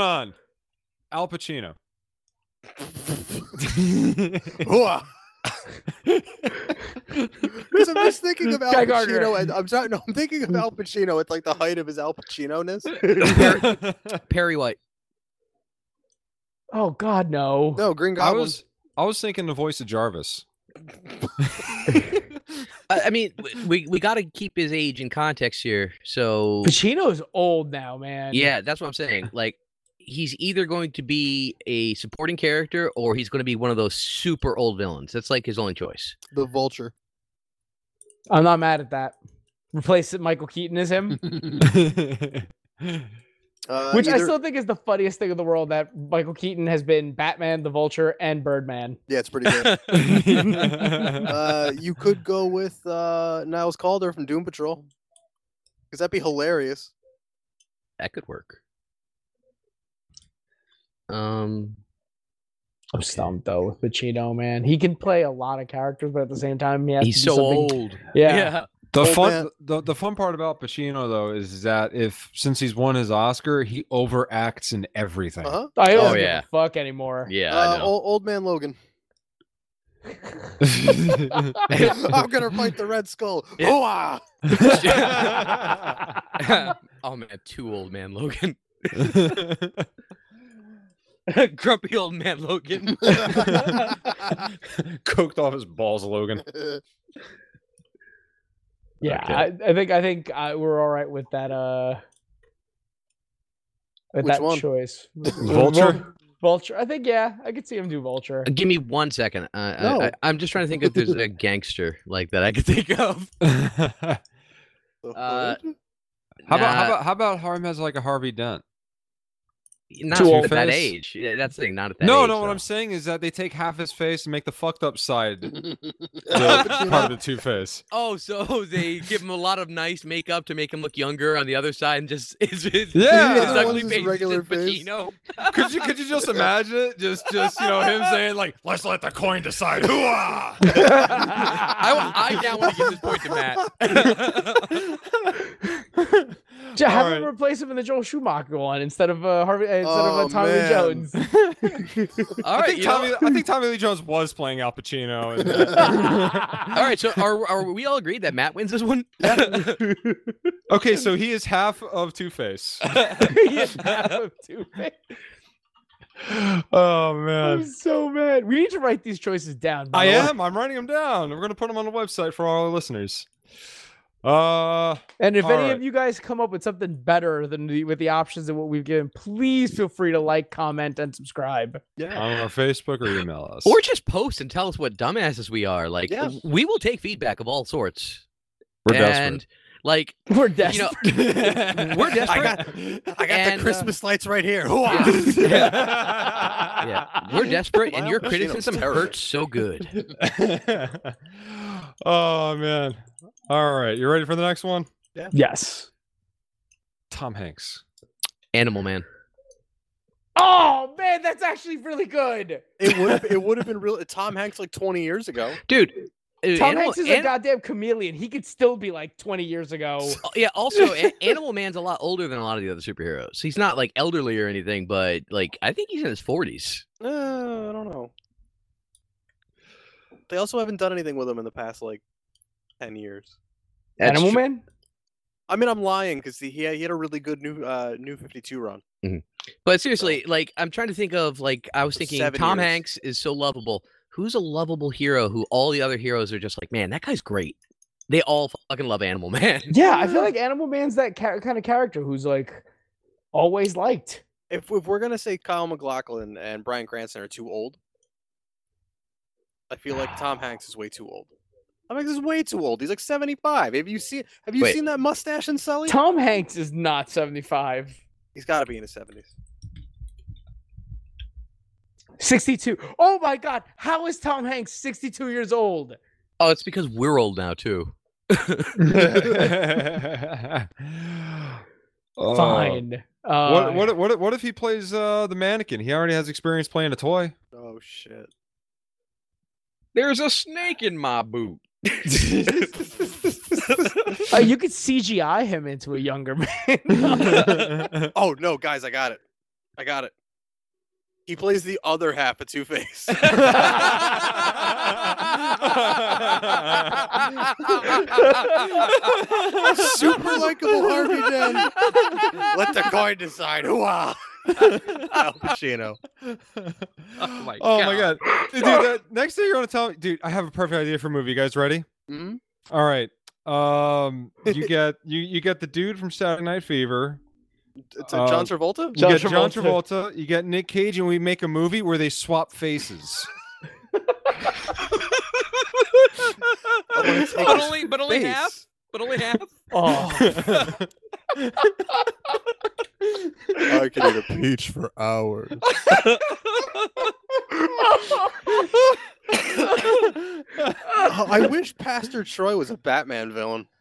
Speaker 4: on. Al Pacino.
Speaker 3: Whoa. 'Cause I'm just thinking of Al
Speaker 2: Guy Gardner.
Speaker 3: Pacino. And, I'm sorry, no, I'm thinking of Al Pacino at like the height of his Al Pacino ness.
Speaker 1: Perry White.
Speaker 2: Oh God, no.
Speaker 3: No, Green
Speaker 4: I
Speaker 3: Goblin.
Speaker 4: was I was thinking the voice of Jarvis.
Speaker 1: I, I mean, w- we we got to keep his age in context here. So
Speaker 2: Pacino's old now, man.
Speaker 1: yeah, that's what I'm saying. Like he's either going to be a supporting character or he's going to be one of those super old villains. That's like his only choice.
Speaker 3: the Vulture.
Speaker 2: I'm not mad at that. Replace it, Michael Keaton as him,
Speaker 3: Uh,
Speaker 2: which I
Speaker 3: either-
Speaker 2: still think is the funniest thing in the world. That Michael Keaton has been Batman, the Vulture, and Birdman.
Speaker 3: yeah, it's pretty good. uh, you could go with uh, Niles Calder from Doom Patrol because that'd be hilarious.
Speaker 1: That could work. Um,
Speaker 2: I'm stumped though with Pacino, man. He can play a lot of characters, but at the same time, he has
Speaker 1: he's
Speaker 2: to do
Speaker 1: so
Speaker 2: something.
Speaker 1: old.
Speaker 2: Yeah.
Speaker 4: the
Speaker 3: Old
Speaker 4: fun
Speaker 3: man.
Speaker 4: the, the fun part about Pacino though is that if since he's won his Oscar, he overacts in everything.
Speaker 3: Uh-huh.
Speaker 2: I
Speaker 1: Oh,
Speaker 2: don't give
Speaker 1: yeah.
Speaker 2: a fuck anymore.
Speaker 1: Yeah,
Speaker 3: uh,
Speaker 1: I know.
Speaker 3: old, old man Logan. I'm gonna fight the Red Skull.
Speaker 1: Yeah.
Speaker 3: Hooah!
Speaker 1: oh man, too old man Logan. Grumpy old man Logan.
Speaker 4: Coked off his balls, Logan.
Speaker 2: Yeah,
Speaker 1: Okay.
Speaker 2: I, I think I think uh, we're all right with that. Uh, with
Speaker 3: Which
Speaker 2: that
Speaker 3: one?
Speaker 2: choice, Vul-
Speaker 4: Vulture.
Speaker 2: Vulture. I think yeah, I could see him do Vulture.
Speaker 1: Give me one second. Uh,
Speaker 3: No.
Speaker 1: I, I, I'm just trying to think if there's a gangster like that I could think of.
Speaker 4: how
Speaker 3: The
Speaker 1: Uh,
Speaker 3: hood?
Speaker 4: about
Speaker 1: Nah.
Speaker 4: how about how about Harm has like a Harvey Dent?
Speaker 1: Not
Speaker 2: Too
Speaker 1: at
Speaker 2: old
Speaker 1: that
Speaker 4: face?
Speaker 1: age. Yeah, That's the thing. Not at that
Speaker 4: No,
Speaker 1: age.
Speaker 4: no. What I'm
Speaker 1: though.
Speaker 4: saying is that they take half his face and make the fucked up side
Speaker 3: Al
Speaker 4: the part
Speaker 3: Pacino.
Speaker 4: of the Two Face.
Speaker 1: Oh, so they give him a lot of nice makeup to make him look younger on the other side, and just his, his,
Speaker 4: Yeah,
Speaker 1: his
Speaker 4: the other
Speaker 1: ugly
Speaker 3: one's his
Speaker 1: face is
Speaker 3: regular
Speaker 1: just
Speaker 3: face.
Speaker 1: Pacino.
Speaker 4: Could you could you just imagine it? Just just you know him saying like, "Let's let the coin decide." Hooah!
Speaker 1: I, wa- I now want to give this point to Matt.
Speaker 2: Ja- have
Speaker 4: All
Speaker 2: him
Speaker 4: right.
Speaker 2: replace him in the Joel Schumacher one instead of uh, Harvey uh, instead of
Speaker 3: Oh,
Speaker 2: uh, Tommy Lee
Speaker 3: man.
Speaker 2: Jones.
Speaker 1: All
Speaker 4: I
Speaker 1: right,
Speaker 4: think
Speaker 1: you know-
Speaker 4: Tommy. I think Tommy Lee Jones was playing Al Pacino. in that.
Speaker 1: all right. So are are we all agreed that Matt wins this one?
Speaker 4: okay, so he is half of Two Face.
Speaker 2: Yeah, that would do it.
Speaker 4: Oh
Speaker 2: I'm
Speaker 4: man.
Speaker 2: so mad. We need to write these choices down. by
Speaker 4: I
Speaker 2: the way.
Speaker 4: am. I'm writing them down. We're gonna put them on the website for all our listeners. Uh
Speaker 2: And if
Speaker 4: All
Speaker 2: any
Speaker 4: right.
Speaker 2: of you guys come up with something better than the, with the options of what we've given, please feel free to like, comment, and subscribe.
Speaker 4: on our Facebook or email us.
Speaker 1: Or just post and tell us what dumbasses we are. Like
Speaker 3: Yeah.
Speaker 1: we will take feedback of all sorts.
Speaker 4: We're
Speaker 1: and like
Speaker 2: We're
Speaker 1: you
Speaker 2: desperate.
Speaker 1: know
Speaker 6: We're
Speaker 1: desperate.
Speaker 6: I got
Speaker 1: And, uh,
Speaker 6: the Christmas lights right here.
Speaker 4: desperate.
Speaker 1: yeah, we're desperate and
Speaker 6: Wow,
Speaker 1: your
Speaker 6: Pacino's
Speaker 1: criticism
Speaker 6: desperate.
Speaker 1: hurts so good.
Speaker 4: oh man. All right. You ready for the next one?
Speaker 2: yes.
Speaker 4: Tom Hanks.
Speaker 1: Animal man.
Speaker 2: Oh man, that's actually really good.
Speaker 3: It would it would have been real Tom Hanks like 20 years ago.
Speaker 1: Dude, uh,
Speaker 2: Tom
Speaker 1: Animal-
Speaker 2: Hanks is a
Speaker 1: An-
Speaker 2: goddamn chameleon. He could still be like 20 years ago.
Speaker 1: Oh, yeah. Also, A- Animal Man's a lot older than a lot of the other superheroes. He's not like elderly or anything, but like I think he's in his forties.
Speaker 3: Uh, I don't know. They also haven't done anything with him in the past like 10 years.
Speaker 2: Animal Man?
Speaker 3: I mean, I'm lying because he he had a really good new uh new 52 run.
Speaker 1: But seriously, like I'm trying to think of like I was thinking
Speaker 3: Seven
Speaker 1: Tom
Speaker 3: years.
Speaker 1: Hanks is so lovable. Who's a lovable hero who all the other heroes are just like, man, that guy's great. They all fucking love Animal Man.
Speaker 2: Yeah, I feel like Animal Man's that ca- kind of character who's like always liked.
Speaker 3: If if we're gonna say Kyle McLaughlin and Brian Cranston are too old, I feel like Tom Hanks is way too old. Tom Hanks is way too old. He's like 75. Have you seen Have you
Speaker 1: Wait.
Speaker 3: seen that mustache in Sully?
Speaker 2: Tom Hanks is not 75.
Speaker 3: He's got to be in his 70s.
Speaker 2: 62. Oh my god, how is Tom Hanks 62 years old?
Speaker 1: Oh, it's because we're old now too.
Speaker 4: Oh.
Speaker 2: Fine. Uh,
Speaker 4: Uh, what, what what what if he plays uh, the mannequin? He already has experience playing a toy.
Speaker 3: Oh shit.
Speaker 1: There's a snake in my boot.
Speaker 2: Uh, you could CGI him into a younger man.
Speaker 4: oh
Speaker 3: Oh no, guys, I got it. I got it. He plays the other half of Two Face. Super likable Harvey Dent. Let the coin decide. Hooah! Al Pacino.
Speaker 1: my
Speaker 4: Oh my god, dude! that- next thing you're gonna tell me, dude, I have a perfect idea for a movie. You guys ready?
Speaker 3: Mhm.
Speaker 4: All right. Um, you get you you get the dude from Saturday Night Fever.
Speaker 3: T- to John
Speaker 4: Um,
Speaker 3: Travolta.
Speaker 4: You
Speaker 2: John
Speaker 4: get John
Speaker 2: Travolta.
Speaker 4: Travolta. You get Nick Cage, and we make a movie where they swap faces.
Speaker 3: I wanna
Speaker 1: But
Speaker 3: take his
Speaker 1: only, but only half.
Speaker 3: face.
Speaker 1: But only half.
Speaker 2: oh,
Speaker 6: I could eat a peach for hours.
Speaker 3: Oh, I wish Pastor Troy was a Batman villain.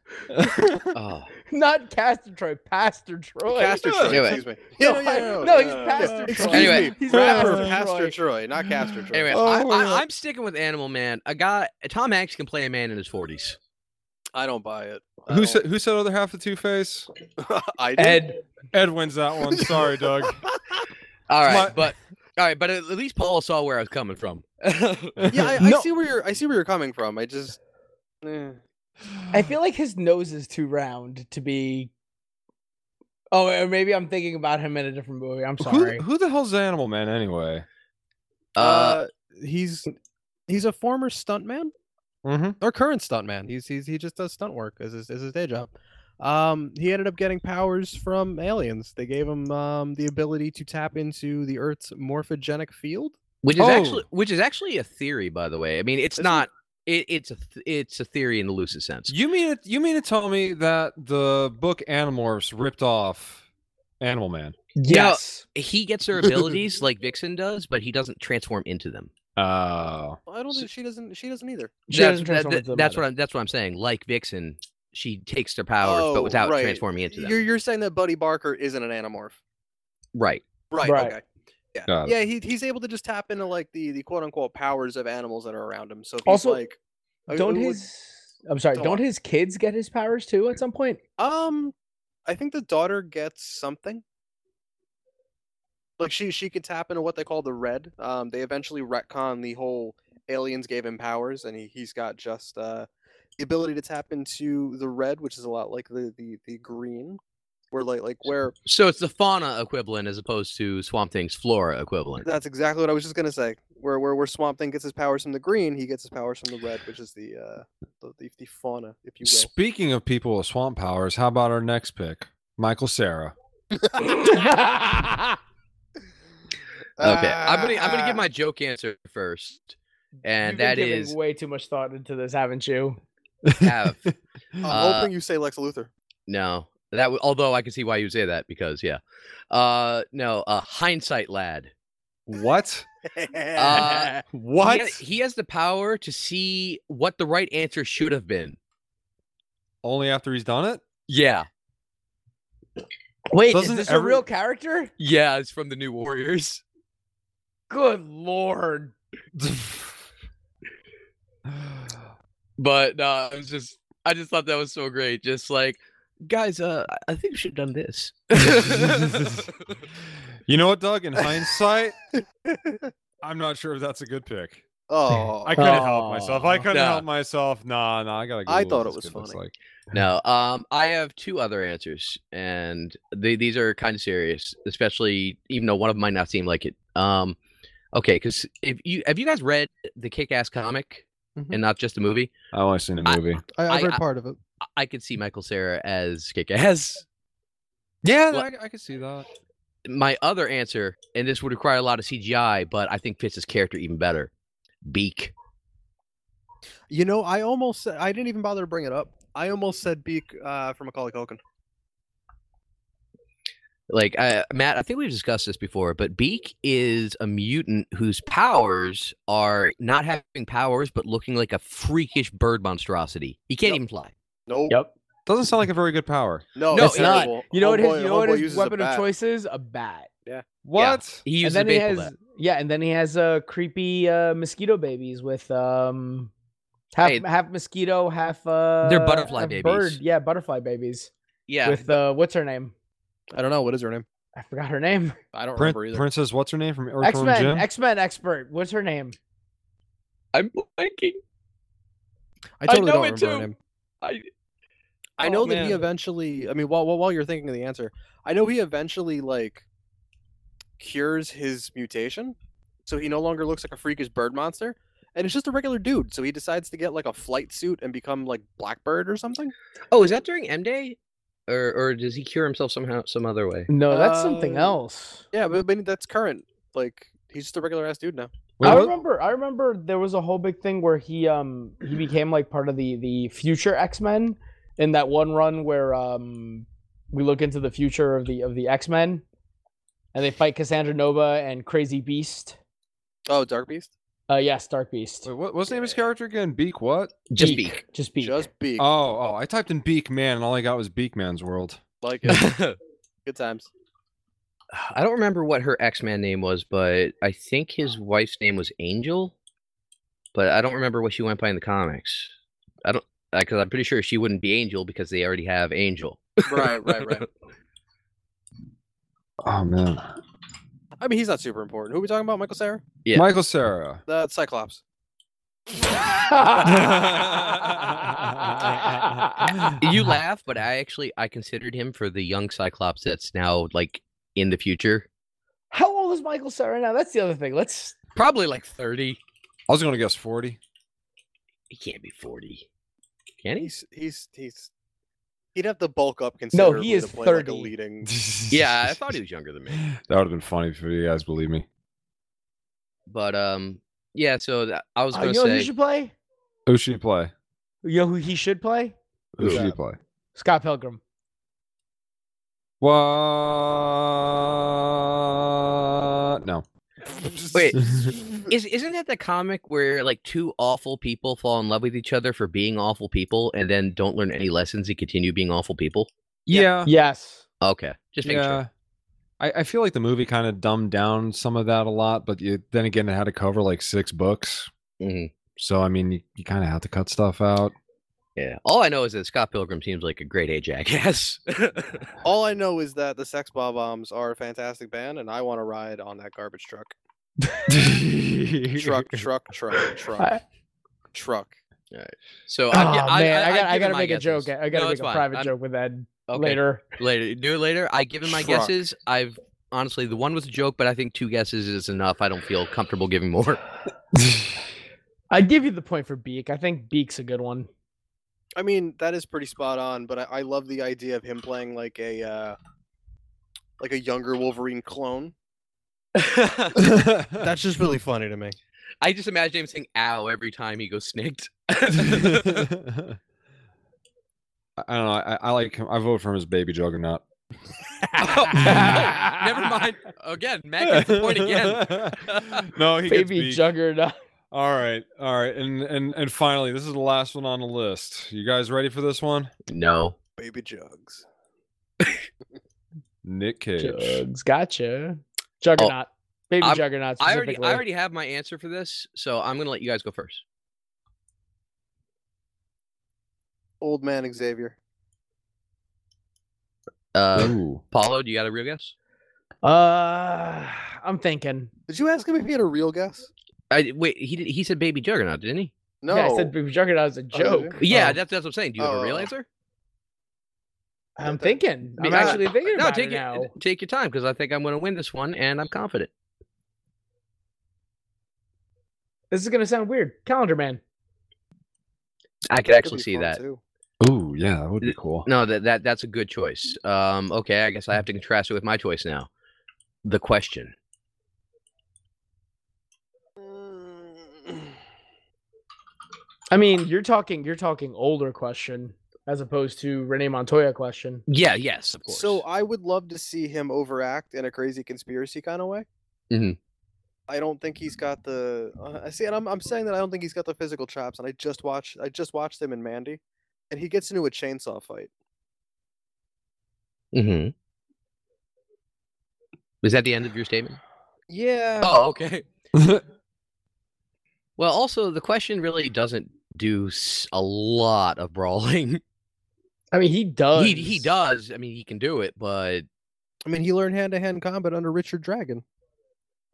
Speaker 1: Oh.
Speaker 2: not Castor Troy, Pastor Troy.
Speaker 3: Pastor Troy,
Speaker 1: Anyway.
Speaker 3: excuse me.
Speaker 2: No,
Speaker 3: Yeah, yeah,
Speaker 2: I-
Speaker 3: yeah,
Speaker 2: no,
Speaker 3: yeah,
Speaker 2: he's
Speaker 3: yeah, yeah.
Speaker 2: Pastor
Speaker 3: Excuse
Speaker 2: Troy.
Speaker 1: Anyway.
Speaker 3: me,
Speaker 2: He's
Speaker 3: rapper
Speaker 2: Pastor Troy.
Speaker 3: Pastor Troy, not Caster Troy.
Speaker 1: Anyway,
Speaker 4: Oh
Speaker 1: I,
Speaker 4: my
Speaker 1: I,
Speaker 4: God.
Speaker 1: I'm sticking with Animal Man. A guy, Tom Hanks can play a man in his 40s.
Speaker 3: I don't buy it. I
Speaker 4: who
Speaker 3: don't-
Speaker 4: said who said other half of Two Face?
Speaker 3: I did.
Speaker 2: Ed.
Speaker 4: Ed wins that one. Sorry, Doug.
Speaker 1: All
Speaker 4: It's
Speaker 1: right,
Speaker 4: my-
Speaker 1: but all right, but at at least Paul saw where I was coming from.
Speaker 3: Yeah, I,
Speaker 4: No.
Speaker 3: I see where you're. I see where you're coming from. I just. eh.
Speaker 2: I feel like his nose is too round to be. Oh, or maybe I'm thinking about him in a different movie. I'm
Speaker 4: Who,
Speaker 2: sorry.
Speaker 4: who the hell's Animal Man anyway?
Speaker 1: Uh,
Speaker 3: he's he's a former stuntman
Speaker 4: Mm-hmm.
Speaker 3: or current stuntman. He's he's he just does stunt work as his as his day job. Um, he ended up getting powers from aliens. They gave him um the ability to tap into the Earth's morphogenic field.
Speaker 1: which is
Speaker 4: oh.
Speaker 1: actually which is actually a theory, by the way. I mean, it's
Speaker 3: That's
Speaker 1: not. It, it's a th- it's a theory in the loosest sense.
Speaker 4: You mean it, you mean to tell me that the book Animorphs ripped off Animal Man?
Speaker 1: Yeah. He gets their abilities like Vixen does, but he doesn't transform into them.
Speaker 4: Oh,
Speaker 3: I don't think she doesn't. She doesn't either.
Speaker 2: She
Speaker 1: that's
Speaker 2: doesn't
Speaker 1: that-
Speaker 2: transform
Speaker 1: that-
Speaker 2: into them
Speaker 1: that's
Speaker 2: either.
Speaker 1: what I'm, that's what I'm saying. Like Vixen, she takes their powers,
Speaker 3: Oh,
Speaker 1: but without
Speaker 3: right.
Speaker 1: transforming into them.
Speaker 3: You're you're saying that Buddy Barker isn't an anamorph.
Speaker 1: Right.
Speaker 3: Right.
Speaker 2: Right.
Speaker 3: Okay. Yeah.
Speaker 4: Got it.
Speaker 3: Yeah. He, he's able to just tap into like the the quote unquote powers of animals that are around him. So if he's
Speaker 2: Also,
Speaker 3: like, uh, I-
Speaker 2: Don't
Speaker 3: what-
Speaker 2: his. I'm sorry.
Speaker 3: Go
Speaker 2: Don't
Speaker 3: on.
Speaker 2: his kids get his powers too at some point?
Speaker 3: Um, I think the daughter gets something. Like she she can tap into what they call the red. Um, they eventually retcon the whole aliens gave him powers, and he he's got just uh the ability to tap into the red, which is a lot like the the the green. where like like where
Speaker 1: So it's the fauna equivalent as opposed to Swamp Thing's flora equivalent.
Speaker 3: that's exactly what I was just gonna say. Where where where Swamp Thing gets his powers from the green, he gets his powers from the red, which is the uh the the, the fauna, if you will.
Speaker 4: Speaking of people with swamp powers, how about our next pick, Michael Sarah?
Speaker 1: Okay, I'm gonna I'm gonna give
Speaker 3: Ah,
Speaker 1: my joke answer first,
Speaker 2: You've been
Speaker 1: and that
Speaker 2: giving
Speaker 1: is
Speaker 2: way too much thought into this, haven't you?
Speaker 1: have
Speaker 3: Ah. I'm
Speaker 1: uh,
Speaker 3: hoping you say Lex Luthor.
Speaker 1: no that w- although I can see why you would say that because yeah, uh no uh hindsight lad
Speaker 4: What?
Speaker 1: uh he
Speaker 4: What?
Speaker 1: ha- he has the power to see what the right answer should have been
Speaker 4: Only after he's done it?
Speaker 1: yeah
Speaker 2: Wait,
Speaker 4: Doesn't
Speaker 2: is this a
Speaker 4: every-
Speaker 2: real character?
Speaker 1: yeah it's from the New Warriors
Speaker 2: Good lord.
Speaker 1: but uh, it was just I just thought that was so great just like guys uh I- I think we should have done this
Speaker 4: you know what, Doug? In hindsight, I'm not sure if that's a good pick.
Speaker 3: oh,
Speaker 4: I couldn't help myself. I couldn't
Speaker 1: Nah.
Speaker 4: help myself. Nah, nah. I gotta.
Speaker 3: I
Speaker 4: Google what
Speaker 3: thought it was
Speaker 4: this kid looks
Speaker 3: funny.
Speaker 4: Like.
Speaker 1: No, um, I have two other answers, and they, these are kind of serious, especially even though one of them might not seem like it. Um, okay, because if you have you guys read the Kick-Ass comic
Speaker 2: Mhm.
Speaker 1: and not just the movie,
Speaker 4: I only seen a
Speaker 1: I-
Speaker 4: movie.
Speaker 3: I,
Speaker 1: I-
Speaker 3: I've read
Speaker 1: I-
Speaker 3: part of it.
Speaker 1: I- I could see Michael Sarah as Kick-Ass.
Speaker 4: yeah,
Speaker 1: What-
Speaker 4: I, I could see that.
Speaker 1: My other answer, and this would require a lot of CGI, but I think fits his character even better. Beak.
Speaker 3: You know, I almost said, I didn't even bother to bring it up. I almost said Beak uh, from Macaulay Culkin.
Speaker 1: like uh, Matt, I think we've discussed this before, but Beak is a mutant whose powers are not having powers, but looking like a freakish bird monstrosity. He can't
Speaker 3: Yep.
Speaker 1: even fly.
Speaker 3: No,
Speaker 2: Yep.
Speaker 4: Doesn't sound like a very good power.
Speaker 3: no,
Speaker 1: No,
Speaker 3: it's
Speaker 1: it's not.
Speaker 3: terrible. Oh,
Speaker 2: You know what his,
Speaker 1: oh
Speaker 3: Homeboy-
Speaker 2: you know what
Speaker 3: homeboy
Speaker 2: his
Speaker 3: uses a
Speaker 2: weapon of
Speaker 3: bat.
Speaker 2: choice is? A bat.
Speaker 4: What?
Speaker 1: He uses
Speaker 2: and then he
Speaker 1: a
Speaker 2: has
Speaker 1: baseball bat.
Speaker 2: yeah, and then he has uh creepy uh mosquito babies with um half
Speaker 1: Hey.
Speaker 2: half mosquito, half uh
Speaker 1: butterfly
Speaker 2: half Bird.
Speaker 1: babies.
Speaker 2: Yeah, butterfly babies.
Speaker 1: Yeah,
Speaker 2: With uh what's her name?
Speaker 3: I don't know what is her name.
Speaker 2: I forgot her name.
Speaker 3: I don't
Speaker 4: Prin-
Speaker 3: remember either.
Speaker 4: Princess, what's her name from Earthworm
Speaker 2: X Men,
Speaker 4: Jim?
Speaker 2: X Men expert. What's her name?
Speaker 1: I'm blanking.
Speaker 3: I
Speaker 1: I
Speaker 3: totally
Speaker 1: know
Speaker 3: don't
Speaker 1: it
Speaker 3: remember her
Speaker 1: too.
Speaker 3: name.
Speaker 1: I
Speaker 3: I
Speaker 2: Oh,
Speaker 3: know that he
Speaker 2: man.
Speaker 3: eventually. I mean, while while while you're thinking of the answer, I know he eventually like cures his mutation, so he no longer looks like a freakish bird monster, and it's just a regular dude. So he decides to get like a flight suit and become like Blackbird or something.
Speaker 1: oh, is that during M Day, or or does he cure himself somehow some other way?
Speaker 2: No, that's something
Speaker 3: Uh,
Speaker 2: else.
Speaker 3: Yeah, but, but that's current. Like he's just a regular ass dude now.
Speaker 4: Wait,
Speaker 2: I
Speaker 4: what?
Speaker 2: remember I remember there was a whole big thing where he um he became like part of the the future X-Men in that one run where um we look into the future of the of the X-Men and they fight Cassandra Nova and Crazy Beast.
Speaker 3: Oh, Dark Beast.
Speaker 2: Uh yes, Dark Beast.
Speaker 4: Wait, what? What's the name of his character again? Beak. What?
Speaker 1: Just
Speaker 2: Beak.
Speaker 1: Beak.
Speaker 2: Just Beak.
Speaker 3: Just Beak.
Speaker 4: Oh, oh! I typed in Beak Man, and all I got was Beak Man's World.
Speaker 3: like it.
Speaker 1: I
Speaker 3: Good times.
Speaker 1: don't remember what her X Man name was, but I think his wife's name was Angel. But I don't remember what she went by in the comics. I don't because I'm pretty sure she wouldn't be Angel because they already have Angel.
Speaker 3: Right, right, right.
Speaker 4: Oh man,
Speaker 3: I mean, he's not super important. Who are we talking about? Michael Sarah?
Speaker 1: Yeah.
Speaker 4: Michael Sarah.
Speaker 3: The Cyclops.
Speaker 1: you laugh, but I actually I considered him for the young Cyclops that's now like in the future,
Speaker 2: How old is Michael Sarah now? That's the other thing. Let's
Speaker 1: probably like thirty.
Speaker 4: I was gonna guess forty.
Speaker 1: He can't be forty, can he?
Speaker 3: He's he's he's he'd have to bulk up
Speaker 2: No,
Speaker 3: considerably
Speaker 2: he is
Speaker 3: to play like
Speaker 2: 30.
Speaker 3: a leading.
Speaker 1: Yeah, I thought he was younger than me.
Speaker 4: That would have been funny if you guys believe me.
Speaker 1: But um, yeah. So that, I was
Speaker 2: uh,
Speaker 1: gonna
Speaker 2: you know who
Speaker 1: say
Speaker 2: he should play?
Speaker 4: Who should he play?
Speaker 2: You know who he should play?
Speaker 4: Who
Speaker 3: Who's
Speaker 4: should he
Speaker 3: that?
Speaker 4: play?
Speaker 2: Scott Pilgrim.
Speaker 4: What? No.
Speaker 1: Wait. is isn't that the comic where like two awful people fall in love with each other for being awful people and then don't learn any lessons and continue being awful people?
Speaker 4: yeah.
Speaker 2: Yes.
Speaker 1: Okay, just make
Speaker 4: yeah.
Speaker 1: sure.
Speaker 4: I, I feel like the movie kind of dumbed down some of that a lot, but you, then again, it had to cover like six books.
Speaker 1: Mhm.
Speaker 4: So, I mean, you, you kind of have to cut stuff out.
Speaker 1: Yeah. All I know is that Scott Pilgrim seems like a great A jackass.
Speaker 3: All I know is that the Sex Bob Bombs are a fantastic band, and I want to ride on that garbage truck. Truck, truck, truck, truck,
Speaker 2: I-
Speaker 3: truck.
Speaker 1: So
Speaker 2: Oh,
Speaker 1: I've, gi- I,
Speaker 2: man,
Speaker 1: I,
Speaker 2: I,
Speaker 1: I've
Speaker 2: got. Oh, I,
Speaker 1: given
Speaker 2: gotta
Speaker 1: my
Speaker 2: make a joke.
Speaker 1: guesses.
Speaker 2: I gotta
Speaker 1: No,
Speaker 2: make
Speaker 1: it's
Speaker 2: a
Speaker 1: fine.
Speaker 2: private
Speaker 1: I'm-
Speaker 2: joke with Ed.
Speaker 1: Okay.
Speaker 2: later.
Speaker 1: Later. Do it later. I given my
Speaker 5: Truck.
Speaker 1: guesses. I've honestly the one was a joke, but I think two guesses is enough. I don't feel comfortable giving more.
Speaker 2: I'd give you the point for Beak. I think Beak's a good one.
Speaker 3: I mean, that is pretty spot on, but I, I love the idea of him playing like a uh, like a younger Wolverine clone. That's just really funny to me.
Speaker 1: I just imagine him saying "ow" every time he goes snicked.
Speaker 5: I I don't know. I, I like him. I vote for him as baby juggernaut.
Speaker 1: Never mind. Again, Matt gets the point again.
Speaker 5: no, he gets
Speaker 2: Baby
Speaker 5: beat.
Speaker 2: Juggernaut.
Speaker 5: all right, all right, and and and finally, this is the last one on the list. You guys ready for this one?
Speaker 1: No.
Speaker 3: Baby Jugs.
Speaker 5: Nick Cage.
Speaker 2: Jugs. Gotcha. Juggernaut. Baby
Speaker 1: Oh, I'm-
Speaker 2: Juggernaut
Speaker 1: I already,
Speaker 2: specifically.
Speaker 1: I already have my answer for this, so I'm gonna let you guys go first.
Speaker 3: Old man Xavier.
Speaker 1: Uh,
Speaker 5: Ooh.
Speaker 1: Paulo, do you got a real guess?
Speaker 2: Uh, I'm thinking.
Speaker 3: Did you ask him if he had a real guess?
Speaker 1: I wait. He did, he said baby juggernaut, didn't he?
Speaker 3: No.
Speaker 2: Yeah, I said Baby Juggernaut was a
Speaker 3: did you?
Speaker 2: joke.
Speaker 1: Yeah,
Speaker 2: Oh,
Speaker 1: that's that's what I'm saying. Do you have a real
Speaker 3: Oh.
Speaker 1: answer?
Speaker 2: Oh, I'm
Speaker 3: that-
Speaker 2: thinking.
Speaker 1: I
Speaker 2: I'm
Speaker 1: mean, I-
Speaker 2: actually thinking
Speaker 1: No,
Speaker 2: about
Speaker 1: take
Speaker 2: it
Speaker 1: your
Speaker 2: now.
Speaker 1: take your time because I think I'm gonna win this one, and I'm confident.
Speaker 2: This is gonna sound weird. Calendar Man.
Speaker 1: I could
Speaker 3: That
Speaker 1: actually
Speaker 3: be
Speaker 1: see
Speaker 3: fun,
Speaker 1: that.
Speaker 3: too.
Speaker 5: Ooh, yeah, that would be cool.
Speaker 1: No, that that that's a good choice. Um, okay, I guess I have to contrast it with my choice now. The question.
Speaker 2: I mean, you're talking. You're talking older question as opposed to Rene Montoya question.
Speaker 1: Yeah. Yes. Of course.
Speaker 3: So I would love to see him overact in a crazy conspiracy kind of way.
Speaker 1: Mhm.
Speaker 3: I don't think he's got the. Uh, I see, and I'm I'm saying that I don't think he's got the physical chops. And I just watched I just watched him in Mandy, and he gets into a chainsaw fight.
Speaker 1: Mhm. Is that the end of your statement?
Speaker 3: Yeah.
Speaker 1: Oh, okay. well, also the question really doesn't do s- a lot of brawling.
Speaker 2: I mean, he does.
Speaker 1: he he Oh, does. I mean, he can do it, but
Speaker 3: I mean, he learned hand to hand combat under Richard Dragon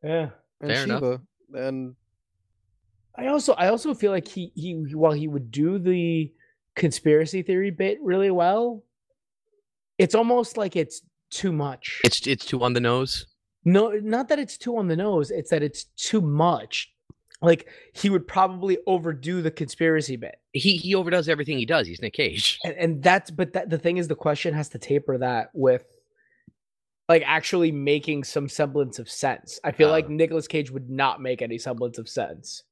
Speaker 2: Yeah.
Speaker 3: and
Speaker 1: Fair enough.
Speaker 3: Shiva, and
Speaker 2: I also I also feel like he he while he would do the conspiracy theory bit really well, it's almost like it's too much.
Speaker 1: it's it's too on the nose.
Speaker 2: no, not that it's too on the nose. It's that it's too much. Like he would probably overdo the conspiracy bit,
Speaker 1: He he overdoes everything he does. He's Nick Cage.
Speaker 2: and, and that's but that the thing is the question has to taper that with like actually making some semblance of sense. I feel like
Speaker 1: Uh.
Speaker 2: Nicolas Cage would not make any semblance of sense.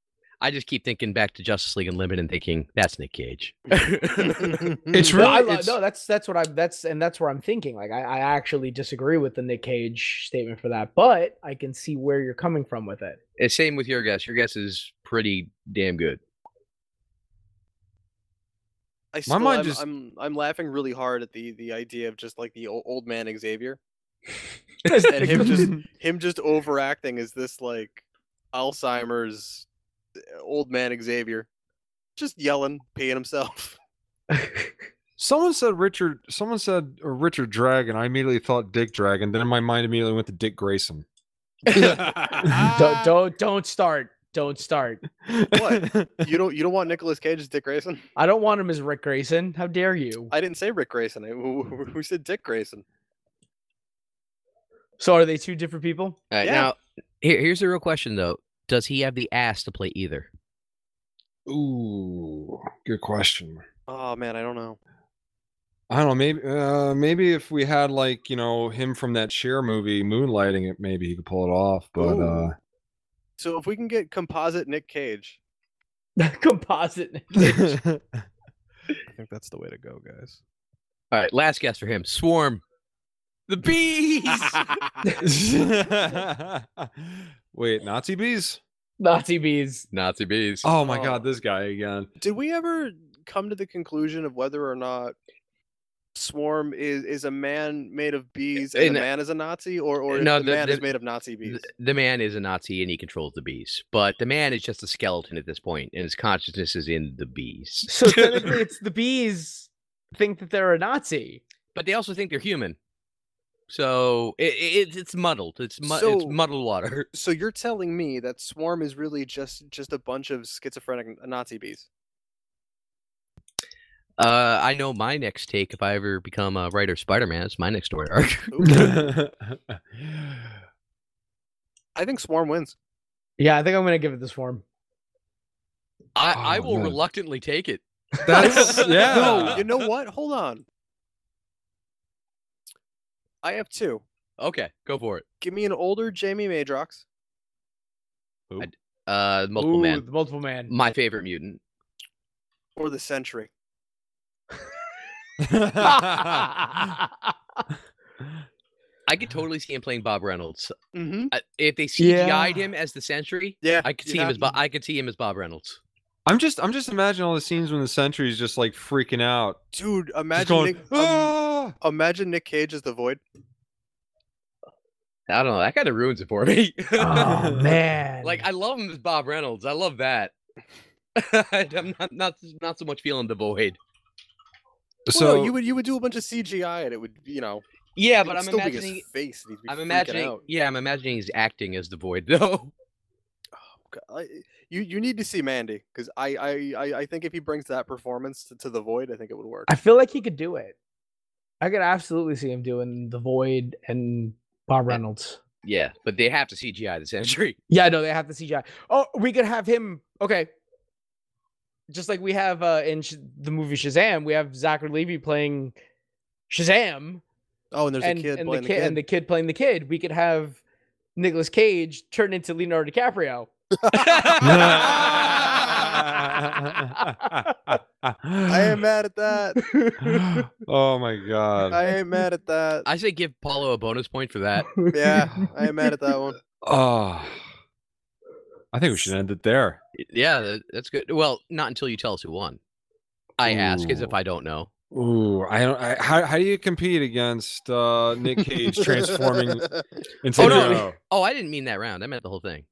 Speaker 1: I just keep thinking back to Justice League Unlimited and thinking that's Nick Cage.
Speaker 5: It's
Speaker 2: No, I
Speaker 5: really
Speaker 2: lo-
Speaker 5: it's,
Speaker 2: no, that's that's what I'm that's and that's where I'm thinking. Like I, I actually disagree with the Nick Cage statement for that, but I can see where you're coming from with it.
Speaker 1: And same with your guess. Your guess is pretty damn good.
Speaker 3: I still,
Speaker 5: mind
Speaker 3: I'm,
Speaker 5: just-
Speaker 3: I'm I'm laughing really hard at the the idea of just like the old, old man Xavier and him just him just overacting as this like Mm. Alzheimer's uh, old man Xavier, just yelling, peeing himself.
Speaker 5: Someone said Richard. Someone said uh, Richard Dragon. I immediately thought Dick Dragon. Then my mind immediately went to Dick Grayson.
Speaker 2: don't don't don't start. Don't start.
Speaker 5: What?
Speaker 3: You don't you don't want Nicolas Cage as Dick Grayson?
Speaker 2: I don't want him as Rick Grayson. How dare you?
Speaker 3: I didn't say Rick Grayson. I- Who, who- who said Dick Grayson?
Speaker 2: So are they two different people?
Speaker 1: All right,
Speaker 3: Yeah.
Speaker 1: Now here, here's the real question though: Does he have the ass to play either?
Speaker 5: Ooh, good question.
Speaker 3: Oh man, I don't know.
Speaker 5: I don't know. Maybe, uh, maybe if we had like you know him from that Cher movie, moonlighting it, maybe he could pull it off. But uh,
Speaker 3: So if we can get composite Nick Cage,
Speaker 2: Composite. Nick Cage.
Speaker 5: I
Speaker 3: I think that's the way to go, guys.
Speaker 1: All right, last guess for him: Swarm. The bees.
Speaker 5: wait, Nazi bees?
Speaker 2: Nazi bees.
Speaker 1: Nazi bees.
Speaker 5: Oh my
Speaker 3: Oh.
Speaker 5: God, this guy again.
Speaker 3: Did we ever come to the conclusion of whether or not Swarm is is a man made of bees and
Speaker 1: in-
Speaker 3: the man is a Nazi, or or
Speaker 1: No,
Speaker 3: if the,
Speaker 1: the-
Speaker 3: man is
Speaker 1: the-
Speaker 3: made of Nazi bees?
Speaker 1: Th- the man is a Nazi and he controls the bees, but the man is just a skeleton at this point, and his consciousness is in the bees.
Speaker 2: So technically, it's the bees think that they're a Nazi.
Speaker 1: but they also think they're human, so it, it, it's muddled. It's, mu- it's
Speaker 3: So-
Speaker 1: muddled water.
Speaker 3: so you're telling me that Swarm is really just just a bunch of schizophrenic Nazi bees?
Speaker 1: Uh, I know my next take if I ever become a writer Spider Man. It's my next story arc.
Speaker 3: I think Swarm wins.
Speaker 2: Yeah, I think I'm gonna give it this form.
Speaker 1: I, I
Speaker 7: Oh,
Speaker 1: will
Speaker 7: man.
Speaker 1: reluctantly take it.
Speaker 4: That's yeah.
Speaker 3: No, you know what? Hold on. I have two.
Speaker 1: Okay, go for it.
Speaker 3: Give me an older Jamie Madrox.
Speaker 1: Uh, multiple
Speaker 2: Ooh,
Speaker 1: man,
Speaker 2: the multiple man.
Speaker 1: my favorite mutant.
Speaker 3: or the century.
Speaker 1: I could totally see him playing Bob Reynolds.
Speaker 3: Mm-hmm.
Speaker 1: I- If they CGI'd
Speaker 2: Yeah.
Speaker 1: him as the Sentry,
Speaker 3: Yeah,
Speaker 1: I could
Speaker 3: you
Speaker 1: see him
Speaker 3: have-
Speaker 1: as Bo- I could see him as Bob Reynolds.
Speaker 4: I'm just I'm just imagining all the scenes when the sentry's just like freaking out.
Speaker 3: dude.
Speaker 4: Just
Speaker 3: Imagine
Speaker 4: going,
Speaker 3: Nick, um,
Speaker 4: ah!
Speaker 3: imagine Nick Cage as the Void.
Speaker 1: I don't know. That kind of ruins it for me.
Speaker 2: oh man.
Speaker 1: like I love him as Bob Reynolds. I love that. I'm not not not so much feeling the void.
Speaker 4: So
Speaker 3: well, no, you would you would do a bunch of CGI and it would you know.
Speaker 1: Yeah,
Speaker 3: it
Speaker 1: but
Speaker 3: would
Speaker 1: I'm
Speaker 3: still be
Speaker 1: imagining.
Speaker 3: his face. And he'd be
Speaker 1: I'm
Speaker 3: freaking
Speaker 1: imagining.
Speaker 3: out.
Speaker 1: Yeah, I'm imagining he's acting as the void though.
Speaker 3: God, I- eh, You you need to see Mandy because I, I I I think if he brings that performance to, to the Void, I think it would work.
Speaker 2: I feel like he could do it. I could absolutely see him doing the void and Bob Reynolds.
Speaker 1: Yeah, but they have to CGI the Sentry.
Speaker 2: Yeah, no, they have the CGI. Oh, we could have him. Okay. Just like we have uh, in Sh- the movie Shazam, we have Zachary Levy playing Shazam,
Speaker 3: Oh, and there's
Speaker 2: and,
Speaker 3: a kid
Speaker 2: and the
Speaker 3: playing
Speaker 2: kid, and the kid playing the kid. We could have Nicolas Cage turn into Leonardo DiCaprio.
Speaker 3: I am mad at that.
Speaker 4: oh my god.
Speaker 3: I am mad at that.
Speaker 1: I say give Paulo a bonus point for that.
Speaker 3: Yeah, I am mad at that one.
Speaker 4: Oh. I think we should end it there.
Speaker 1: Yeah, that- that's good. Well, not until you tell us who won. I ask as if
Speaker 4: Ooh.
Speaker 1: I don't know.
Speaker 4: Ooh, I don't. I, how, how do you compete against uh, Nick Cage transforming into
Speaker 1: Oh,
Speaker 4: oh,
Speaker 1: no. Oh, I didn't mean that round. I meant the whole thing.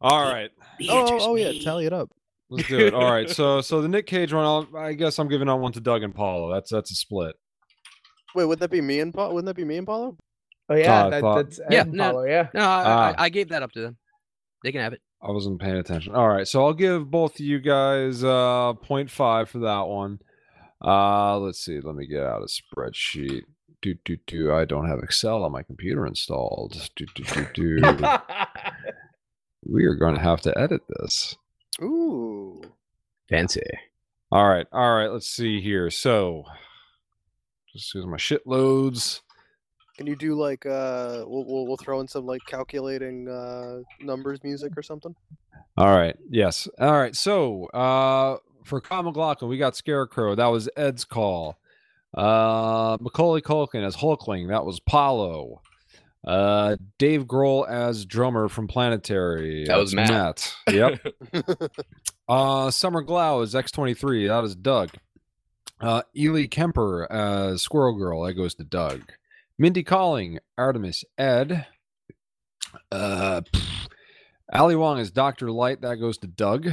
Speaker 4: All right,
Speaker 3: oh, oh yeah, tally it up.
Speaker 4: let's do it. All right, so so the Nick Cage one, I'll, I guess I'm giving out one to Doug and Paulo. That's that's a split.
Speaker 3: Wait, would that be me and Paul? Wouldn't that be me and Paulo?
Speaker 2: Oh yeah,
Speaker 4: I
Speaker 2: that,
Speaker 4: thought-
Speaker 2: that's
Speaker 1: Yeah,
Speaker 2: Ed
Speaker 1: no.
Speaker 2: Apollo, yeah.
Speaker 1: No, I, I-
Speaker 4: Ah.
Speaker 1: I gave that up to them. They can have it.
Speaker 4: I wasn't paying attention. All right, so I'll give both of you guys uh 0.5 for that one. Uh let's see. Let me get out a spreadsheet. Do do do. I don't have Excel on my computer installed. Do do do do. we are going to have to edit this.
Speaker 3: Ooh.
Speaker 1: Fancy.
Speaker 4: All right, all right. Let's see here. So, just as my shit loads.
Speaker 3: Can you do like uh we'll we'll, we'll throw in some like calculating uh numbers music or something?
Speaker 4: All right. Yes. All right. So, uh, for Kyle McLaughlin, we got Scarecrow. That was Ed's call. Uh, Macaulay Culkin as Hulkling. That was Paulo. Uh, Dave Grohl as drummer from Planetary.
Speaker 1: That was
Speaker 4: that's
Speaker 1: Matt.
Speaker 4: Matt. Yep. Uh, Summer Glau is X23. That is Doug. Uh, Ely Kemper as Squirrel Girl. That goes to Doug. Mindy Calling, Artemis Ed. Uh, pff, Ali Wong is Dr. Light. That goes to Doug.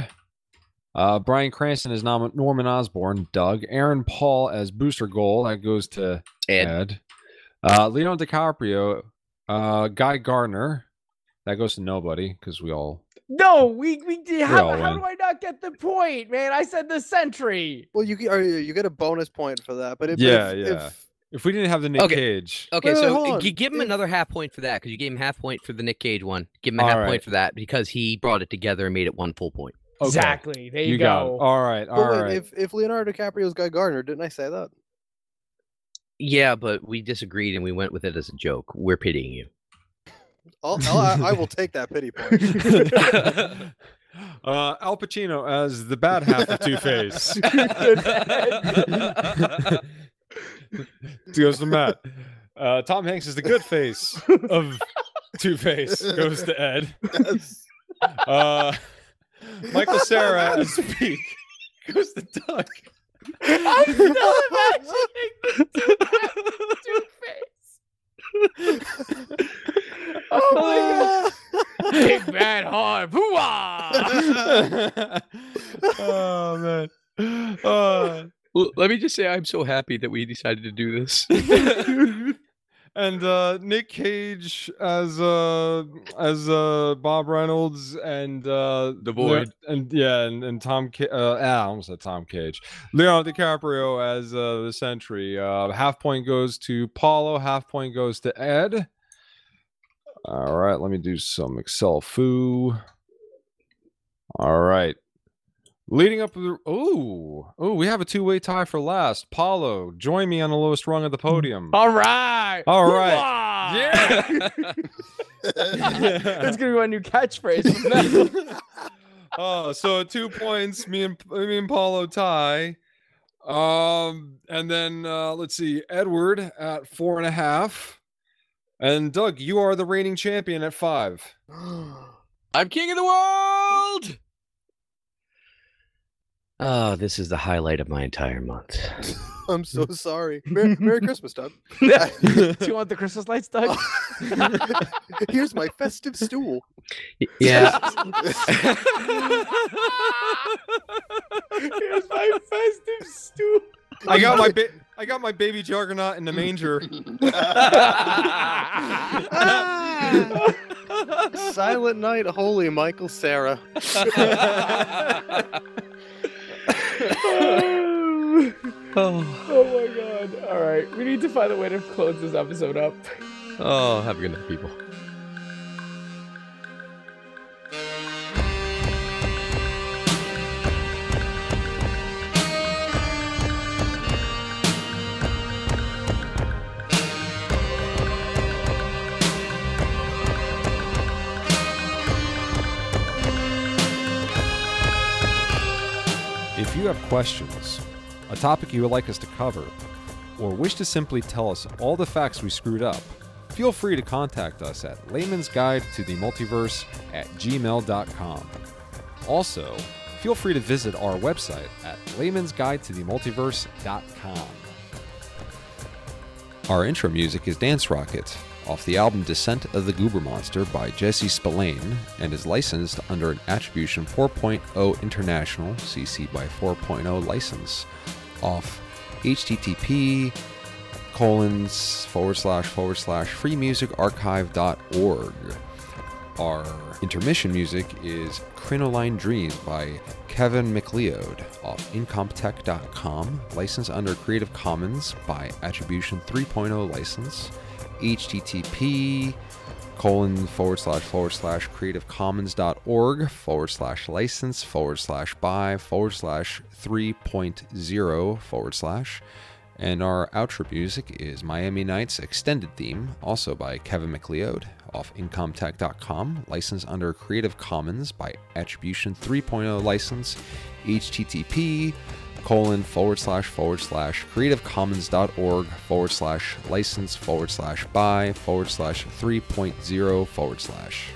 Speaker 4: Uh, Brian Cranston is nom- Norman Osborn. Doug. Aaron Paul as Booster Goal. That goes to
Speaker 1: And
Speaker 4: Ed. Uh, Leonardo DiCaprio. Uh, Guy Gardner. That goes to nobody because we all
Speaker 2: No, we we did. How,
Speaker 4: all
Speaker 2: how
Speaker 4: win.
Speaker 2: do I not get the point, man? I said the Sentry.
Speaker 3: Well, you g- or you get a bonus point for that, but if
Speaker 4: Yeah,
Speaker 3: if,
Speaker 4: yeah.
Speaker 3: if-
Speaker 4: If we didn't have the Nick
Speaker 1: Okay.
Speaker 4: Cage,
Speaker 1: okay,
Speaker 3: Wait, wait,
Speaker 1: so
Speaker 3: hold
Speaker 1: uh,
Speaker 3: on.
Speaker 1: gi- give him
Speaker 3: If-
Speaker 1: another half point for that because you gave him half point for the Nick Cage one. Give him a
Speaker 4: All
Speaker 1: half
Speaker 4: right.
Speaker 1: point for that because he brought it together and made it one full point.
Speaker 4: Okay.
Speaker 2: Exactly. There you,
Speaker 4: you got it. Oh.
Speaker 2: go.
Speaker 4: All right,
Speaker 3: but
Speaker 4: all
Speaker 3: wait,
Speaker 4: right.
Speaker 3: if if Leonardo DiCaprio's Guy Gardner, didn't I say that?
Speaker 1: Yeah, but we disagreed and we went with it as a joke. We're pitying you.
Speaker 3: I'll, I'll, I- I will take that pity point.
Speaker 4: uh, Al Pacino as the bad half of Two Face. goes to Matt. Uh, Tom Hanks is the good face of Two Face. Goes to Ed.
Speaker 3: Yes.
Speaker 4: Uh, Michael Sarah as Peak. Goes to Doug.
Speaker 2: I'm still imagining the two face. Oh my god! Big bad harp. Hoo-ah!
Speaker 4: oh man. Uh,
Speaker 1: Let me just say, I'm so happy that we decided to do this.
Speaker 4: and uh, Nick Cage as uh, as uh, Bob Reynolds and uh,
Speaker 8: The Void.
Speaker 4: Leo- and yeah, and, and Tom Ca- uh, ah, I almost said Tom Cage, Leonardo DiCaprio as uh, the Sentry. Uh, half point goes to Paulo. Half point goes to Ed. All right, let me do some Excel foo. All right. Leading up, oh, oh, we have a two-way tie for last. Paulo, join me on the lowest rung of the podium.
Speaker 2: All right.
Speaker 4: All right.
Speaker 2: Hoorah!
Speaker 8: Yeah.
Speaker 2: That's gonna be my new catchphrase. from now on.
Speaker 4: oh, so at two points, me and me and Paulo tie. Um, and then uh, let's see, Edward at four and a half, and Doug, you are the reigning champion at five.
Speaker 8: I'm king of the world.
Speaker 1: Oh, this is the highlight of my entire month.
Speaker 3: I'm so sorry. Merry, Merry Christmas, Doug.
Speaker 2: Do you want the Christmas lights, Doug?
Speaker 3: Here's my festive stool.
Speaker 1: Y- Yeah.
Speaker 2: Here's my festive stew.
Speaker 4: I got my ba- I got my baby juggernaut in the manger.
Speaker 2: Oh.
Speaker 3: Ah! Silent night, holy Michael Sarah.
Speaker 2: Oh my god. All right. We need to find a way to close this episode up.
Speaker 8: oh, have a good night, people.
Speaker 4: If you have questions, a topic you would like us to cover, or wish to simply tell us all the facts we screwed up, feel free to contact us at layman's guide to the multiverse at gmail.com. Also, feel free to visit our website at layman's guide to the multiverse.com. Our intro music is Dance Rocket off the album Descent of the Goober Monster by Jesse Spillane and is licensed under an Attribution 4.0 International CC by 4.0 license off http colons forward slash forward slash freemusicarchive.org. Our intermission music is Crinoline Dreams by Kevin McLeod off Incomptech.com, licensed under Creative Commons by Attribution 3.0 license, http colon forward slash forward slash creativecommons.org forward slash license forward slash by forward slash 3.0 forward slash and our outro music is Miami Nights Extended Theme, also by Kevin McLeod, off Incomtech.com, licensed under Creative Commons by Attribution 3.0 license, http colon forward slash forward slash creativecommons.org forward slash license forward slash by forward slash 3.0 forward slash.